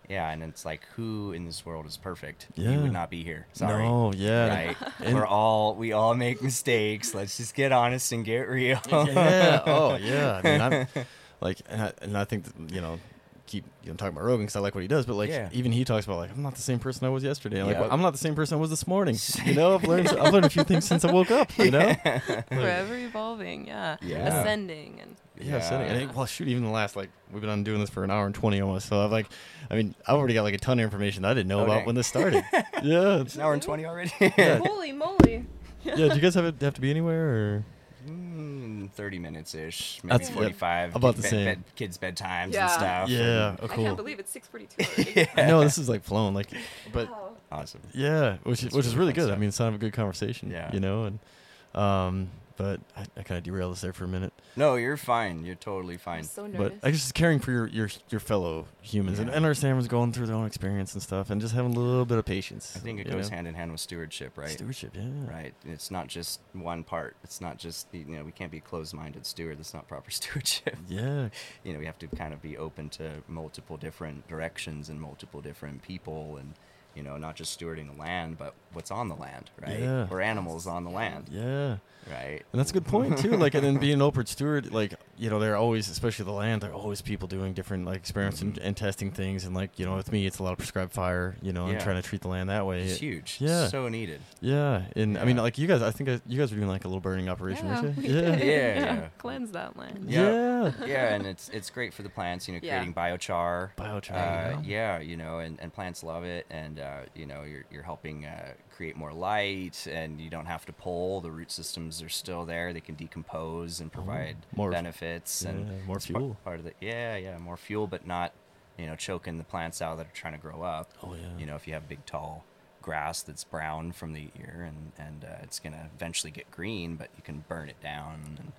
B: yeah and it's like who in this world is perfect you
A: Yeah.
B: would not be here sorry
A: No. Yeah.
B: right
A: And-
B: we're all we all make mistakes let's just get honest and get real
A: <laughs> yeah. Oh, yeah. I mean,
B: <laughs>
A: I'm, like, and I, and I think that, you know, keep you know, talking about Rogan because I like what he does, but like,
B: Yeah.
A: even he talks about like, I'm not the same person I was yesterday. Like,
B: Yeah.
A: I'm not the same person I was this morning.
B: <laughs>
A: You know, I've learned I've learned a few things since I woke up. You know.
C: <laughs> Forever evolving. Yeah.
B: Yeah.
C: Ascending and
A: Yeah, yeah. sitting. And
C: Yeah.
A: it, well, shoot, even the last like we've been on doing this for an hour and twenty almost. So I've like, I mean, I've already got like a ton of information that I didn't know
B: Oh,
A: about
B: dang.
A: when this
B: <laughs>
A: started. yeah, it's-
B: an hour and 20 already
A: yeah.
C: <laughs> holy moly. <laughs>
A: yeah. Do you guys have, it, have to be anywhere or?
B: 30 minutes ish, Hmm, maybe
A: That's- yeah,
B: 45.
A: about the
B: bed-
A: same.
B: bed- kids' bedtimes
C: Yeah.
B: and stuff.
A: yeah.
B: and-
A: Oh,
C: I
A: cool.
C: can't believe
B: <laughs>
C: it's 6:42. already.
A: I know this is like flown, like, but
C: Wow.
B: awesome.
A: yeah, which is
B: That's
A: which is
B: really
A: really
B: fun
A: good. I
B: stuff.
A: mean, it's kind of a good conversation.
B: Yeah.
A: you know, and um, but I, I kind of derailed this there for a minute.
B: No, you're fine. You're totally
C: I'm
B: fine.
C: so
A: But
C: Oh, nervous.
A: I guess just caring for your your, your fellow humans and,
B: Yeah.
A: and understand what's going through their own experience and stuff, and just having a little bit of patience.
B: I think it
A: you
B: goes
A: know?
B: hand in hand with stewardship, right?
A: Stewardship, yeah.
B: Right. It's not just one part. It's not just, the- you know, we can't be closed minded steward. That's not proper <laughs> stewardship.
A: Yeah.
B: <laughs> you know, we have to kind of be open to multiple different directions and multiple different people and, you know, not just stewarding the land, but what's on the land, right?
A: Yeah.
B: Or animals on the land,
A: Yeah.
B: right?
A: And that's a good point too. Like, and then
B: <laughs>
A: being an Oprah steward, like you know, there are always, especially the land, there are always people doing different like experiments
B: Mm-hmm.
A: and, and testing things. And like you know, with me, it's a lot of prescribed fire. You know, and
B: Yeah.
A: trying to treat the land that way.
B: It's huge.
A: Yeah.
B: So needed.
A: yeah. And I mean,
B: Yeah.
A: like you guys, I think uh, you guys were doing like a little burning operation, weren't
C: we
A: you? Yeah.
C: <laughs> did.
A: yeah.
B: Yeah, yeah.
C: Cleanse that land.
A: Yeah.
B: yeah, and it's it's great for the plants, you know,
C: Yeah.
B: creating biochar.
A: Biochar,
B: Uh,
A: yeah.
B: yeah, you know, and, and plants love it, and uh, you know, you're you're helping uh, create more light, and you don't have to pull. The root systems are still there; they can decompose and provide
A: Oh, more-
B: benefits
A: yeah,
B: and
A: more
B: it's par-
A: fuel.
B: Part, of the yeah, yeah, more fuel, but not you know choking the plants out that are trying to grow up.
A: Oh, yeah.
B: You know, if you have big tall grass that's brown from the ear and and uh, it's gonna eventually get green, but you can burn it down and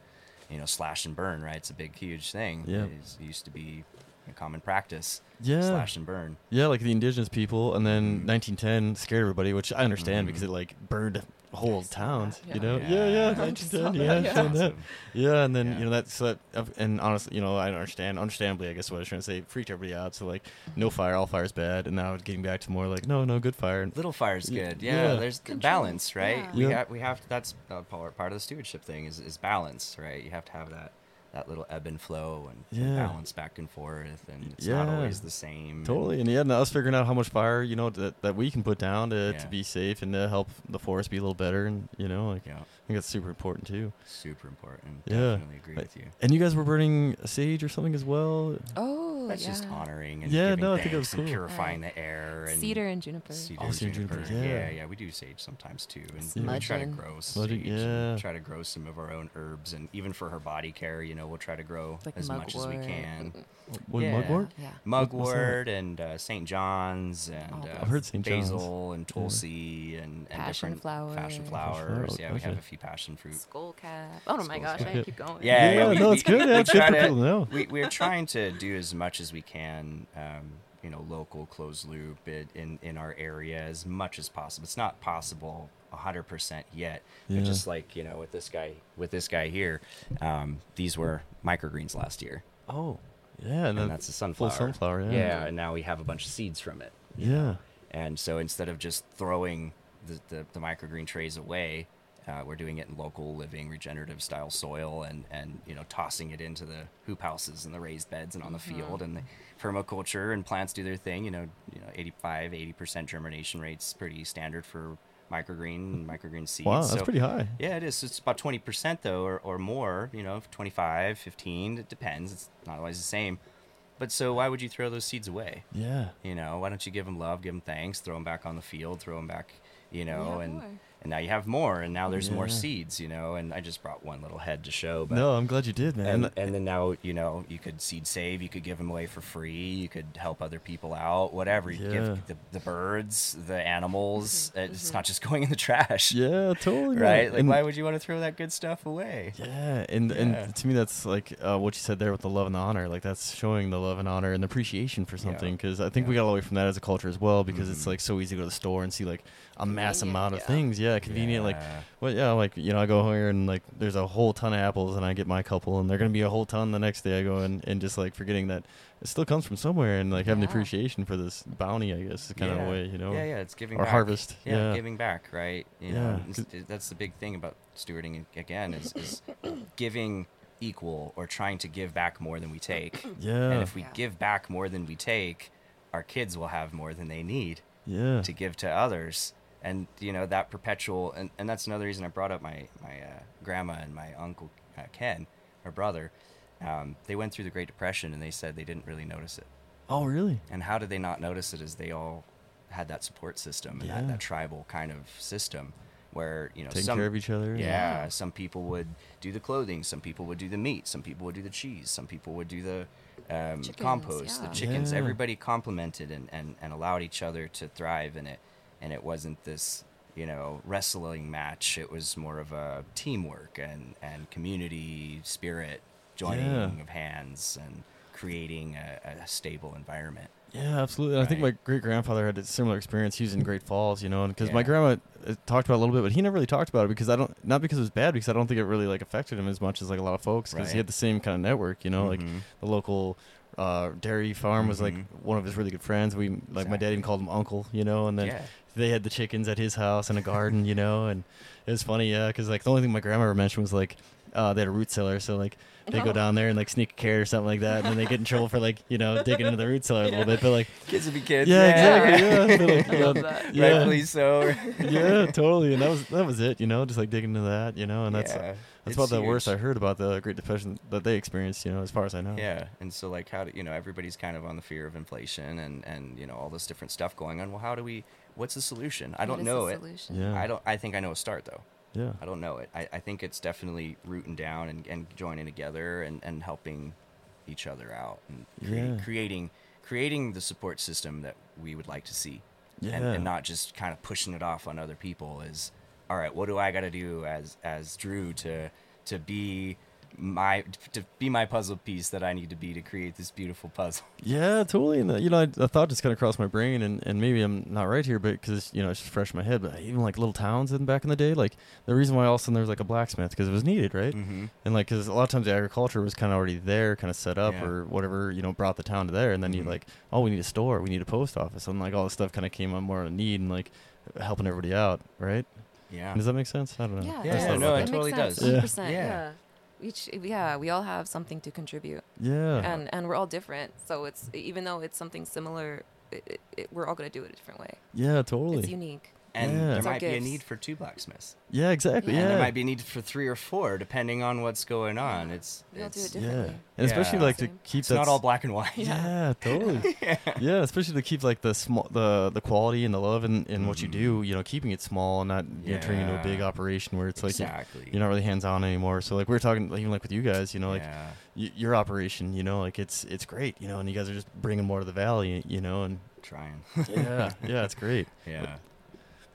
B: you know, slash and burn, right? It's a big, huge thing.
A: Yeah.
B: It's- It used to be a common practice.
A: Yeah.
B: Slash and burn.
A: Yeah, like the indigenous people, and then 1910 scared everybody, which I understand because
B: Mhm.
A: it like burned whole towns.
C: yeah.
A: You know, Mm-hmm. yeah,
B: Yeah.
A: yeah,
B: I
C: just saw
A: 1910,
C: that,
A: yeah, I
C: yeah.
A: understand that.
B: Awesome.
A: yeah, and then
B: Yeah.
A: you know that's that. And honestly, you know, I don't understand. Understandably, I guess what I was trying to say it freaked everybody out. So like, no fire, all fire's bad, and now it's getting back to more like, no, no, good fire. And
B: Little fire's
A: Y-
B: good.
A: yeah.
B: Yeah. There's the
C: Control,
B: balance, right?
C: yeah.
B: We
A: Yeah.
B: have, we have, that's uh, part, part of the stewardship thing is, is balance, right? You have to have that, that little ebb and flow and, and
A: Yeah.
B: balance back and forth. And it's not
A: Yeah.
B: always the same.
A: Totally, and yeah, and us figuring out how much fire you know that, that we can put down to,
B: Yeah.
A: to be safe and to help the forest be a little better, and you know, like
B: And, yeah.
A: I think that's super important too.
B: Super important.
A: Yeah.
B: Definitely agree
A: Like-
B: with you.
A: And you guys were burning sage or something as well.
C: Oh,
B: That's
C: yeah.
B: just honoring and
A: Yeah,
B: giving
A: no, I
B: thanks
A: think it was
B: and
A: cool.
B: purifying the air and
C: Cedar and juniper.
B: Cedar
A: Oh,
B: and
A: cedar
B: juniper.
A: juniper,
B: Yeah.
A: yeah.
B: yeah, we do sage sometimes too, and
A: Smudging.
B: we try to grow
A: Smudging,
B: sage. and
A: yeah.
B: Try to grow some of our own herbs, and even for her body care, you know, we'll try to grow
C: Like
B: as much as we
C: mugwort.
B: can.
A: What
B: Yeah.
A: mugwort?
C: Yeah.
A: What- what's that?
B: Mugwort and uh, St. John's and
C: Oh,
B: uh,
C: I've
A: heard St. John's.
B: basil and tulsi and, and
C: Passion
B: different passion
C: flower.
A: Passion flower,
B: flowers. Yeah, we have
A: gotcha.
B: a few passion fruit.
C: Skull cap. Oh no, my
B: Skull
C: gosh,
B: cap.
C: I keep going.
B: Yeah, yeah,
A: Yeah,
B: we-
A: no,
B: we-
A: it's good.
B: we
A: Yeah, it's good
B: try
A: for
B: to-
A: people to know.
B: We, we're trying to do as much as we can, um, you know, local closed loop it, in in our area as much as possible. It's not possible hundred percent yet, but
A: Yeah.
B: just like you know, with this guy with this guy here, um, these were microgreens last year,
A: Oh, yeah, and,
B: and,
A: then
B: that's a
A: full
B: sunflower.
A: sunflower. Yeah,
B: yeah, and now we have a bunch of seeds from it.
A: yeah.
B: And so instead of just throwing the, the, the microgreen trays away, uh, we're doing it in local living regenerative style soil and, and you know tossing it into the hoop houses and the raised beds and on the field and the permaculture and plants do their thing you know you know 85 80% germination rates pretty standard for microgreen and microgreen seeds
A: Wow, that's
B: So-
A: pretty high.
B: yeah, it is. It's about 20% though, or, or more, you know, 25, 15, it depends. It's not always the same. But so why would you throw those seeds away?
A: Yeah.
B: You know, why don't you give them love, give them thanks, throw them back on the field, throw them back, you know,
C: have
B: and
C: more.
B: and now you have more, and now there's more
A: Yeah.
B: seeds, you know, and I just brought one little head to show, but
A: No, I'm glad you did, man.
B: and, and then now you know you could seed save, you could give them away for free, you could help other people out, whatever. You could
A: Yeah.
B: give the, the birds, the animals. It's not just <laughs> going in the trash,
A: yeah, totally. man.
B: right? Like,
A: And-
B: why would you want to throw that good stuff away?
A: Yeah, and
B: Yeah.
A: and to me that's like uh, what you said there with the love and the honor. Like that's showing the love and honor and appreciation for something. Because I think we
B: Yeah. Mm-hmm.
A: got away from that as a culture as well. Because it's like so easy to go to the store and see like a mass
C: Convenient,
A: amount of
C: yeah.
A: things. Yeah, convenient. Like,
B: Yeah.
A: well, yeah, like you know, I go here and like there's a whole ton of apples, and I get my couple, and they're gonna be a whole ton the next day. I go and and just like forgetting that it still comes from somewhere, and like having
C: Yeah.
A: appreciation for this bounty. I guess kind of
B: Yeah.
A: a way, you know.
B: Yeah, yeah, it's giving
A: or
B: back.
A: harvest, yeah.
B: giving back, right? You know,
A: Yeah,
B: it's- it- that's the big thing about stewarding again is, is <coughs> giving equal or trying to give back more than
A: <coughs>
B: we take. And
A: Yeah.
B: if we
C: Yeah.
B: give back more than we take, our kids will have more than they need
A: yeah.
B: to give to others. And you know that perpetual, and, and that's another reason I brought up my my uh, grandma and my uncle uh, Ken, her brother. Um, they went through the Great Depression, and they said they didn't really notice it.
A: Oh, really?
B: And how did they not notice it? Is they all had that support system and
A: Yeah.
B: that, that tribal kind of system. where you know
A: Taking
B: some,
A: care of each other. and-
B: yeah, some people would do the clothing, some people would do the meat, some people would do the cheese, some people would do the um,
C: Chickens,
B: compost,
C: yeah.
B: the chickens.
A: Yeah.
B: Everybody complemented and, and, and allowed each other to thrive in it, and it wasn't this you know wrestling match. It was more of a teamwork and and community spirit, joining
A: Yeah.
B: of hands and creating a, a stable environment.
A: Yeah, absolutely. And I think my
B: Right.
A: great grandfather had a similar experience. He was in Great Falls, you know, and because my
B: Yeah.
A: grandma uh, talked about it a little bit, but he never really talked about it because I don't, not because it was bad, because I don't think it really like affected him as much as like a lot of folks because
B: Right.
A: he had the same kind of network, you know,
B: Mhm.
A: like the local uh, dairy farm was like
B: Mhm.
A: one of his really good friends. We like my dad even called him uncle, you know, and then
B: Yeah.
A: they had the chickens at his house and a garden, you know, and it was funny, yeah, because like the only thing my grandma ever mentioned was like. Uh, they had a root cellar, so like they go
C: Oh.
A: down there and like sneak a carrot or something like that, and then they get in trouble for like you know digging into the root cellar a little bit. But like
B: Kids would be kids.
A: yeah, exactly.
B: <laughs>
A: Yeah,
C: Yeah. I
A: But,
C: love
A: like,
C: that.
A: yeah.
B: Rightfully so.
A: <laughs>
B: <laughs>
A: yeah, totally. And that was that was it. You know, just like digging into that. You know, and that's
B: Yeah,
A: that's about
B: it's
A: the worst
B: huge.
A: I heard about the Great Depression that they experienced. You know, as far as I know.
B: Yeah, and so like how do you know everybody's kind of on the fear of inflation and and you know all this different stuff going on. Well, how do we? What's the solution? I
C: What
B: don't
C: is the
B: know it.
C: solution?
A: Yeah.
B: I don't. I think I know a start though.
A: Yeah.
B: I don't know it. I, I think it's definitely rooting down and, and joining together and, and helping each other out and create,
A: Yeah.
B: creating creating the support system that we would like to see. And,
A: Yeah.
B: and not just kind of pushing it off on other people is all right, what do I gotta do as as Drew to to be my to be my puzzle piece that I need to be to create this beautiful puzzle. <laughs>
A: Yeah, totally. And uh, you know, I, a thought just kind of crossed my brain, and, and maybe I'm not right here, but because you know it's just fresh in my head. But even like little towns in back in the day, like the reason why all of a sudden there was like a blacksmith because it was needed, right?
B: Mm-hmm.
A: And like, because a lot of times the agriculture was kind of already there, kind of set up
B: Yeah.
A: or whatever, you know, brought the town to there. And then
B: Mhm.
A: you like, oh, we need a store, we need a post office, and like all this stuff kind of came on more on a need and like helping everybody out, right?
B: Yeah.
A: Does that make sense? I don't know.
C: Yeah,
A: I
B: Yeah,
A: just
B: yeah,
A: thought
B: no,
A: about
B: it
A: that.
B: totally
C: makes sense.
B: does.
A: Yeah.
B: Yeah.
C: 100%, yeah. Each, yeah, we all have something to contribute,
A: yeah,
C: and and we're all different. So it's even though it's something similar, it, it, it, we're all gonna do it a different way.
A: yeah, totally.
C: It's unique.
B: And
A: Yeah.
B: there
A: It's
C: our
B: might be a
C: gifts.
B: need for two blacksmiths.
A: Yeah, exactly.
C: Yeah.
A: Yeah,
B: And there might be a need for three or four, depending on what's going on. It's
C: We all do
B: it's-
C: it
A: yeah,
C: differently.
A: and especially
B: Yeah.
A: like to
C: Same.
A: keep
B: it's
A: that
B: not
A: s-
B: all black and <laughs> white.
A: Yeah,
B: <laughs>
A: totally. yeah. especially to keep like the small, the the quality and the love and, and what you
B: Mhm.
A: do. You know, keeping it small and not you know, turning into a big
B: Yeah.
A: operation where it's like you-
B: Exactly.
A: you're not really hands on anymore. So like we were talking like, even like with you guys, you know, like
B: Yeah.
A: y- your operation, you know, like it's it's great, you know, and you guys are just bringing more to the valley, you know,
B: <laughs>
A: and
B: trying.
A: <laughs> yeah,
B: <laughs>
A: yeah, it's great.
B: yeah.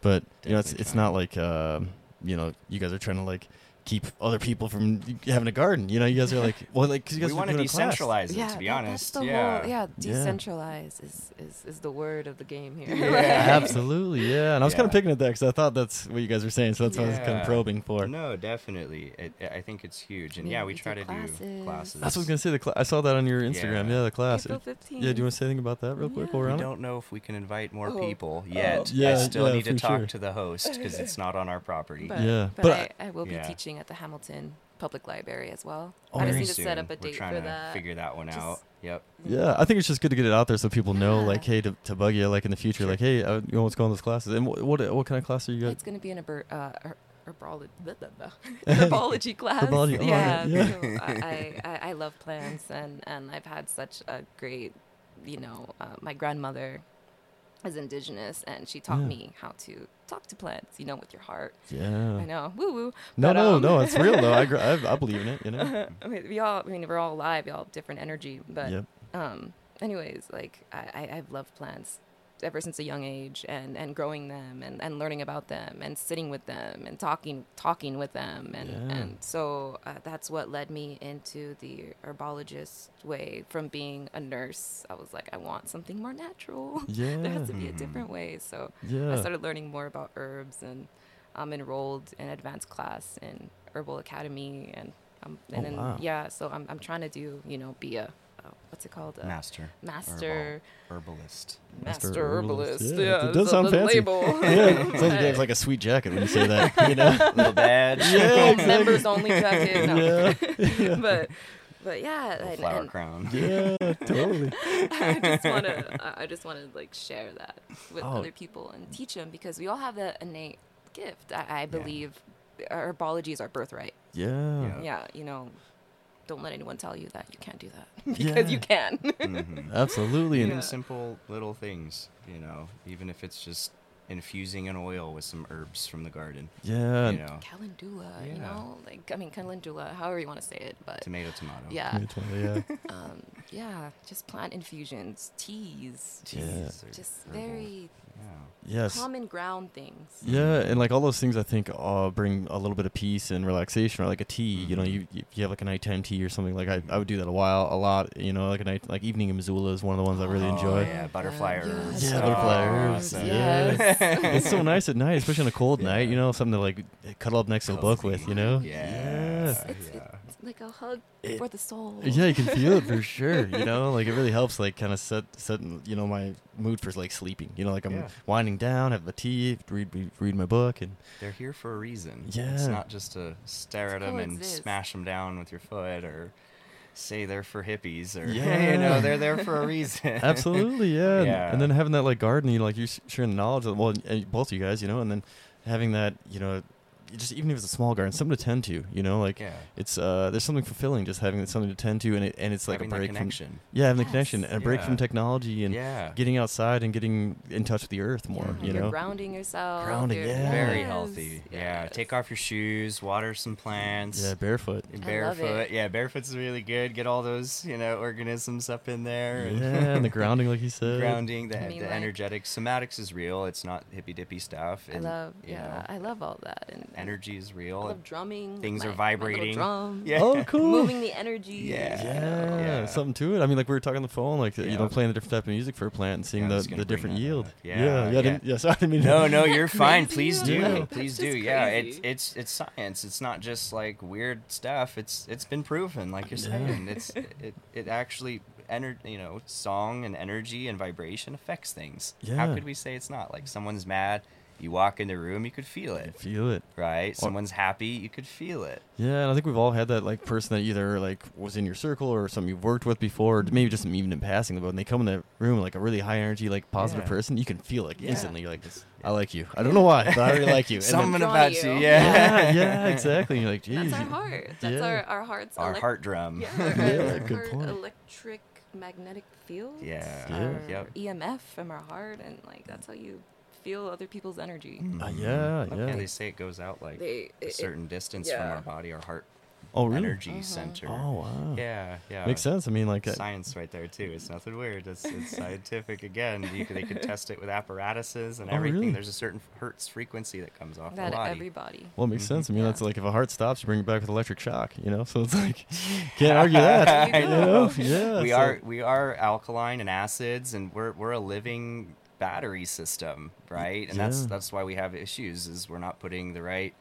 A: But you know, it's
B: Definitely
A: it's
B: trying.
A: not like um, you know, you guys are trying to like keep other people from having a garden. You know, you guys are like, well, like 'cause you guys
B: we
A: are
B: want to
A: doing a class.
B: decentralize it,
C: yeah,
B: to be
C: that-
B: honest.
C: That's the
B: yeah.
C: whole, yeah,
A: Yeah.
C: decentralize is, is, is the word of the game here. <laughs>
B: Yeah. <laughs>
A: Absolutely, yeah. And I was kind
B: Yeah.
A: of picking at that because I thought that's what you guys were saying, so that's what I was kind
B: Yeah.
A: of probing for.
B: No, definitely. It, I think it's huge. And
C: Yeah,
B: yeah,
C: we
B: we
C: do
B: try to do
C: classes.
B: classes.
A: That's what I was gonna say. The cla- I saw that on your Instagram.
B: Yeah.
A: Yeah, the class.
C: April
A: It-
C: 15th.
A: yeah, do you want to say anything about that real quick? while we're
B: we
A: on it?
B: don't know if we can invite more
C: Oh.
B: people yet. I
A: Yeah,
B: still
A: yeah,
B: need to
A: for
B: talk
A: sure.
B: to the host because it's not on our property.
C: But,
A: Yeah.
C: but,
A: But
C: I, I will be
B: Yeah.
C: teaching at the Hamilton Public Library as well.
A: Oh,
C: I just
A: very
C: need to set up a
B: We're
C: date
B: trying
C: for
B: to
C: that.
B: figure that one
C: Just-
B: out. Yep.
A: Yeah, I think it's just good to get it out there so people know,
C: Yeah.
A: like, hey, to, to bug you, like in the future, like, hey, uh, you know what's going on those classes, and what what, what kind of class are you guys?
C: It's going to be in a ber- uh, her- <laughs> herbology,
A: <laughs>
C: herbology class.
A: Herbology, oh,
C: yeah,
A: yeah.
C: so
A: <laughs>
C: I, I, I love plants, and, and I've had such a great, you know, uh, my grandmother is indigenous, and she taught
A: Yeah.
C: me how to talk to plants, you know, with your heart.
A: <laughs> Yeah.
C: I know, woo woo.
A: No,
C: but,
A: no,
C: um,
A: no. It's real though. I, gr- I I believe in it.
C: <laughs>
A: You know.
C: I mean, <laughs> we all, I mean, we're all alive, we all have different energy, but
A: Yep.
C: um, anyways, like I, I, I've loved plants ever since a young age and, and growing them and, and learning about them and sitting with them and talking talking with them and,
A: Yeah.
C: and so uh, that's what led me into the herbologist way from being a nurse I was like I want something more natural <laughs> there
A: Yeah.
C: has to be a different way so I
A: Yeah.
C: started learning more about herbs and I'm enrolled in advanced class in herbal academy and um, and
A: Oh,
C: then
A: wow.
C: yeah so I'm, I'm trying to do you know be a uh, what's it called a
B: Master.
C: master
B: Herbal,
C: <laughs>
B: herbalist.
A: Master
C: master,
A: herbalist.
C: herbalist.
A: Yeah,
C: Yeah,
A: it does
C: the-
A: sound
C: the
A: fancy.
C: Label.
A: <laughs>
C: <laughs>
A: yeah. It sounds like you have like a sweet jacket when you say that. You
B: <laughs>
A: know.
B: Little badge.
A: Yeah, exactly.
C: members only
A: <laughs>
C: jacket. No.
A: Yeah.
C: <laughs> but but yeah,
B: <laughs> Little
C: and,
B: flower
C: and
B: crown. <laughs>
A: Yeah. Totally.
C: <laughs> I just want to I just want to like share that with
A: Oh.
C: other people and teach them because we all have that innate gift. I, I believe herbology is our birthright.
A: Yeah.
B: Yeah.
C: yeah, you know, don't let anyone tell you that you can't do that <laughs> because
A: <laughs>
C: you can.
B: Mhm.
A: Absolutely. And
B: Even simple little things, you know, even if it's just infusing an oil with some herbs from the garden.
A: Yeah.
B: you know,
C: calendula, you
B: Yeah.
C: know, like I mean calendula, however you want to say it, but
B: tomato, tomato.
C: yeah,
A: It's one of the,
B: <laughs>
A: yeah.
C: um, yeah, just plant infusions, teas,
B: Jeez, they're
C: just
B: herbal.
C: very
B: Yeah.
A: yes.
C: common ground things.
A: Yeah, and like all those things, I think uh, bring a little bit of peace and relaxation, or like a tea. You know,
B: Mm-hmm.
A: you you you have like a nighttime tea or something. Like I, I would do that a while, a lot. You know, like a night, like evening in Missoula is one of the ones I really
C: Oh,
A: enjoy.
B: yeah. butterfly herbs.
A: Yeah, butterfly
B: Oh,
A: herbs,
B: awesome.
C: Yes. <laughs>
A: It's so nice at night, especially on a cold
B: <laughs> Yeah.
A: night. You know, something to like cuddle up next to a book
B: Cozy.
A: with. You know.
B: Yeah.
A: Yeah.
C: It's,
B: Yeah.
C: it's like a hug
A: It-
C: for the soul.
A: Yeah, you can feel it for sure.
C: <laughs>
A: You know, like it really helps, like kind of set set you know my mood for like sleeping. You know, like I'm
B: Yeah.
A: winding down, have a tea, read read- read my book, and
B: They're here for a reason.
A: Yeah.
B: It's not just to stare at
C: To
B: them and
C: coexist.
B: smash them down with your foot or say they're for hippies or, <laughs>
A: Yeah.
B: you know, they're there for a reason.
A: <laughs> Absolutely, yeah. And-
B: Yeah.
A: And then having that like garden, you know, like you sh- sharing the knowledge of well, and both of you guys, you know, and then having that, you know, you just even if it's a small garden, something to tend to, you know, like
B: yeah.
A: it's uh, there's something fulfilling just having something to tend to, and it and it's like
B: Having
A: a
B: that
A: break from
B: connection.
A: yeah, having
C: Yes.
A: the connection and a break
B: Yeah.
A: from technology and
B: yeah.
A: getting outside and getting in touch with the earth more,
C: Yeah,
A: you
C: you're
A: know.
C: grounding yourself.
A: Grounding,
C: you're-
A: yeah.
B: Very
C: Yes,
B: healthy. Yeah.
C: yes.
B: Take off your shoes, water some plants.
A: Yeah, barefoot.
B: and
C: I love it.
B: Barefoot, yeah, barefoot's really good. Get all those, you know, organisms up in there. and- <laughs>
A: Yeah, <laughs> and the grounding, like you said.
B: grounding, the,
C: I mean,
B: the
C: like-
B: energetic. Somatics is real. It's not hippy dippy stuff.
C: I
B: and,
C: love.
B: you
C: Yeah,
B: know,
C: I love all that and and
B: energy is
C: I
B: real.
C: love drumming. with
B: things are
C: my- my little
B: vibrating.
C: drum.
B: Yeah.
A: Oh,
B: <laughs>
A: cool.
C: Moving the energy.
B: Yeah.
C: you
A: Yeah,
C: know.
B: Yeah.
A: something to it. I mean, like we were talking on the phone, like you
B: Yeah.
A: know, playing a different type of music for a plant and seeing
B: Yeah, I was
A: the,
B: gonna
A: the
B: bring
A: different
B: that up.
A: yield.
B: Yeah,
A: yeah, yeah. I
B: yeah.
A: didn't, yeah, <laughs> sorry, I didn't mean. to-
B: No, no, you're fine.
C: crazy?
B: Please
A: Yeah.
B: do.
A: That's
B: Please do.
C: just
B: Yeah, it's
C: crazy.
B: it's it's science. It's not just like weird stuff. It's it's been proven, like you're
A: Yeah.
B: saying. It's it it actually ener- you know, song and energy and vibration affects things.
A: Yeah.
B: How could we say it's not? Like someone's mad, you walk in the room, you could feel
A: I
B: it.
A: <laughs> feel it.
B: Right? Someone's happy, you could feel it.
A: Yeah, and I think we've all had that like person that either like was in your circle or something you've worked with before, or maybe just even in passing. But when they come in the room like a really high energy, like positive
B: Yeah.
A: person, you can feel it
B: Yeah.
A: instantly. You're like, I like you. I don't know why, but I really like
B: <laughs>
A: you. And then-
B: Something
C: Draw
B: about
C: you.
A: <laughs>
B: you.
A: yeah,
B: <laughs>
A: yeah, exactly. And you're like, geez,
C: That's our
A: you-
C: heart. That's
A: Yeah.
C: our our heart's
B: Our
C: elec-
B: heart drum. <laughs>
C: Yeah, our,
A: Yeah,
C: our
A: good
C: heart
A: point.
C: electric magnetic field.
B: Yeah.
A: Yeah.
C: Our
B: Yep.
C: EMF from our heart, and like that's how you feel other people's energy.
B: Mm,
A: Uh, yeah,
B: Okay.
A: yeah.
B: They say it goes out like
C: They
B: a
C: it-
B: certain distance
C: yeah.
B: from our body, our heart
A: Oh, really?
B: energy center.
A: Oh, wow.
B: Yeah, yeah.
A: Makes sense. I mean, like, uh,
B: Science right there too. It's nothing weird. It's, it's scientific again. You, could- they could test it with apparatuses and
A: Oh,
B: everything.
A: really?
B: There's a certain hertz frequency that comes off
C: that
B: the body.
C: everybody.
A: well, it
B: Mm-hmm.
A: makes sense. I mean,
C: Yeah.
A: that's like if a heart stops, you bring it back with electric shock. You know, <laughs> so it's
B: <laughs>
A: like can't argue that. <laughs>
C: I
A: you
C: know.
A: know? Yeah.
B: we
A: so-
B: are we are alkaline and acids, and we're we're a living battery system, right? And that's
A: yeah.
B: that's why we have issues. Is we're not putting the right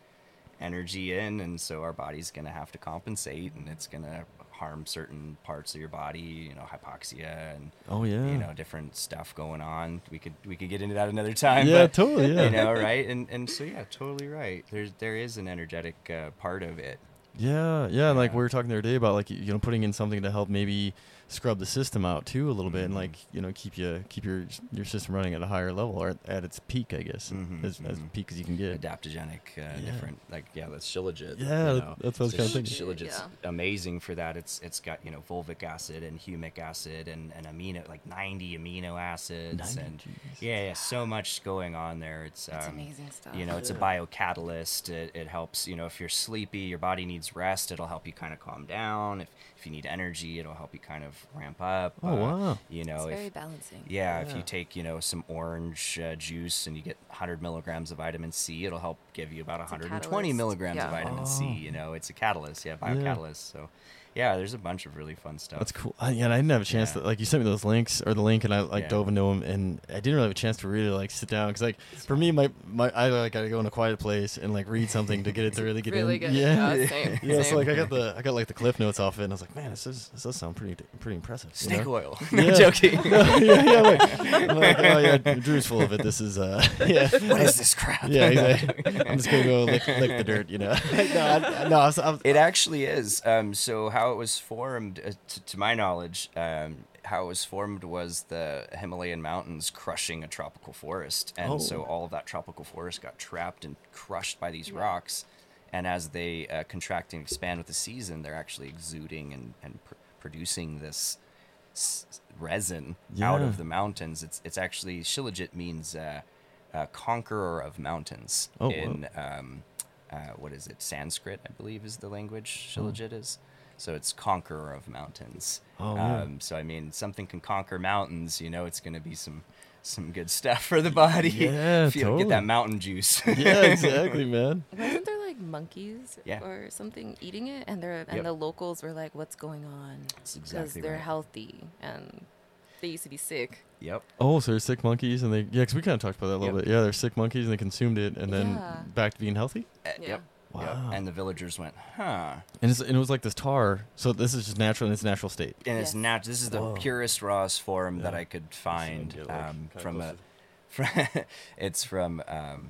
B: energy in, and so our body's gonna have to compensate, and it's gonna harm certain parts of your body. You know, hypoxia and
A: Oh yeah.
B: you know different stuff going on. We could we could get into that another time.
A: yeah,
B: but,
A: totally. Yeah.
B: You know, right? And and so yeah, totally right. There's there is an energetic uh, part of it.
A: Yeah, yeah, and like
B: Yeah.
A: we were talking the other day about like y- you know putting in something to help maybe scrub the system out too a little bit
B: Mm-hmm.
A: and like you know keep you keep your your system running at a higher level or at its peak I guess
B: Mhm,
A: as, as
B: mhm.
A: peak as you can get.
B: adaptagenic, uh, different. Like yeah, that's shilajit.
A: Yeah, that- that's what I was kinda
B: shil-
C: thinking.
B: Shilajit's amazing for that. It's it's got you know fulvic acid and humic acid and, and amino like ninety amino acids
A: 90,
B: and
A: jeez.
B: yeah, yeah, so much going on there. It's
C: That's
B: um,
C: amazing stuff.
B: You know, it's a biocatalyst. It, it helps. You know, if you're sleepy, your body needs rest. It'll help you kind of calm down. If if you need energy, it'll help you kind of ramp up. uh,
A: Oh, wow.
B: You know,
C: It's
B: if,
C: very balancing.
B: yeah, if
A: Yeah.
B: you take you know some orange uh, juice and you get 100 milligrams of vitamin C, it'll help give you about
C: a
B: 120
C: catalyst.
B: milligrams
C: Yeah.
B: of vitamin C.
A: Oh.
B: You know, it's a catalyst, yeah, biocatalyst. So, yeah, there's a bunch of really fun stuff.
A: That's cool. I, yeah, and I didn't have a chance
B: Yeah.
A: to like you sent me those links or the link, and I like
B: Yeah.
A: dove into them, and I didn't really have a chance to really like sit down because like for me, my my I like gotta go in a quiet place and like read something to get it to really get
C: <laughs> really
A: in.
C: good.
A: Yeah, <laughs>
C: Yeah, same,
A: yeah. So
C: same.
A: like I got the I got like the cliff notes off it, and I was like, man, this is this does sound pretty pretty impressive. you
B: Snake
A: know?
C: <laughs>
B: oil. <laughs> no
A: Yeah. <laughs>
B: joking.
A: yeah, yeah, wait. I'm like, oh yeah, Drew's full of it. This is uh, <laughs>
C: <laughs>
A: yeah.
B: what is this crap?
A: Yeah, exactly. I'm just gonna go lick, lick the dirt, you know. <laughs> no, I, no, I was, I was,
B: It actually is. Um, so how it was formed, uh, t- to my knowledge, um, how it was formed was the Himalayan mountains crushing a tropical forest, and
A: Oh.
B: so all of that tropical forest got trapped and crushed by these rocks. And as they uh, contract and expand with the season, they're actually exuding and, and pr- producing this s- resin out
A: Yeah.
B: of the mountains. It's it's actually shilajit means uh, uh, conqueror of mountains
A: Oh, whoa.
B: in um, uh, what is it? Sanskrit, I believe, is the language Shilajit is. So it's conqueror of mountains.
A: Hmm. Oh, yeah.
B: um, so I mean, something can conquer mountains. You know, it's going to be some some good stuff for the body. <laughs>
A: Yeah,
B: Feel- Get
A: totally.
B: that mountain juice.
A: <laughs> yeah, exactly, man.
C: Wasn't there like monkeys
B: Yeah.
C: or something eating it? And they're and
B: Yep.
C: the locals were like, "What's going on?"
B: That's exactly
C: they're
B: right.
C: healthy and they used to be sick.
B: <laughs> yep.
A: Oh, so they're sick monkeys, and they yeah, 'cause we kind of talked about that a little
B: Yep.
A: bit. Yeah, they're sick monkeys, and they consumed it, and then
C: Yeah.
A: back to being healthy.
B: Uh,
C: Yeah.
B: Yep.
A: Wow.
B: Yep. And the villagers went, huh?
A: And, it's, and it was like this tar. So this is just natural in its natural state.
B: And it's
C: Yes.
B: nat- This is the
A: Whoa.
B: purest rawest form that
A: Yeah.
B: I could find
A: get, like,
B: um,
A: kinda
B: from a.
A: close to-
B: <laughs> From, it's from um,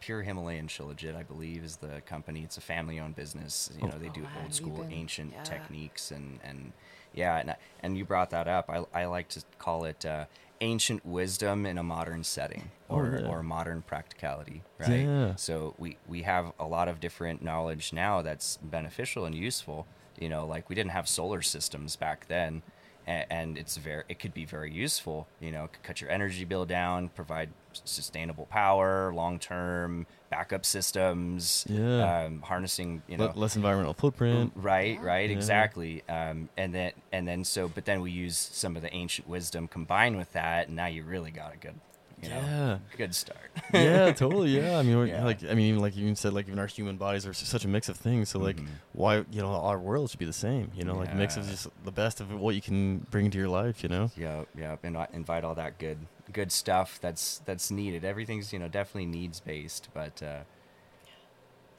B: Pure Himalayan Shilajit, I believe, is the company. It's a family-owned business. You
A: Oh.
B: know, they
C: Oh,
B: do
C: wow,
B: old
C: we've
B: school,
C: been-
B: ancient
C: yeah.
B: techniques, and and yeah, and, I- and you brought that up. I I like to call it. Uh, Ancient wisdom in a modern setting,
A: Oh,
B: or,
A: yeah.
B: or modern practicality, right?
A: Yeah.
B: So we we have a lot of different knowledge now that's beneficial and useful. You know, like we didn't have solar systems back then, and, and it's very it could be very useful. You know, it could cut your energy bill down, provide s- sustainable power, long term backup systems,
A: Yeah.
B: um, harnessing you know
A: Le- less environmental footprint.
B: Right,
C: Yeah.
B: right,
A: Yeah.
B: exactly. Um, and then, and then, so, but then we use some of the ancient wisdom combined with that, and now you really got a good, you know,
A: Yeah.
B: good start.
A: <laughs>
B: <laughs>
A: yeah, totally. Yeah, I mean, we're,
B: Yeah.
A: like, I mean, even like you even said, like even our human bodies are s- such a mix of things. So like, why you know our world should be the same? You know, like a mix of
B: Yeah.
A: just the best of what you can bring to your life. You know.
B: Yep, yep, and I- invite all that good, good stuff that's that's needed. Everything's you know definitely needs based, but uh,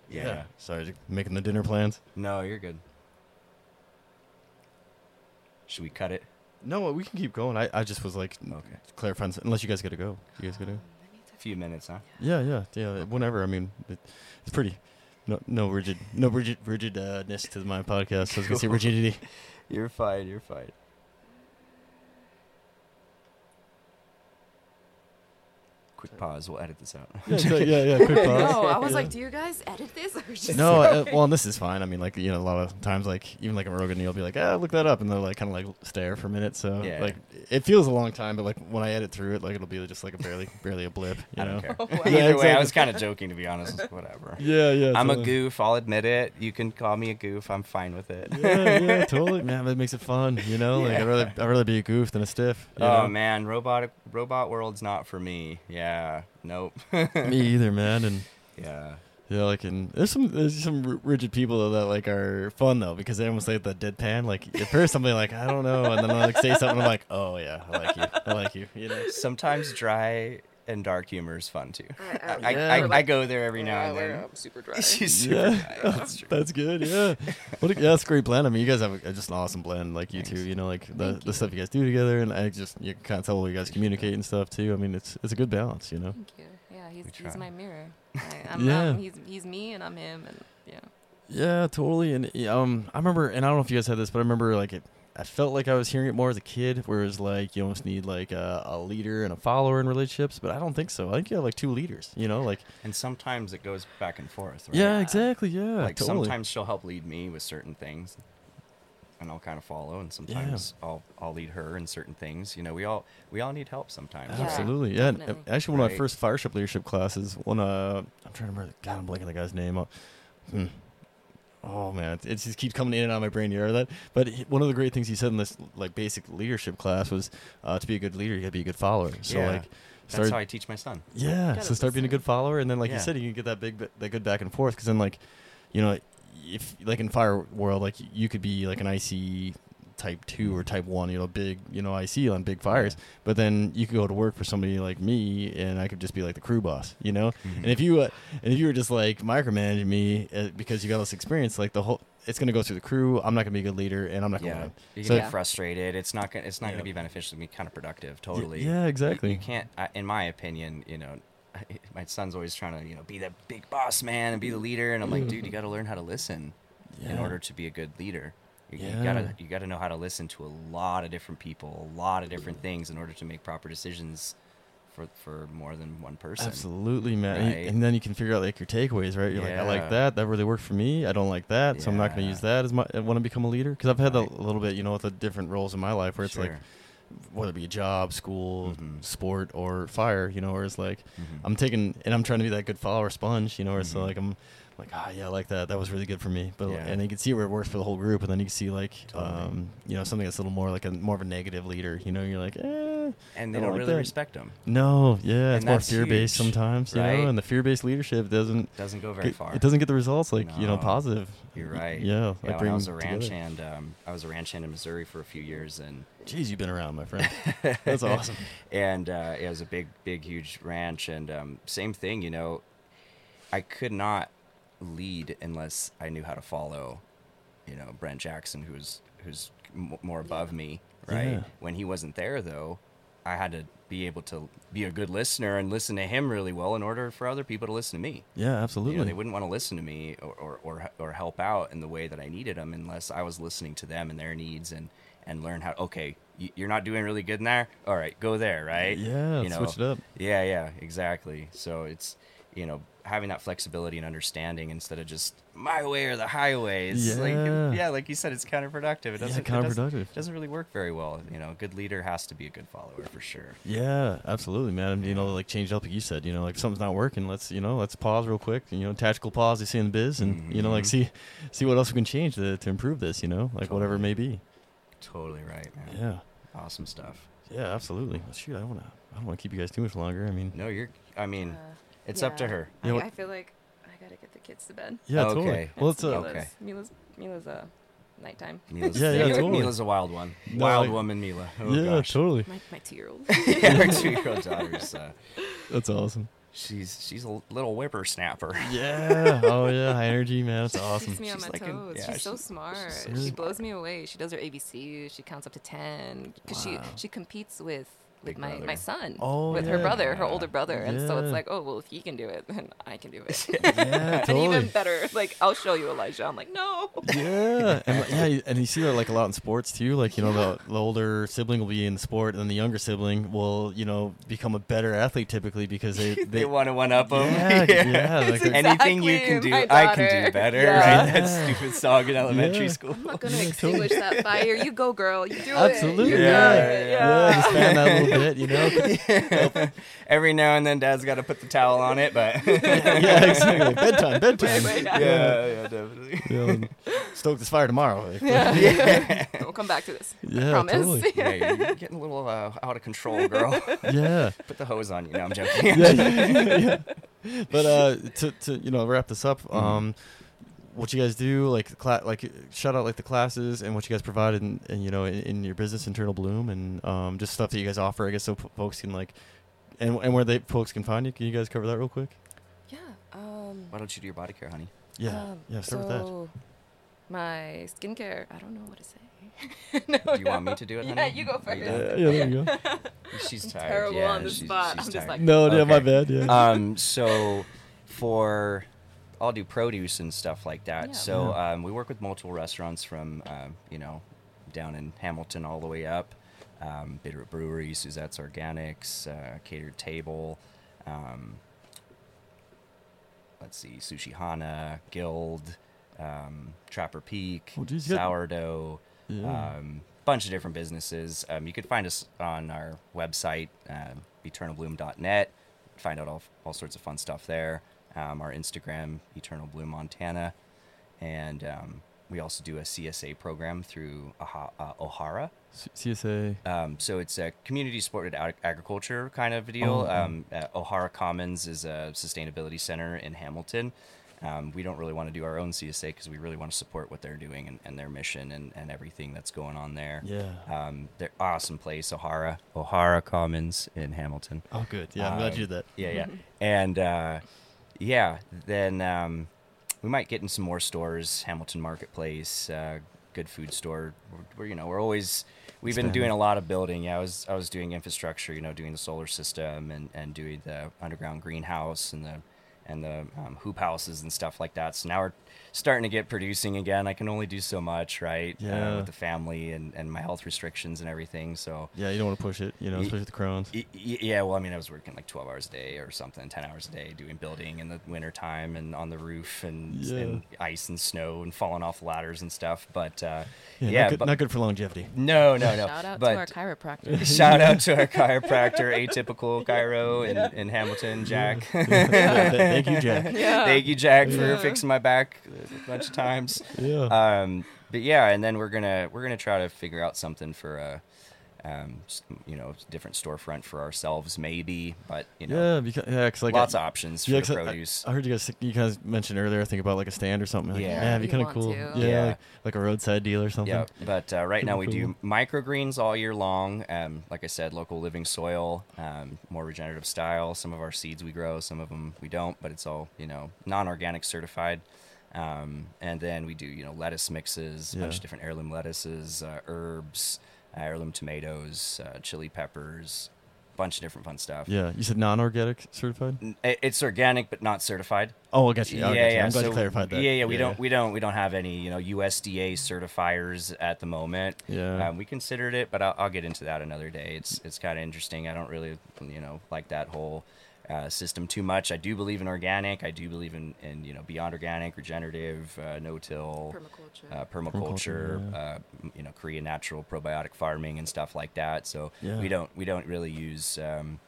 B: yeah.
A: Sorry, just making the dinner plans.
B: no, you're good. Should we cut it?
A: No, we can keep going. I, I just was like
B: Okay,
A: clarifying. s- Unless you guys got to go. You guys got to.
C: Um,
A: go?
C: let me
B: a
C: talk-
B: few minutes, huh?
A: Yeah, yeah, yeah. Whenever. I mean, it, it's pretty. No, no rigid, no rigid, rigidness to my podcast. I was gonna say
B: Cool. <laughs>
A: rigidity.
B: You're fine. You're fine. Quick pause. We'll edit this out.
A: <laughs>
B: <laughs>
A: Yeah, so- yeah, yeah. Quick pause.
C: No, I was
A: Yeah.
C: like, "Do you guys edit this?" <laughs> Or just
A: No, uh, well, and this is fine. I mean, like you know, a lot of times, like even like in Rogan, you'll be like, ah, look that up, and they'll like kind of like stare for a minute. So
B: Yeah.
A: like it feels a long time, but like when I edit through it, like it'll be just like a
B: <laughs>
A: barely, barely a blip. You
B: I
A: know? <laughs>
B: don't care.
C: wow.
B: <laughs> Either
A: Yeah,
B: way, I
A: exactly.
B: was kind of joking to be honest. <laughs> Whatever.
A: Yeah, yeah.
B: I'm a
A: totally.
B: goof. I'll admit it. You can call me a goof. I'm fine with it.
A: <laughs> yeah, yeah, totally, man. That makes it fun, you know. Like I'd rather, I'd rather be a goof than a stiff. you
B: Oh
A: know?
B: man, robotic robot world's not for me. Yeah, nope. <laughs>
A: me either, man. And
B: yeah,
A: yeah, like and there's some there's some r- rigid people though that like are fun though because they almost like the deadpan. Like at first I'm like I don't know, and then I like say something, I'm like oh yeah, I like you, I like you, you know.
B: sometimes dry and dark humor is fun too.
C: I- I-
B: I,
A: Yeah.
B: I, I go there every now and
C: we're,
B: then.
C: um,
B: <laughs>
C: super dry.
B: She's super
A: yeah,
B: dry.
A: that's, <laughs> that's good. Yeah, what a, yeah, that's a great blend. I mean, you guys have a, just an awesome blend, like you two.
B: Thanks.
A: You know, like the,
C: Thank
A: the stuff you guys do together, and I just you can kind of tell you guys communicate and stuff too. I mean, it's it's a good balance, you know.
C: Thank you. Yeah, he's,
B: We
C: he's
B: try. <laughs>
C: my mirror. I, I'm,
A: Yeah.
C: I'm- he's he's me and I'm him and yeah.
A: Yeah, totally. And yeah, um, I remember, and I don't know if you guys had this, but I remember like it. I felt like I was hearing it more as a kid, whereas like you almost need like a, a leader and a follower in relationships, but I don't think so. I think you have like two leaders, you know, like
B: <laughs> And sometimes it goes back and forth. Right?
A: yeah, exactly, yeah,
B: Like
A: totally.
B: sometimes she'll help lead me with certain things, and I'll kind of follow. And sometimes I'll I'll lead her in certain things. You know, we all we all need help sometimes.
C: Yeah.
A: Absolutely, yeah. and-
C: definitely.
A: Actually, one of my
B: Right.
A: first fireship leadership classes. One, uh, I'm trying to remember. God, I'm blanking on the guy's name. Uh, hmm. Oh man, it, it just keeps coming in and out of my brain. You heard that? But he- one of the great things he said in this like basic leadership class was uh, to be a good leader, you got to be a good follower. So
B: Yeah.
A: like,
B: That's
A: start
B: how I teach my son.
A: yeah.
C: Gotta
A: So start being a
C: listen.
A: good follower, and then like you
B: Yeah.
A: said, you can get that big, ba- that good back and forth. Because then like, you know, if like in fire world, like you could be like an IC type two or type one, you know, big, you know, IC on big fires. But then you could go to work for somebody like me, and I could just be like the crew boss, you know.
B: Mm-hmm.
A: And if you uh, and if you were just like micromanaging me uh, because you got all this experience, like the whole it's gonna go through the crew. I'm not gonna be a good leader, and I'm not gonna
B: Yeah,
A: win.
B: you
A: So-
B: can get frustrated. It's not gonna it's not
A: Yeah.
B: gonna be beneficial. It's gonna be kind of productive.
A: Y-
B: Totally.
A: Yeah, exactly.
B: You can't, I, in my opinion, you know, <laughs> my son's always trying to, you know, be the big boss man and be the leader, and I'm like, dude, you got to learn how to listen in
A: Yeah.
B: order to be a good leader. You,
A: Yeah.
B: you gotta, you gotta know how to listen to a lot of different people, a lot of different things, in order to make proper decisions for for more than one person.
A: Absolutely, man. And you-
B: Right?
A: And then you can figure out like your takeaways, right? You're like, I like
B: Yeah.
A: that. That really worked for me. I don't like that, so I'm not going to
B: Yeah.
A: use that as my when I become a leader. Because I've had that
B: Right.
A: a little bit, you know, with the different roles in my life where it's like,
B: Sure.
A: whether it be job, school,
B: Mhm.
A: sport, or fire, you know, or it's like
B: Mhm.
A: mm-hmm. I'm taking and I'm trying to be that good follower sponge, you know, or it's
B: Mhm.
A: like I'm like, ah, yeah, I like that. That was really good for me. But
B: Yeah.
A: and you can see where it works for the whole group, and then you can see like,
B: Totally.
A: um, you know, something that's a little more like a more of a negative leader. You know, you're like, eh,
B: and
A: I
B: they don't
A: like
B: really
A: that.
B: respect them.
A: No, yeah,
B: And
A: it's more
B: that's
A: fear based
B: huge,
A: sometimes, you
B: right?
A: know, and the fear based leadership doesn't
B: Doesn't go very
A: get,
B: far.
A: it doesn't get the results like you know
B: No.
A: positive.
B: You're
A: Y-
B: right.
A: Yeah,
B: yeah
A: like
B: when I
A: bring
B: was a
A: them
B: ranch
A: together.
B: hand, um, I was a ranch hand in Missouri for a few years, and
A: Jeez, you've been around, my
B: <laughs>
A: friend. That's awesome.
B: and uh, it was a big, big, huge ranch. And um, same thing, you know, I could not lead unless I knew how to follow. You know, Brent Jackson, who's who's m- more above me, right?
A: Yeah.
B: When he wasn't there, though, I had to be able to be a good listener and listen to him really well in order for other people to listen to me.
A: Yeah,
B: You know,
A: absolutely.
B: they wouldn't want to listen to me or, or, or, or help out in the way that I needed them unless I was listening to them and their needs and, and learn how, okay, y- you're not doing really good in there. All right, go there, right?
A: Yeah,
B: You
A: switch it up.
B: Yeah, yeah, exactly. So it's, you know, having that flexibility and understanding instead of just my way or the highway. It's
A: Yeah.
B: Like, yeah, like you said, it's counterproductive. It
A: Yeah,
B: doesn't, It doesn't,
A: counterproductive.
B: doesn't really work very well. You know, a good leader has to be a good follower for sure.
A: Yeah, absolutely, man. And, You know, like change up, like you said. You know, like if something's not working. Let's you know, let's pause real quick. You know, tactical pause. You see in the biz, and you know, like
B: Mhm.
A: see, see what else we can change to, to improve this. You know, like whatever it may be.
B: Totally right, man.
A: Yeah,
B: Awesome stuff.
A: yeah, absolutely. Well, shoot, I don't want to. I don't want to keep you guys too much longer. I mean,
B: No, you're, I mean,
C: Uh,
B: it's up to her.
A: Yeah,
C: I,
A: what-
C: I feel like I gotta get the kids to bed.
A: yeah,
B: Oh, Okay.
A: totally. Well, it's uh,
C: Mila's,
B: okay.
C: Mila's Mila's uh, nighttime.
B: Mila's,
A: Yeah, yeah, totally.
B: Mila's a wild one.
A: No,
B: wild
A: like-
B: woman, Mila. Oh,
A: yeah,
B: gosh.
A: totally.
C: My my two year old.
B: <laughs> Her two-year-old daughter's, uh,
A: That's awesome.
B: she's she's a little whippersnapper. <laughs>
A: Yeah. Oh yeah. High energy, man. That's awesome.
C: Keeps me on
B: She's
C: my
B: like an-
C: toes.
B: yeah,
C: she's, so
B: she's-
C: smart.
B: she's so
C: she blows
B: smart.
C: me away. She does her ABC. She counts up to ten because
A: Wow.
C: she she competes with with
B: Big
C: my,
B: brother.
C: my son
A: Oh,
C: with her
A: yeah.
C: brother, her older
B: Yeah.
C: brother, and so
A: Yeah.
C: it's like, oh well, if he can do it, then I can do
B: <laughs>
C: it.
A: Yeah,
C: <laughs> and even
A: totally.
C: better, like I'll show you, Elijah. I'm like,
B: <laughs>
C: no.
A: Yeah, and like, yeah, you- and you see that like a lot in sports too. Like you know, the, the older sibling will be in sport, and the younger sibling will you know become a better athlete typically because they they,
B: <laughs> They want to one up them. <laughs>
A: yeah, yeah, like, they're-
B: Anything you can do,
C: exactly my
B: I can do
C: daughter.
B: better.
C: Yeah.
B: Right? That stupid song in elementary
A: Yeah.
B: school. <laughs>
C: I'm not gonna
A: Yeah,
C: extinguish that fire. You go, girl. You do it.
A: absolutely
C: You got
A: yeah,
C: it.
A: yeah. just fan
C: <laughs>
A: that a little bit, you know.
B: <laughs> Every now and then, Dad's got to put the towel on it, but yeah,
A: <laughs> <laughs> yeah, exactly.
B: <laughs>
A: Bedtime, bedtime.
C: Wait, wait, yeah.
B: yeah, definitely.
A: You know, stoke this fire tomorrow.
C: Yeah.
B: <laughs> Yeah.
C: We'll come back to this.
A: Yeah,
C: I promise. <laughs>
A: totally.
B: Yeah, you're getting a little uh, out of control, girl.
A: <laughs> yeah.
B: Put the hose on you.
A: <laughs>
B: No, I'm joking.
A: yeah, yeah, yeah. But uh, to to you know wrap this up,
B: Mm-hmm.
A: um, what you guys do, like cla- like shout out like the classes and what you guys provide, in, and you know in, in your business internal bloom and um, just stuff that you guys offer. I guess so p- folks can like, and and where they folks can find you. Can you guys cover that real quick?
C: Yeah. Um,
B: <laughs> Why don't you do your body care, honey?
A: Yeah,
C: um,
A: yeah. Start with that.
C: so My skincare. I don't know what to say. <laughs> no,
B: Do you want me to do it?
C: Yeah,
B: honey?
C: you go
B: Are
C: first. <laughs>
B: done?
A: Yeah, yeah, there you go.
B: She's tired.
C: terrible
B: yeah,
C: on the
B: she's-
C: spot.
B: she's
C: I'm just
B: tired.
C: like-
A: No, yeah, my
B: Okay.
A: bad. Yeah.
B: um, so for I'll do produce and stuff like that.
C: Yeah.
B: So um, we work with multiple restaurants from um, you know down in Hamilton all the way up. Um, Bitterroot Brewery, Suzette's Organics, uh, Catered Table. Um, let's see, Sushi Hana, Guild, um, Trapper Peak,
A: Oh, geez, you got-
B: Sourdough.
A: Yeah.
B: Um, bunch of different businesses. Um, you could find us on our website, um eternalbloom.net. Find out all, all sorts of fun stuff there. Um, our Instagram, Eternal Bloom Montana. And um, we also do a CSA program through Aha, uh, O'Hara.
A: C- CSA.
B: Um, so it's a community supported ag- agriculture kind of a deal.
A: Oh,
B: um, uh, O'Hara Commons is a sustainability center in Hamilton. Um, we don't really want to do our own CSA because we really want to support what they're doing and, and their mission and, and everything that's going on there.
A: Yeah.
B: Um, they're awesome place, O'Hara, O'Hara Commons in Hamilton.
A: Oh, good. Yeah, I'm glad you did
B: Um,
A: that.
B: Yeah, yeah. and uh, yeah, then um, we might get in some more stores, Hamilton Marketplace, uh, good food store. We're, we're, you know, we're always we've been doing a lot of building. Yeah, I was I was doing infrastructure, you know, doing the solar system and, and doing the underground greenhouse and the and the um, hoop houses and stuff like that. So now we're starting to get producing again. I can only do so much, right? Uh,
A: Yeah.
B: with the family and, and my health restrictions and everything. So
A: Yeah, you don't want to push it, you know,
B: Ye-
A: especially with the Crohn's.
B: Y- y- Yeah, well, I mean, I was working like 12 hours a day or something, 10 hours a day doing building in the winter time and on the roof and,
A: Yeah.
B: and ice and snow and falling off ladders and stuff. But uh,
A: Yeah,
B: yeah,
A: not, good,
B: but,
A: not good for
B: <laughs>
A: longevity. <laughs>
B: no, no, no.
C: Shout out
B: but
C: to our chiropractor.
B: <laughs> shout out to our chiropractor,
C: <laughs>
B: atypical Cairo and in, in Hamilton, Jack. <laughs>
A: Yeah, th- thank you, Jack.
C: yeah.
B: Thank you, Jack, for
C: Yeah.
B: fixing my back uh, a bunch of times.
A: Yeah. <laughs>
B: Um, but yeah, and then we're gonna we're gonna try to figure out something for a, um, s- you know, different storefront for ourselves, maybe. But you know,
A: yeah, because yeah, 'cause, like
B: lots
A: I,
B: of options for
A: yeah, 'cause
B: the
A: I-
B: produce.
A: I, heard you guys you guys mentioned earlier. I think about like a stand or something. Like,
B: Yeah.
A: yeah, it'd be
C: You
A: kind of
C: want
A: cool.
C: to.
A: Yeah,
B: Yeah.
A: Like, like a roadside deal or something.
B: yeah, but uh, right now we do
A: Cool.
B: microgreens all year long. Um, like I said, local living soil, um, more regenerative style. Some of our seeds we grow, some of them we don't, but it's all you know non-organic certified. Um, and then we do you know lettuce mixes, a bunch
A: Yeah.
B: of different heirloom lettuces, uh, herbs, uh, heirloom tomatoes, uh, chili peppers, bunch of different fun stuff.
A: Yeah, you said non-organic certified.
B: N- it- It's organic but not certified.
A: Oh, I got you. I got you. I'm glad
B: so-
A: you clarified that.
B: Yeah, yeah. We don't, we don't, we don't have any, you know, USDA certifiers at the moment.
A: Yeah.
B: Um, we considered it, but I'll, I'll get into that another day. It's, it's kind of interesting. I don't really, you know, like that whole uh, system too much. I do believe in organic. I do believe in, in you know, beyond organic, regenerative, uh, no-till,
C: Permaculture.
B: uh, permaculture,
A: Permaculture, yeah.
B: uh, m- you know, Korean natural probiotic farming and stuff like that. So
A: Yeah.
B: we don't we don't really use um,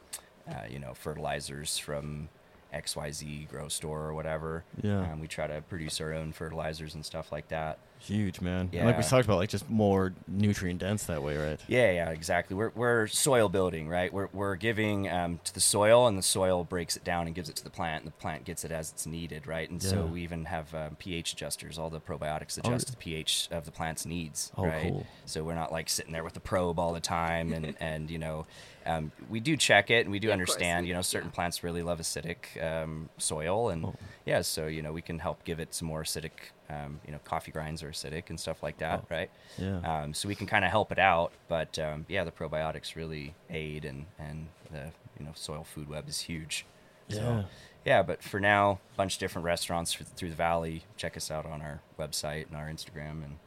B: uh, you know fertilizers from X Y Z grow store or whatever.
A: Yeah.
B: Um, we try to produce our own fertilizers and stuff like that.
A: Huge man. And like we
B: Yeah.
A: talked about, like just more nutrient dense that way, right?
B: Yeah, yeah, exactly. We're, we're soil building, right? We're, we're giving um, to the soil, and the soil breaks it down and gives it to the plant, and the plant gets it as it's needed, right? And so
A: Yeah.
B: we even have um, pH adjusters. All the probiotics
A: Oh,
B: adjust
A: yeah.
B: the pH of the plant's needs,
A: Oh,
B: right?
A: cool.
B: So we're not like sitting there with a probe all the
A: <laughs>
B: time, and and you know, um, we do check it, and we do
C: Yeah, of course.
B: understand, you know, certain
C: Yeah.
B: plants really love acidic um, soil, and
A: Oh.
B: yeah, so you know, we can help give it some more acidic. Um, you know, coffee grinds are acidic and stuff like that,
A: Oh.
B: right?
A: Yeah.
B: um, so we can kind of help it out. But um, yeah, the probiotics really aid, and and the you know soil food web is huge.
A: Yeah.
B: So, yeah, but for now, bunch of different restaurants f- through the valley. Check us out on our website and our Instagram, and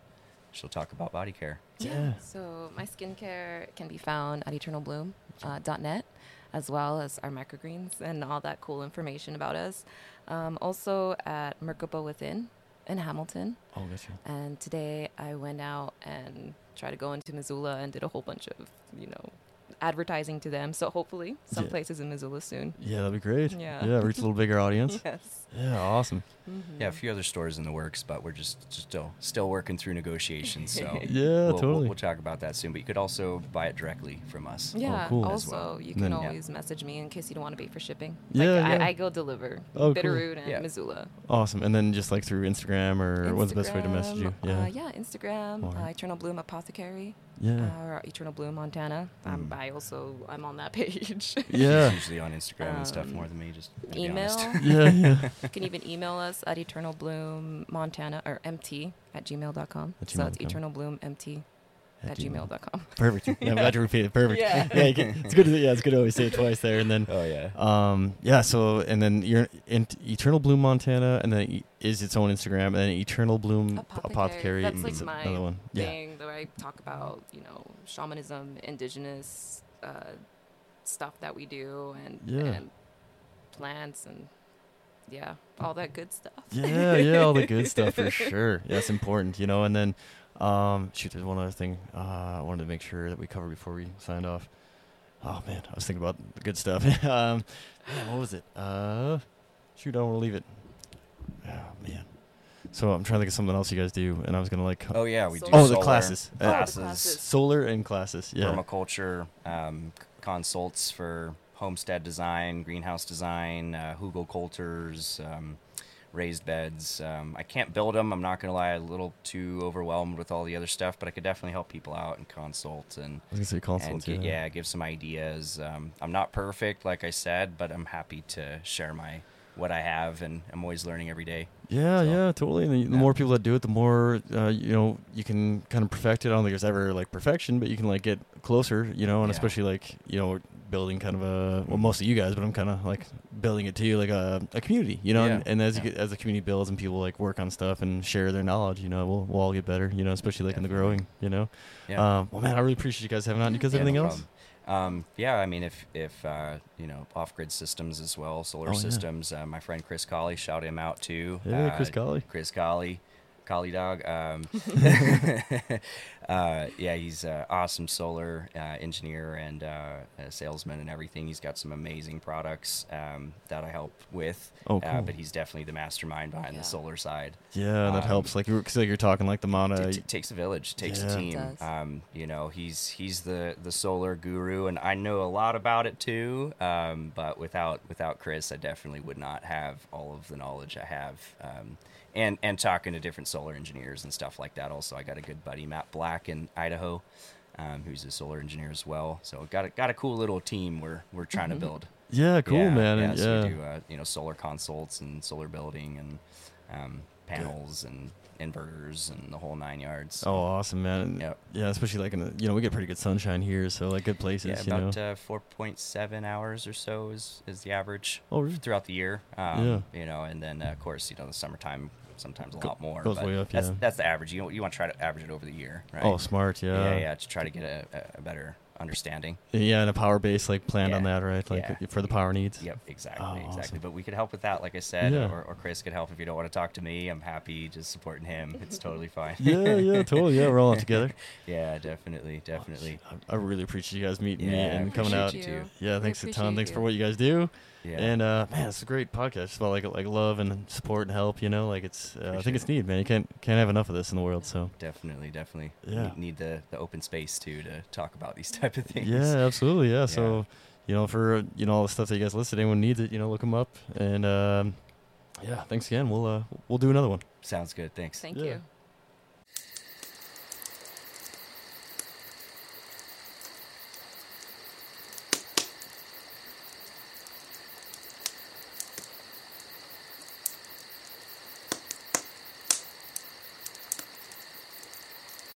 B: she'll talk about body care.
A: Yeah.
C: So my skincare can be found at eternalbloom.net, uh, .net, as well as our microgreens and all that cool information about us. Um, also at Merkaba Within in Hamilton.
A: Oh, gotcha.
C: And today I went out and tried to go into Missoula and did a whole bunch of, you know, advertising to them. So hopefully some
A: Yeah.
C: places in Missoula soon.
A: Yeah, that'd be great.
C: Yeah.
A: Yeah, reach a little bigger
C: <laughs>
A: audience.
C: Yes.
A: Yeah, awesome.
C: Mm-hmm.
B: Yeah, a few other stores in the works, but we're just, just still still working through negotiations. So
A: <laughs> Yeah,
B: we'll, we'll-
A: totally.
B: we'll talk about that soon. But you could also buy it directly from us.
C: Yeah.
A: Oh, cool. As
C: Also,
B: well.
C: you
A: Then-
C: can
A: Yeah.
C: always message me in case you don't want to pay for shipping.
A: Yeah,
C: like,
A: yeah.
C: I, I go deliver
A: Oh, cool.
C: Bitterroot and
B: Yeah.
C: Missoula.
A: Awesome. And then just like through Instagram or what's the best way to message you?
C: Instagram, Uh, yeah, Instagram, uh,
A: Alright.
C: Eternal Bloom Apothecary,
A: Yeah.
C: uh, or Eternal Bloom Montana. Um,
B: Mm.
C: I also I'm on that <laughs> page.
A: Yeah.
C: Uh,
B: She's usually on Instagram and stuff
C: Um,
B: more than me. Just to be
C: email.
B: honest.
A: yeah, yeah.
C: you can even email us at Eternal Bloom Montana or MT at gmail.com.
A: At
C: so it's
A: gmail.com.
C: Eternal Bloom MT
A: At
C: <laughs> at,
A: gmail.
C: gmail.com.
A: Perfect.
C: <laughs>
A: Yeah, I'm glad you repeated. it. Perfect.
C: Yeah.
A: you can- it's good. To, yeah, it's good to always say it twice there. And then,
B: <laughs> Oh yeah.
A: um, yeah. So and then you're in Eternal Bloom Montana, and then e- is its own Instagram, and then Eternal Bloom Apothecary.
C: Mm. That's
A: is
C: like my
A: another one. Yeah.
C: thing that I talk about, you know, shamanism, indigenous uh, stuff that we do, and,
A: Yeah.
C: and plants, and yeah, all that good stuff.
A: Yeah, yeah, all the good stuff for sure. Yeah, it's important, you know. And then, um, shoot, there's one other thing uh, I wanted to make sure that we covered before we signed off. Oh man, I was thinking about the good stuff. <laughs> um, man, what was it? Uh, shoot, I don't want to leave it. Oh man. So I'm trying to think of something else you guys do, and I was gonna like co-
B: Oh yeah, we do.
C: Solar. Oh,
A: the
B: solar,
A: classes. Oh, the
B: classes,
C: classes.
A: solar and classes. Yeah.
B: permaculture um, c- consults for homestead design, greenhouse design, uh, Hugel coulters, um, raised beds. Um, I can't build them. I'm not gonna lie, a little too overwhelmed with all the other stuff, but I could definitely help people out and consult and.
A: I was gonna say
B: And
A: consults.
B: get,
A: yeah.
B: yeah, give some ideas. Um, I'm not perfect, like I said, but I'm happy to share my what I have, and I'm always learning every day.
A: Yeah,
B: So-
A: yeah, totally. And the, the
B: Yeah.
A: more people that do it, the more uh, you know you can kind of perfect it. I don't think there's ever like perfection, but you can like get closer, you know. And
B: Yeah.
A: especially like you know building kind of a well, most of you guys, but I'm kind of like building it to you like a, a community, you know.
B: Yeah.
A: And, and as
B: Yeah.
A: you get, as the community builds and people like work on stuff and share their knowledge, you know, we'll, we'll all get better, you know, especially like in the
B: Definitely.
A: growing, you know.
B: Yeah.
A: Um, well, man, I really appreciate you guys having on. You guys
B: Yeah,
A: have anything
B: no
A: else?
B: problem. Um, yeah, I mean, if if uh, you know off grid systems as well, solar
A: Oh, yeah.
B: systems. Uh, my friend Chris Colley, shout him out too.
A: Yeah,
B: Uh,
A: Chris Colley.
B: Chris Colley, Colley dog. Um, <laughs> uh, yeah, he's an awesome solar uh, engineer and uh, a salesman and everything. He's got some amazing products um, that I help with.
A: Oh,
B: uh,
A: cool.
B: but he's definitely the mastermind behind
C: Yeah.
B: the solar side.
A: Yeah, that
B: Um,
A: helps. Like, you were- cause like you're talking like the mana.
B: It t- takes a village, takes
A: Yeah.
B: a
A: It
B: team.
C: does.
B: Um, you know, he's he's the the solar guru, and I know a lot about it too. Um, but without without Chris, I definitely would not have all of the knowledge I have. Um, and and talking to different solar engineers and stuff like that. Also, I got a good buddy Matt Black in Idaho, um, who's a solar engineer as well. So got a, got a cool little team we're we're trying to build.
A: yeah, cool,
B: Yeah,
A: man.
B: Yeah,
A: and
B: so
A: yeah.
B: we do uh, you know solar consults and solar building and um, panels and inverters and the whole nine yards.
A: Oh, awesome, man. And
B: Yep.
A: Yeah, especially like in the, you know, we get pretty good sunshine here, so like good places,
B: yeah,
A: you know.
B: about uh, four point seven hours or so is is the average
A: Oh, really?
B: throughout the year. Um,
A: Yeah.
B: You know, and then uh, of course you know the summertime sometimes a
A: Go-
B: lot more.
A: goes
B: but
A: way up,
B: That's
A: yeah.
B: that's the average. You you want to try to average it over the year, right?
A: Oh, smart. Yeah.
B: yeah, yeah. To try to get a, a better understanding.
A: Yeah, and a power base like planned on
B: Yeah.
A: that, right? Like
B: Yeah.
A: for the power needs.
B: Yep, exactly,
A: Oh,
B: exactly.
A: awesome.
B: But we could help with that, like I said,
A: Yeah.
B: or, or Chris could help if you don't want to talk to me. I'm happy just supporting him. It's
A: <laughs>
B: totally fine.
A: yeah, yeah,
B: <laughs>
A: totally. Yeah, we're all in together.
B: yeah, definitely, <laughs> definitely.
A: I, I really appreciate you guys meeting me
B: Yeah, I
C: <laughs>
A: and coming
B: appreciate
A: out.
B: you too.
A: Yeah, thanks a ton. Thanks for what you guys do.
B: Yeah.
A: And uh, man, it's a great podcast. It's about like like love and support and help. You know, like it's uh, I think it's
B: Appreciate
A: needed, man. You can't can't have enough of this in the world. So
B: Definitely, definitely.
A: Yeah.
B: Ne- Need the, the open space too to talk about these <laughs> type of things.
A: Yeah, absolutely. Yeah. So, you know, for uh, you know all the stuff that you guys listed, anyone needs it, you know, look them up. And um, yeah, thanks again. We'll uh, we'll do another one.
B: Sounds good. Thanks.
C: Thank
A: Yeah.
C: you.